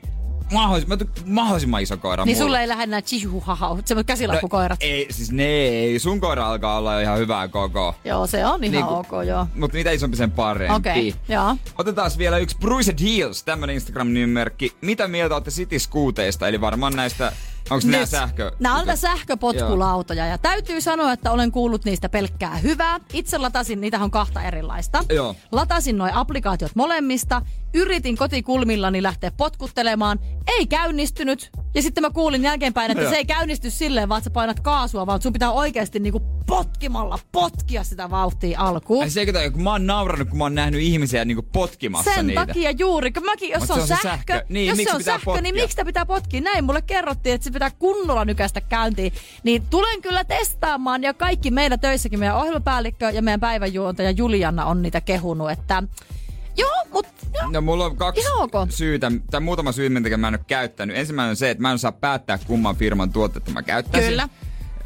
Speaker 3: mahdollisimman, mä tyk- mahdollisimman iso koira
Speaker 4: Niin
Speaker 3: mulla.
Speaker 4: sulle ei lähde nää chihuhahau, semmoiset käsilappukoirat.
Speaker 3: Ei, siis ne ei. Sun koira alkaa olla jo ihan hyvää kokoa.
Speaker 4: Joo, se on ihan
Speaker 3: Niin kun-
Speaker 4: ok, joo.
Speaker 3: Mutta mitä isompi sen parempi.
Speaker 4: Okei, joo.
Speaker 3: Otetaan vielä yksi Bruce Deals, tämmönen Instagram-nimimerkki. Mitä mieltä olette cityskuuteista? Eli varmaan näistä, onko nämä
Speaker 4: Nyt.
Speaker 3: sähkö?
Speaker 4: Nämä on näitä sähköpotkulautoja ja täytyy sanoa, että olen kuullut niistä pelkkää hyvää. Itse latasin, niitä on kahta erilaista.
Speaker 3: Joo.
Speaker 4: Latasin noi applikaatiot molemmista, yritin kotikulmillani lähteä potkuttelemaan, ei käynnistynyt. Ja sitten mä kuulin jälkeenpäin, että
Speaker 3: Joo.
Speaker 4: se ei käynnisty silleen, vaan että sä painat kaasua, vaan sun pitää oikeasti niinku potkimalla potkia sitä vauhtia alkuun.
Speaker 3: Ai se, kato, kun mä oon nauranut, kun mä oon nähnyt ihmisiä niinku potkimassa
Speaker 4: Sen
Speaker 3: niitä.
Speaker 4: takia juuri, kun mäkin, jos
Speaker 3: Mut
Speaker 4: on, sähkö,
Speaker 3: Niin,
Speaker 4: jos
Speaker 3: miksi
Speaker 4: se on
Speaker 3: pitää
Speaker 4: sähkö, niin
Speaker 3: potkia?
Speaker 4: miksi sitä pitää potkia? Näin mulle kerrottiin, että se pitää kunnolla nykästä käyntiin. Niin tulen kyllä testaamaan ja kaikki meillä töissäkin, meidän ohjelmapäällikkö ja meidän päivänjuontaja Juliana on niitä kehunut, että joo, mutta
Speaker 3: No mulla on kaksi
Speaker 4: Ihan ok.
Speaker 3: syytä, tai muutama syy, minkä takia mä en ole käyttänyt. Ensimmäinen on se, että mä en saa päättää kumman firman tuotetta mä käyttäisin.
Speaker 4: Kyllä.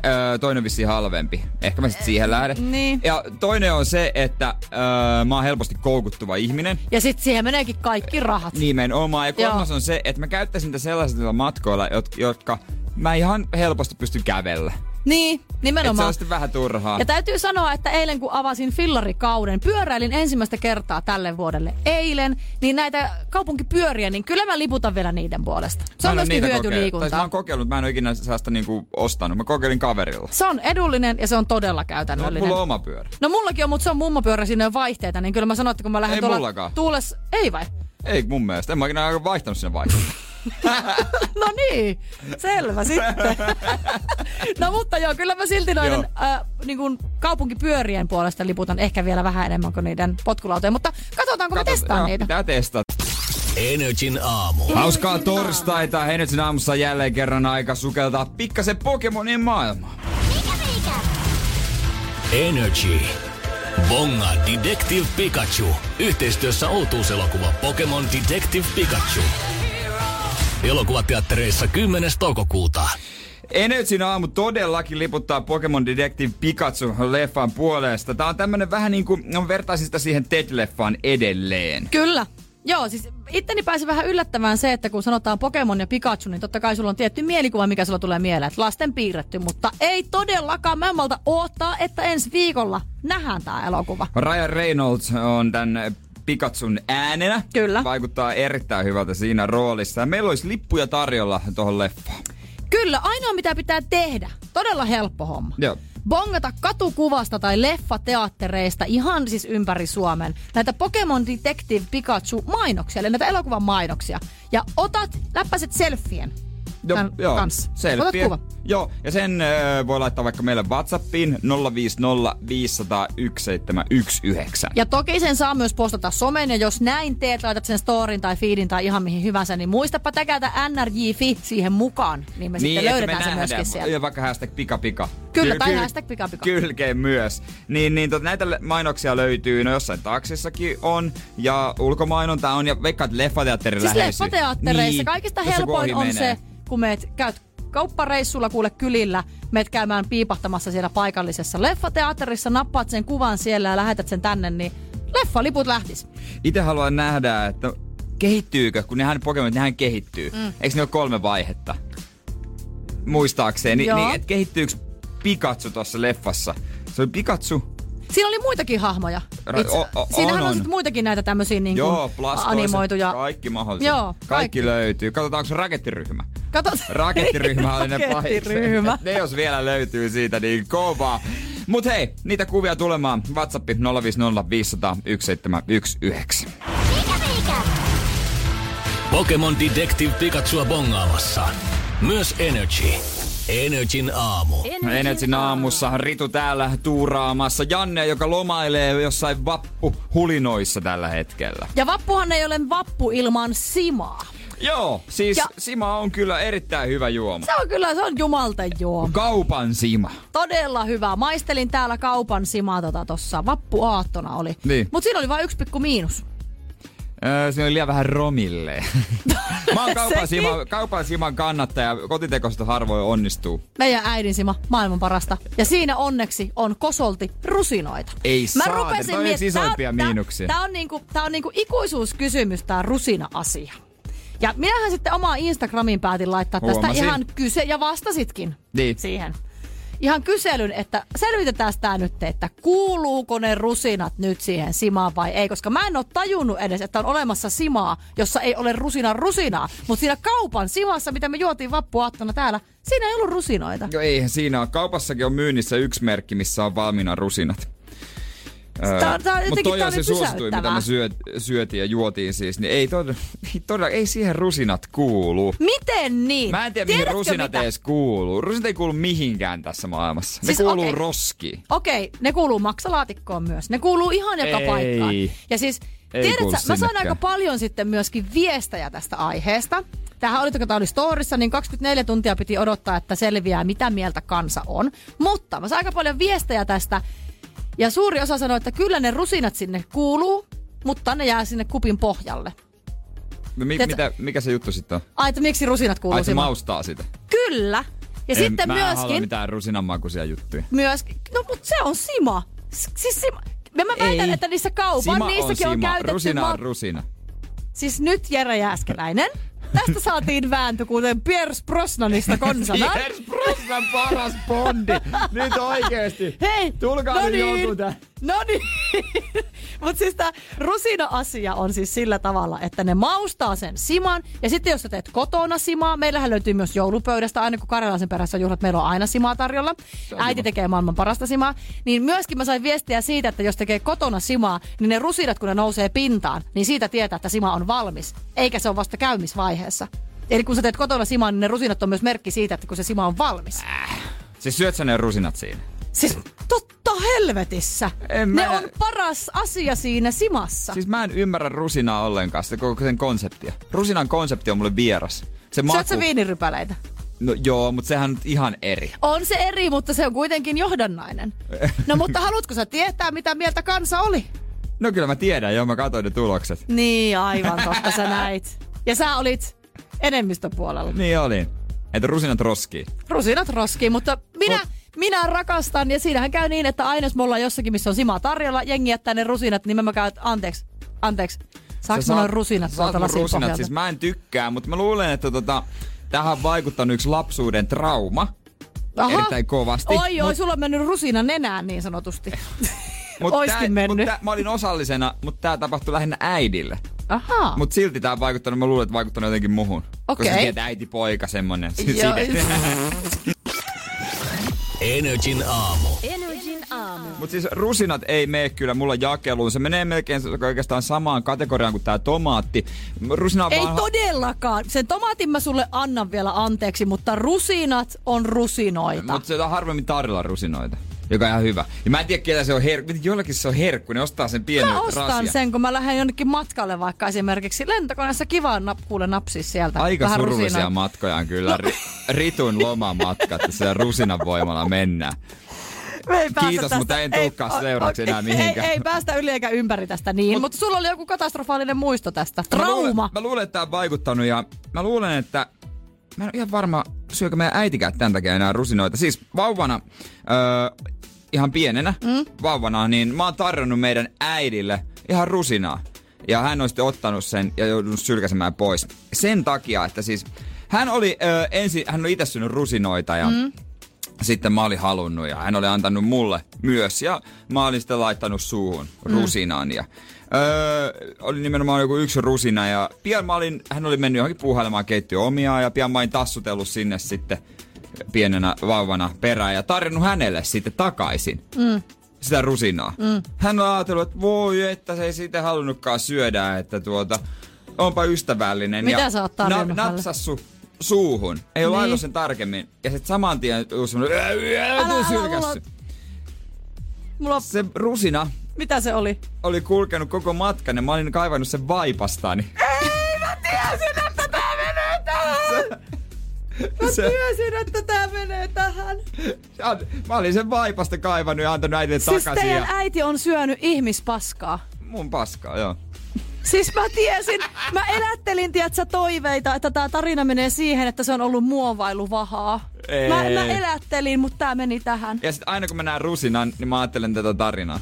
Speaker 3: Öö, toinen on vissiin halvempi. Ehkä mä sitten siihen lähden.
Speaker 4: niin.
Speaker 3: Ja toinen on se, että öö, mä oon helposti koukuttuva ihminen.
Speaker 4: ja sitten siihen meneekin kaikki rahat.
Speaker 3: Niin. Nimenomaan. Ja
Speaker 4: Joo.
Speaker 3: kolmas on se, että mä käyttäisin niitä sellaisilla matkoilla, jot- jotka mä ihan helposti pystyn kävellä.
Speaker 4: Niin,
Speaker 3: Et se
Speaker 4: nimenomaan.
Speaker 3: on sitten vähän turhaa.
Speaker 4: Ja täytyy sanoa, että eilen kun avasin fillarikauden, pyöräilin ensimmäistä kertaa tälle vuodelle eilen, niin näitä kaupunkipyöriä, niin kyllä mä liputan vielä niiden puolesta. Se on
Speaker 3: Mä en oo niitä
Speaker 4: myöskin
Speaker 3: kokeillut. Tai siis Mä
Speaker 4: hyötyliikuntaa.
Speaker 3: oon kokeillut, mutta mä en ole ikinä sellaista niinku ostanut. Mä kokeilin kaverilla.
Speaker 4: Se on edullinen ja se on todella
Speaker 3: No,
Speaker 4: käytännöllinen.
Speaker 3: mulla on oma pyörä.
Speaker 4: No mullakin on, mutta se on mummopyörä, siinä on vaihteita, niin kyllä mä sanon, että kun mä lähden
Speaker 3: Ei
Speaker 4: tuolla
Speaker 3: mullakaan.
Speaker 4: tuules... Ei vai?
Speaker 3: Ei mun mielestä. En mä ikinä vaihtanut sinne vaihtoon.
Speaker 4: No niin, selvä sitten. no mutta joo, kyllä mä silti noiden äh, niin kuin kaupunkipyörien puolesta liputan ehkä vielä vähän enemmän kuin niiden potkulautoja, mutta katsotaanko me No testaan
Speaker 3: joo,
Speaker 4: niitä.
Speaker 3: Pitää testata.
Speaker 2: Energin aamu.
Speaker 3: Hauskaa torstaita. Henrytsin aamussa jälleen kerran aika sukeltaa pikkasen Pokemonien maailmaan.
Speaker 2: Energy. Bonga Detective Pikachu. Yhteistyössä outuuselokuva Pokemon Detective Pikachu. Elokuvateattereissa 10. toukokuuta.
Speaker 3: Energin aamu todellakin liputtaa Pokemon Detective Pikachu-leffan puolesta. Tää on tämmönen vähän niinku, no vertaisin sitä siihen Ted-leffaan edelleen.
Speaker 4: Kyllä. Joo, siis itteni pääsi vähän yllättämään se, että kun sanotaan Pokemon ja Pikachu, niin totta kai sulla on tietty mielikuva, mikä sulla tulee mieleen, että lasten piirretty, mutta ei todellakaan. Mä en malta odottaa, että ensi viikolla nähdään tämä elokuva.
Speaker 3: Ryan Reynolds on tän Pikatsun äänenä.
Speaker 4: Kyllä.
Speaker 3: Vaikuttaa erittäin hyvältä siinä roolissa. Ja meillä olisi lippuja tarjolla tuohon leffaan.
Speaker 4: Kyllä, ainoa mitä pitää tehdä, todella helppo homma.
Speaker 3: Joo.
Speaker 4: Bongata katukuvasta tai leffateattereista ihan siis ympäri Suomen näitä Pokemon Detective Pikachu-mainoksia, eli näitä elokuvan mainoksia. Ja otat, läppäset selfien
Speaker 3: No,
Speaker 4: tämän kanssa.
Speaker 3: selfie.
Speaker 4: Otat kuva.
Speaker 3: Joo, ja sen ö, voi laittaa vaikka meille Whatsappiin 050 501 719.
Speaker 4: Ja toki sen saa myös postata someen, ja jos näin teet, laitat sen storin tai feedin tai ihan mihin hyvänsä, niin muistapa täkätä NRJ.fi siihen mukaan, niin me sitten
Speaker 3: että
Speaker 4: löydetään se myöskin sieltä.
Speaker 3: Ja vaikka hashtag pikapika.
Speaker 4: Kyllä,
Speaker 3: Kyl-
Speaker 4: tai
Speaker 3: kyl-
Speaker 4: hashtag pikapika.
Speaker 3: Kylkeen myös. Niin, niin tot, näitä le- mainoksia löytyy, no jossain taksissakin on, ja ulkomainonta on, ja veikkaat leffateatterin
Speaker 4: Siis
Speaker 3: läheisyys.
Speaker 4: leffateattereissa kaikista
Speaker 3: jossa Niin, kun
Speaker 4: helpoin
Speaker 3: ohi
Speaker 4: on
Speaker 3: menee.
Speaker 4: se, kun meet käyt kauppareissulla kuule kylillä, meet käymään piipahtamassa siellä paikallisessa leffateatterissa, nappaat sen kuvan siellä ja lähetät sen tänne, niin leffaliput lähtis.
Speaker 3: Itse haluan nähdä, että kehittyykö, kun nehän Pokemonit, nehän kehittyy. Mm. Eikö ne ole kolme vaihetta? Muistaakseni. Ni,
Speaker 4: Joo.
Speaker 3: niin, että kehittyykö Pikachu tuossa leffassa? Se oli Pikachu,
Speaker 4: Siinä oli muitakin hahmoja.
Speaker 3: Ra-
Speaker 4: Itse-
Speaker 3: o- o-
Speaker 4: Siinähän
Speaker 3: on,
Speaker 4: on,
Speaker 3: on.
Speaker 4: sitten muitakin näitä tämmöisiä niin
Speaker 3: Joo,
Speaker 4: kuin
Speaker 3: plastoiset,
Speaker 4: animoituja.
Speaker 3: kaikki mahdolliset.
Speaker 4: Joo,
Speaker 3: kaikki.
Speaker 4: kaikki.
Speaker 3: kaikki löytyy. Katsotaan, onko se rakettiryhmä?
Speaker 4: Kato,
Speaker 3: Rakettiryhmä oli ne
Speaker 4: Rakettiryhmä.
Speaker 3: pahikset. Ne jos vielä löytyy siitä, niin kovaa. Mut hei, niitä kuvia tulemaan. WhatsApp 050 500 1719.
Speaker 2: Pokemon Detective Pikachua bongaamassa. Myös Energy. Energin aamu.
Speaker 3: Energin aamussa Ritu täällä tuuraamassa. Janne, joka lomailee jossain vappu hulinoissa tällä hetkellä.
Speaker 4: Ja vappuhan ei ole vappu ilman simaa.
Speaker 3: Joo, siis
Speaker 4: Ja-
Speaker 3: Sima on kyllä erittäin hyvä juoma.
Speaker 4: Se on kyllä, se on jumalten juoma.
Speaker 3: Kaupan Sima.
Speaker 4: Todella hyvä. Maistelin täällä kaupan simaa tota tossa. Vappuaattona oli.
Speaker 3: Niin.
Speaker 4: Mut siinä oli vain yksi pikku miinus.
Speaker 3: Öö, se oli liian vähän romille. Mä oon kaupan,
Speaker 4: Sekin.
Speaker 3: Sima, kaupan Siman kannattaja. Kotitekosta harvoin onnistuu.
Speaker 4: Meidän äidin sima, maailman parasta. Ja siinä onneksi on kosolti rusinoita.
Speaker 3: Ei
Speaker 4: Mä
Speaker 3: saatana,
Speaker 4: rupesin
Speaker 3: toi on
Speaker 4: miet-
Speaker 3: yksi isoimpia
Speaker 4: tää on- tää-
Speaker 3: miinuksia.
Speaker 4: Tää on, niinku, tää on niinku ikuisuuskysymys tää rusina-asia. Ja minähän sitten omaa Instagramiin päätin laittaa tästä
Speaker 3: Huomasin.
Speaker 4: ihan kyse, ja vastasitkin
Speaker 3: Niin.
Speaker 4: siihen. Ihan kyselyn, että selvitetään tää nyt, että kuuluuko ne rusinat nyt siihen simaan vai ei. Koska mä en ole tajunnut edes, että on olemassa simaa, jossa ei ole rusina rusinaa. Mutta siinä kaupan simassa, mitä me juotiin vappuaattona täällä, siinä ei ollut rusinoita.
Speaker 3: No eihän siinä ole. Kaupassakin on myynnissä yksi merkki, missä on valmiina rusinat. Öö,
Speaker 4: Tää on- tää on
Speaker 3: mut
Speaker 4: jotenkin-
Speaker 3: toi
Speaker 4: tää
Speaker 3: on
Speaker 4: oli
Speaker 3: se suosituin, mitä
Speaker 4: pysäyttävää.
Speaker 3: me syö, syötiin ja juotiin siis. Niin ei, todella, ei, todella, ei siihen rusinat kuulu.
Speaker 4: Miten niin?
Speaker 3: Mä en tiedä, mihin
Speaker 4: Tiedätkö
Speaker 3: rusinat
Speaker 4: mitä?
Speaker 3: edes kuuluu. Rusinat ei kuulu mihinkään tässä maailmassa.
Speaker 4: Siis
Speaker 3: ne kuuluu
Speaker 4: okei.
Speaker 3: roskiin.
Speaker 4: Okei, ne kuuluu maksalaatikkoon myös. Ne kuuluu ihan joka
Speaker 3: Ei.
Speaker 4: paikkaan. Ja siis,
Speaker 3: Ei
Speaker 4: tiedätkö,
Speaker 3: kuulu
Speaker 4: mä sain
Speaker 3: sinnekään.
Speaker 4: aika paljon sitten myöskin viestejä tästä aiheesta. Tähän oli, kun tämä oli storissa, niin 24 tuntia piti odottaa, että selviää, mitä mieltä kansa on. Mutta mä sain aika paljon viestejä tästä. Ja suuri osa sanoi, että kyllä ne rusinat sinne kuuluu, mutta ne jää sinne kupin pohjalle.
Speaker 3: No, mi,
Speaker 4: Tiedätkö-
Speaker 3: mitä, mikä se juttu sitten on?
Speaker 4: Ai, että miksi rusinat kuuluu
Speaker 3: Ai se
Speaker 4: sinne?
Speaker 3: maustaa sitä.
Speaker 4: Kyllä. Ja
Speaker 3: En-
Speaker 4: sitten
Speaker 3: mä en halua
Speaker 4: myöskin...
Speaker 3: mitään rusinanmakuisia juttuja.
Speaker 4: myös. No mut se on sima. S- Siis sima. Ja mä väitän,
Speaker 3: Ei.
Speaker 4: että niissä kaupan,
Speaker 3: Sima
Speaker 4: niissäkin
Speaker 3: on,
Speaker 4: on,
Speaker 3: sima.
Speaker 4: käytetty...
Speaker 3: Rusina
Speaker 4: ma-
Speaker 3: on rusina.
Speaker 4: siis nyt Jere Jääskeläinen. Tästä saatiin vääntö, kuten Piers Brosnanista konsanaan.
Speaker 3: Pierce Brosnan paras bondi. Nyt oikeesti.
Speaker 4: Hei!
Speaker 3: Tulkaa
Speaker 4: no
Speaker 3: nyt
Speaker 4: niin,
Speaker 3: joutuu tää.
Speaker 4: No niin. Mutta siis tämä rusina-asia on siis sillä tavalla, että ne maustaa sen siman. Ja sitten jos sä teet kotona simaa, meillähän löytyy myös joulupöydästä, aina kun Karjalaisen perässä on juhlat, meillä on aina simaa tarjolla. Äiti tekee maailman parasta simaa. Niin myöskin mä sain viestiä siitä, että jos tekee kotona simaa, niin ne rusinat kun ne nousee pintaan, niin siitä tietää, että sima on valmis. Eikä se ole vasta käymisvaiheessa. Eli kun sä teet kotona simaa, niin ne rusinat on myös merkki siitä, että kun se sima on valmis.
Speaker 3: Siis syöt sä ne rusinat siinä?
Speaker 4: Siis totta helvetissä.
Speaker 3: En
Speaker 4: ne
Speaker 3: mä-
Speaker 4: on paras asia siinä simassa. Siis
Speaker 3: Siis mä en ymmärrä rusinaa ollenkaan, sitä koko sen konseptia. Rusinan konsepti on mulle vieras. Se maku...
Speaker 4: Syötkö sä viinirypäleitä?
Speaker 3: No joo, mutta sehän on nyt ihan eri.
Speaker 4: On se eri, mutta se on kuitenkin johdannainen. No mutta haluatko sä tietää, mitä mieltä kansa oli?
Speaker 3: No kyllä mä tiedän, joo mä katsoin ne tulokset.
Speaker 4: Niin, aivan totta sä näit. Ja sä olit enemmistöpuolella.
Speaker 3: Niin olin. Että rusinat roskii.
Speaker 4: Rusinat roskiin, mutta minä, minä rakastan ja siinähän käy niin, että aina jos me ollaan jossakin, missä on simaa tarjolla, jengi jättää ne rusinat, niin mä käyn, että anteeksi, anteeksi, saanko
Speaker 3: Sä
Speaker 4: mulla
Speaker 3: saat-
Speaker 4: rusinat
Speaker 3: saat
Speaker 4: tuolta
Speaker 3: mun
Speaker 4: lasin
Speaker 3: rusinat,
Speaker 4: pohjalta?
Speaker 3: siis mä en tykkää, mutta mä luulen, että tota, tähän on vaikuttanut yksi lapsuuden trauma. Erittäin kovasti.
Speaker 4: Oi, oi,
Speaker 3: Mut-
Speaker 4: sulla on mennyt rusina nenään niin sanotusti.
Speaker 3: Mut
Speaker 4: Oiskin
Speaker 3: tää-
Speaker 4: mennyt.
Speaker 3: Mut tää, mä olin osallisena, mutta tämä tapahtui lähinnä äidille.
Speaker 4: Ahaa.
Speaker 3: Mut silti tämä on vaikuttanut, mä luulen, että vaikuttanut jotenkin muhun. Koska
Speaker 4: Ah. Okei.
Speaker 3: tiedät, äiti poika semmonen.
Speaker 4: Joo.
Speaker 3: side.
Speaker 2: Energin aamu.
Speaker 3: Mutta siis rusinat ei mene kyllä mulla jakeluun. Se menee melkein oikeastaan samaan kategoriaan kuin tämä tomaatti. Rusina on
Speaker 4: Ei
Speaker 3: vaan...
Speaker 4: todellakaan. Sen tomaatin mä sulle annan vielä anteeksi, mutta rusinat on rusinoita.
Speaker 3: Mutta se on harvemmin tarjolla rusinoita, joka on ihan hyvä. Ja mä en tiedä, kenellä se on herkku. Jollakin se on herkku, ne ostaa sen pienen
Speaker 4: Mä ostan
Speaker 3: rasia.
Speaker 4: sen, kun mä lähden jonnekin matkalle vaikka esimerkiksi lentokoneessa kivaan nappuulle napsia sieltä.
Speaker 3: Aika
Speaker 4: vähän No.
Speaker 3: surullisia
Speaker 4: rusinaa.
Speaker 3: matkoja on kyllä. Ri- Ritun lomamatkat, siellä rusinan voimalla mennään.
Speaker 4: Me ei päästä
Speaker 3: Kiitos,
Speaker 4: tästä-
Speaker 3: mutta en
Speaker 4: ei-
Speaker 3: tulekaan
Speaker 4: o-
Speaker 3: seuraavaksi
Speaker 4: o-
Speaker 3: enää mihinkään.
Speaker 4: Ei, ei päästä yli eikä ympäri tästä niin,
Speaker 3: Mut-
Speaker 4: mutta sulla oli joku katastrofaalinen muisto tästä.
Speaker 3: Mä
Speaker 4: Trauma.
Speaker 3: luulen, mä luulen, että tämä on vaikuttanut ja mä luulen, että mä en ole ihan varma, syökö meidän äitikään tämän takia enää rusinoita. Siis vauvana, öö, ihan pienenä mm? vauvana, niin mä oon tarjonnut meidän äidille ihan rusinaa. Ja hän on sitten ottanut sen ja joudunut sylkäsemään pois. Sen takia, että siis hän oli öö, ensin, hän oli itse syönyt rusinoita ja mm? sitten mä olin halunnut ja hän oli antanut mulle myös ja mä olin sitten laittanut suuhun
Speaker 4: Mm.
Speaker 3: rusinan ja öö, oli nimenomaan joku yksi rusina ja pian mä olin, hän oli mennyt johonkin puuhailemaan keittiö omiaan ja pian mä olin tassutellut sinne sitten pienenä vauvana perään ja tarjonnut hänelle sitten takaisin. Mm sitä rusinaa. Mm. Hän on ajatellut, että voi, että se ei siitä halunnutkaan syödä, että tuota, onpa ystävällinen.
Speaker 4: Mitä
Speaker 3: ja
Speaker 4: sä oot tarjonnut
Speaker 3: napsas su, suuhun. Ei ole
Speaker 4: Niin.
Speaker 3: niin. sen tarkemmin. Ja sit saman tien tuu semmonen... Ää, ää,
Speaker 4: Älä,
Speaker 3: tuu
Speaker 4: älä,
Speaker 3: sylkässy.
Speaker 4: mulla on- Mulla on,
Speaker 3: Se rusina
Speaker 4: mitä se oli?
Speaker 3: oli kulkenut koko matkan ja mä olin kaivannut sen vaipastani. Ei, mä tiesin, että tää menee tähän! Se, se,
Speaker 4: Tiesin, että tää menee tähän.
Speaker 3: Ja Mä olin sen vaipasta kaivannut ja antanut äitille
Speaker 4: Siis
Speaker 3: takaisin
Speaker 4: teidän
Speaker 3: ja
Speaker 4: äiti on syönyt ihmispaskaa.
Speaker 3: mun paskaa, joo.
Speaker 4: Siis mä tiesin, mä elättelin, tiedätkö, toiveita, että tämä tarina menee siihen, että se on ollut muovailuvahaa.
Speaker 3: Ei.
Speaker 4: Mä, mä elättelin, mutta tämä meni tähän.
Speaker 3: Ja sit aina kun mä näen rusinan, niin mä ajattelen tätä tarinaa.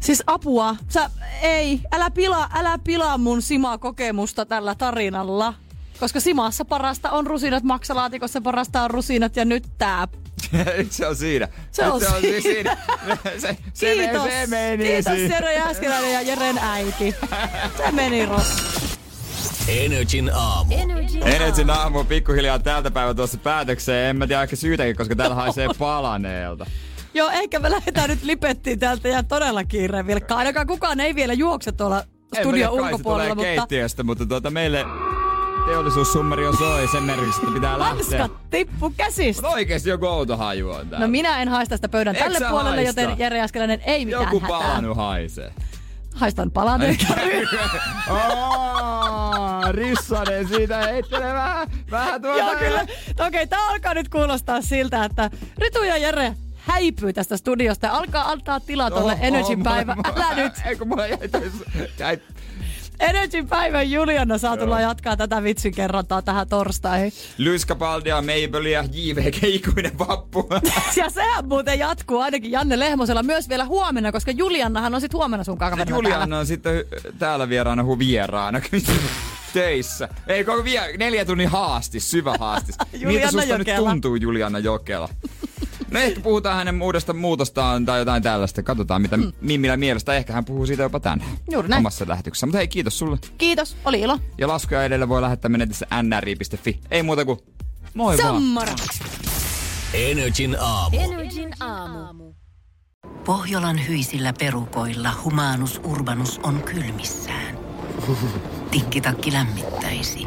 Speaker 4: Siis apua, sä, ei, älä pilaa, älä pilaa mun simaa kokemusta tällä tarinalla. Koska Simaassa parasta on rusinat, maksalaatikossa parasta on rusinat ja nyt tää.
Speaker 3: Nyt se on siinä.
Speaker 4: Se
Speaker 3: Nyt
Speaker 4: on
Speaker 3: si- siinä. se, se,
Speaker 4: Kiitos,
Speaker 3: se meni
Speaker 4: kiitos
Speaker 3: siinä.
Speaker 4: Jere Jääskeläinen ja Jeren äiti. Se meni rossi.
Speaker 2: Energin aamu.
Speaker 3: Energin aamu pikkuhiljaa tältä päivältä tuossa päätökseen. En mä tiedä ehkä syytäkin, koska täällä
Speaker 4: No.
Speaker 3: haisee palaneelta.
Speaker 4: Joo, ehkä me lähdetään nyt lipettiin täältä ja todella kiire vilkkaa. Ainakaan kukaan ei vielä juokse tuolla
Speaker 3: En mä tiedä,
Speaker 4: studion
Speaker 3: kai se tulee
Speaker 4: ulkopuolella, mutta
Speaker 3: keittiöstä, mutta tuota, meille teollisuussummeri on soi, sen merkistä pitää lähteä.
Speaker 4: hanskat tippu käsistä.
Speaker 3: Mutta oikeesti joku outo haju on täällä.
Speaker 4: No minä en haista sitä pöydän
Speaker 3: Eikö
Speaker 4: tälle
Speaker 3: sä
Speaker 4: puolelle,
Speaker 3: haista?
Speaker 4: joten Jere Jääskeläinen ei mitään
Speaker 3: Joku
Speaker 4: hätää.
Speaker 3: palanu haisee.
Speaker 4: Haistan palan
Speaker 3: Aa, Rissanen siitä heittelee vähän, vähän tuota.
Speaker 4: Joo, kyllä. Okei, okay, tämä alkaa nyt kuulostaa siltä, että Ritu ja Jere häipyy tästä studiosta ja alkaa antaa tilaa tuolle
Speaker 3: Oho,
Speaker 4: Energyn
Speaker 3: mulla-
Speaker 4: päivä.
Speaker 3: mulla-
Speaker 4: Älä nyt.
Speaker 3: Ei kun mulla jäi tässä, jäi,
Speaker 4: Energyn päivän Juliana saa tulla jatkaa tätä vitsin kerrontaa tähän torstaihin.
Speaker 3: Luis Capaldia, Maybellia, JVG, ikuinen vappu.
Speaker 4: Ja sehän muuten jatkuu ainakin Janne Lehmosella myös vielä huomenna, koska Juliannahan on sitten huomenna sun kaverina täällä.
Speaker 3: Juliana Siis on sitten hy- täällä vieraana hu vieraana. Töissä. Ei, koko vie, neljä tunnin haastis, syvä haastis. Miltä
Speaker 4: Juliana
Speaker 3: susta nyt
Speaker 4: Jokela.
Speaker 3: tuntuu Juliana Jokela? No ehkä puhutaan hänen uudesta muutostaan tai jotain tällaista. Katsotaan mitä mm. Mimmillä mielestä. Ehkä hän puhuu siitä jopa tänään.
Speaker 4: Hmm. Juuri näin.
Speaker 3: Omassa lähetyksessä. Mutta hei, kiitos sulle.
Speaker 4: Kiitos, oli ilo.
Speaker 3: Ja laskuja edellä voi lähettää menetissä nri.fi. Ei muuta kuin moi vaan.
Speaker 4: Sammara.
Speaker 2: Energin aamu.
Speaker 8: Pohjolan hyisillä perukoilla humanus urbanus on kylmissään. Tikkitakki lämmittäisi.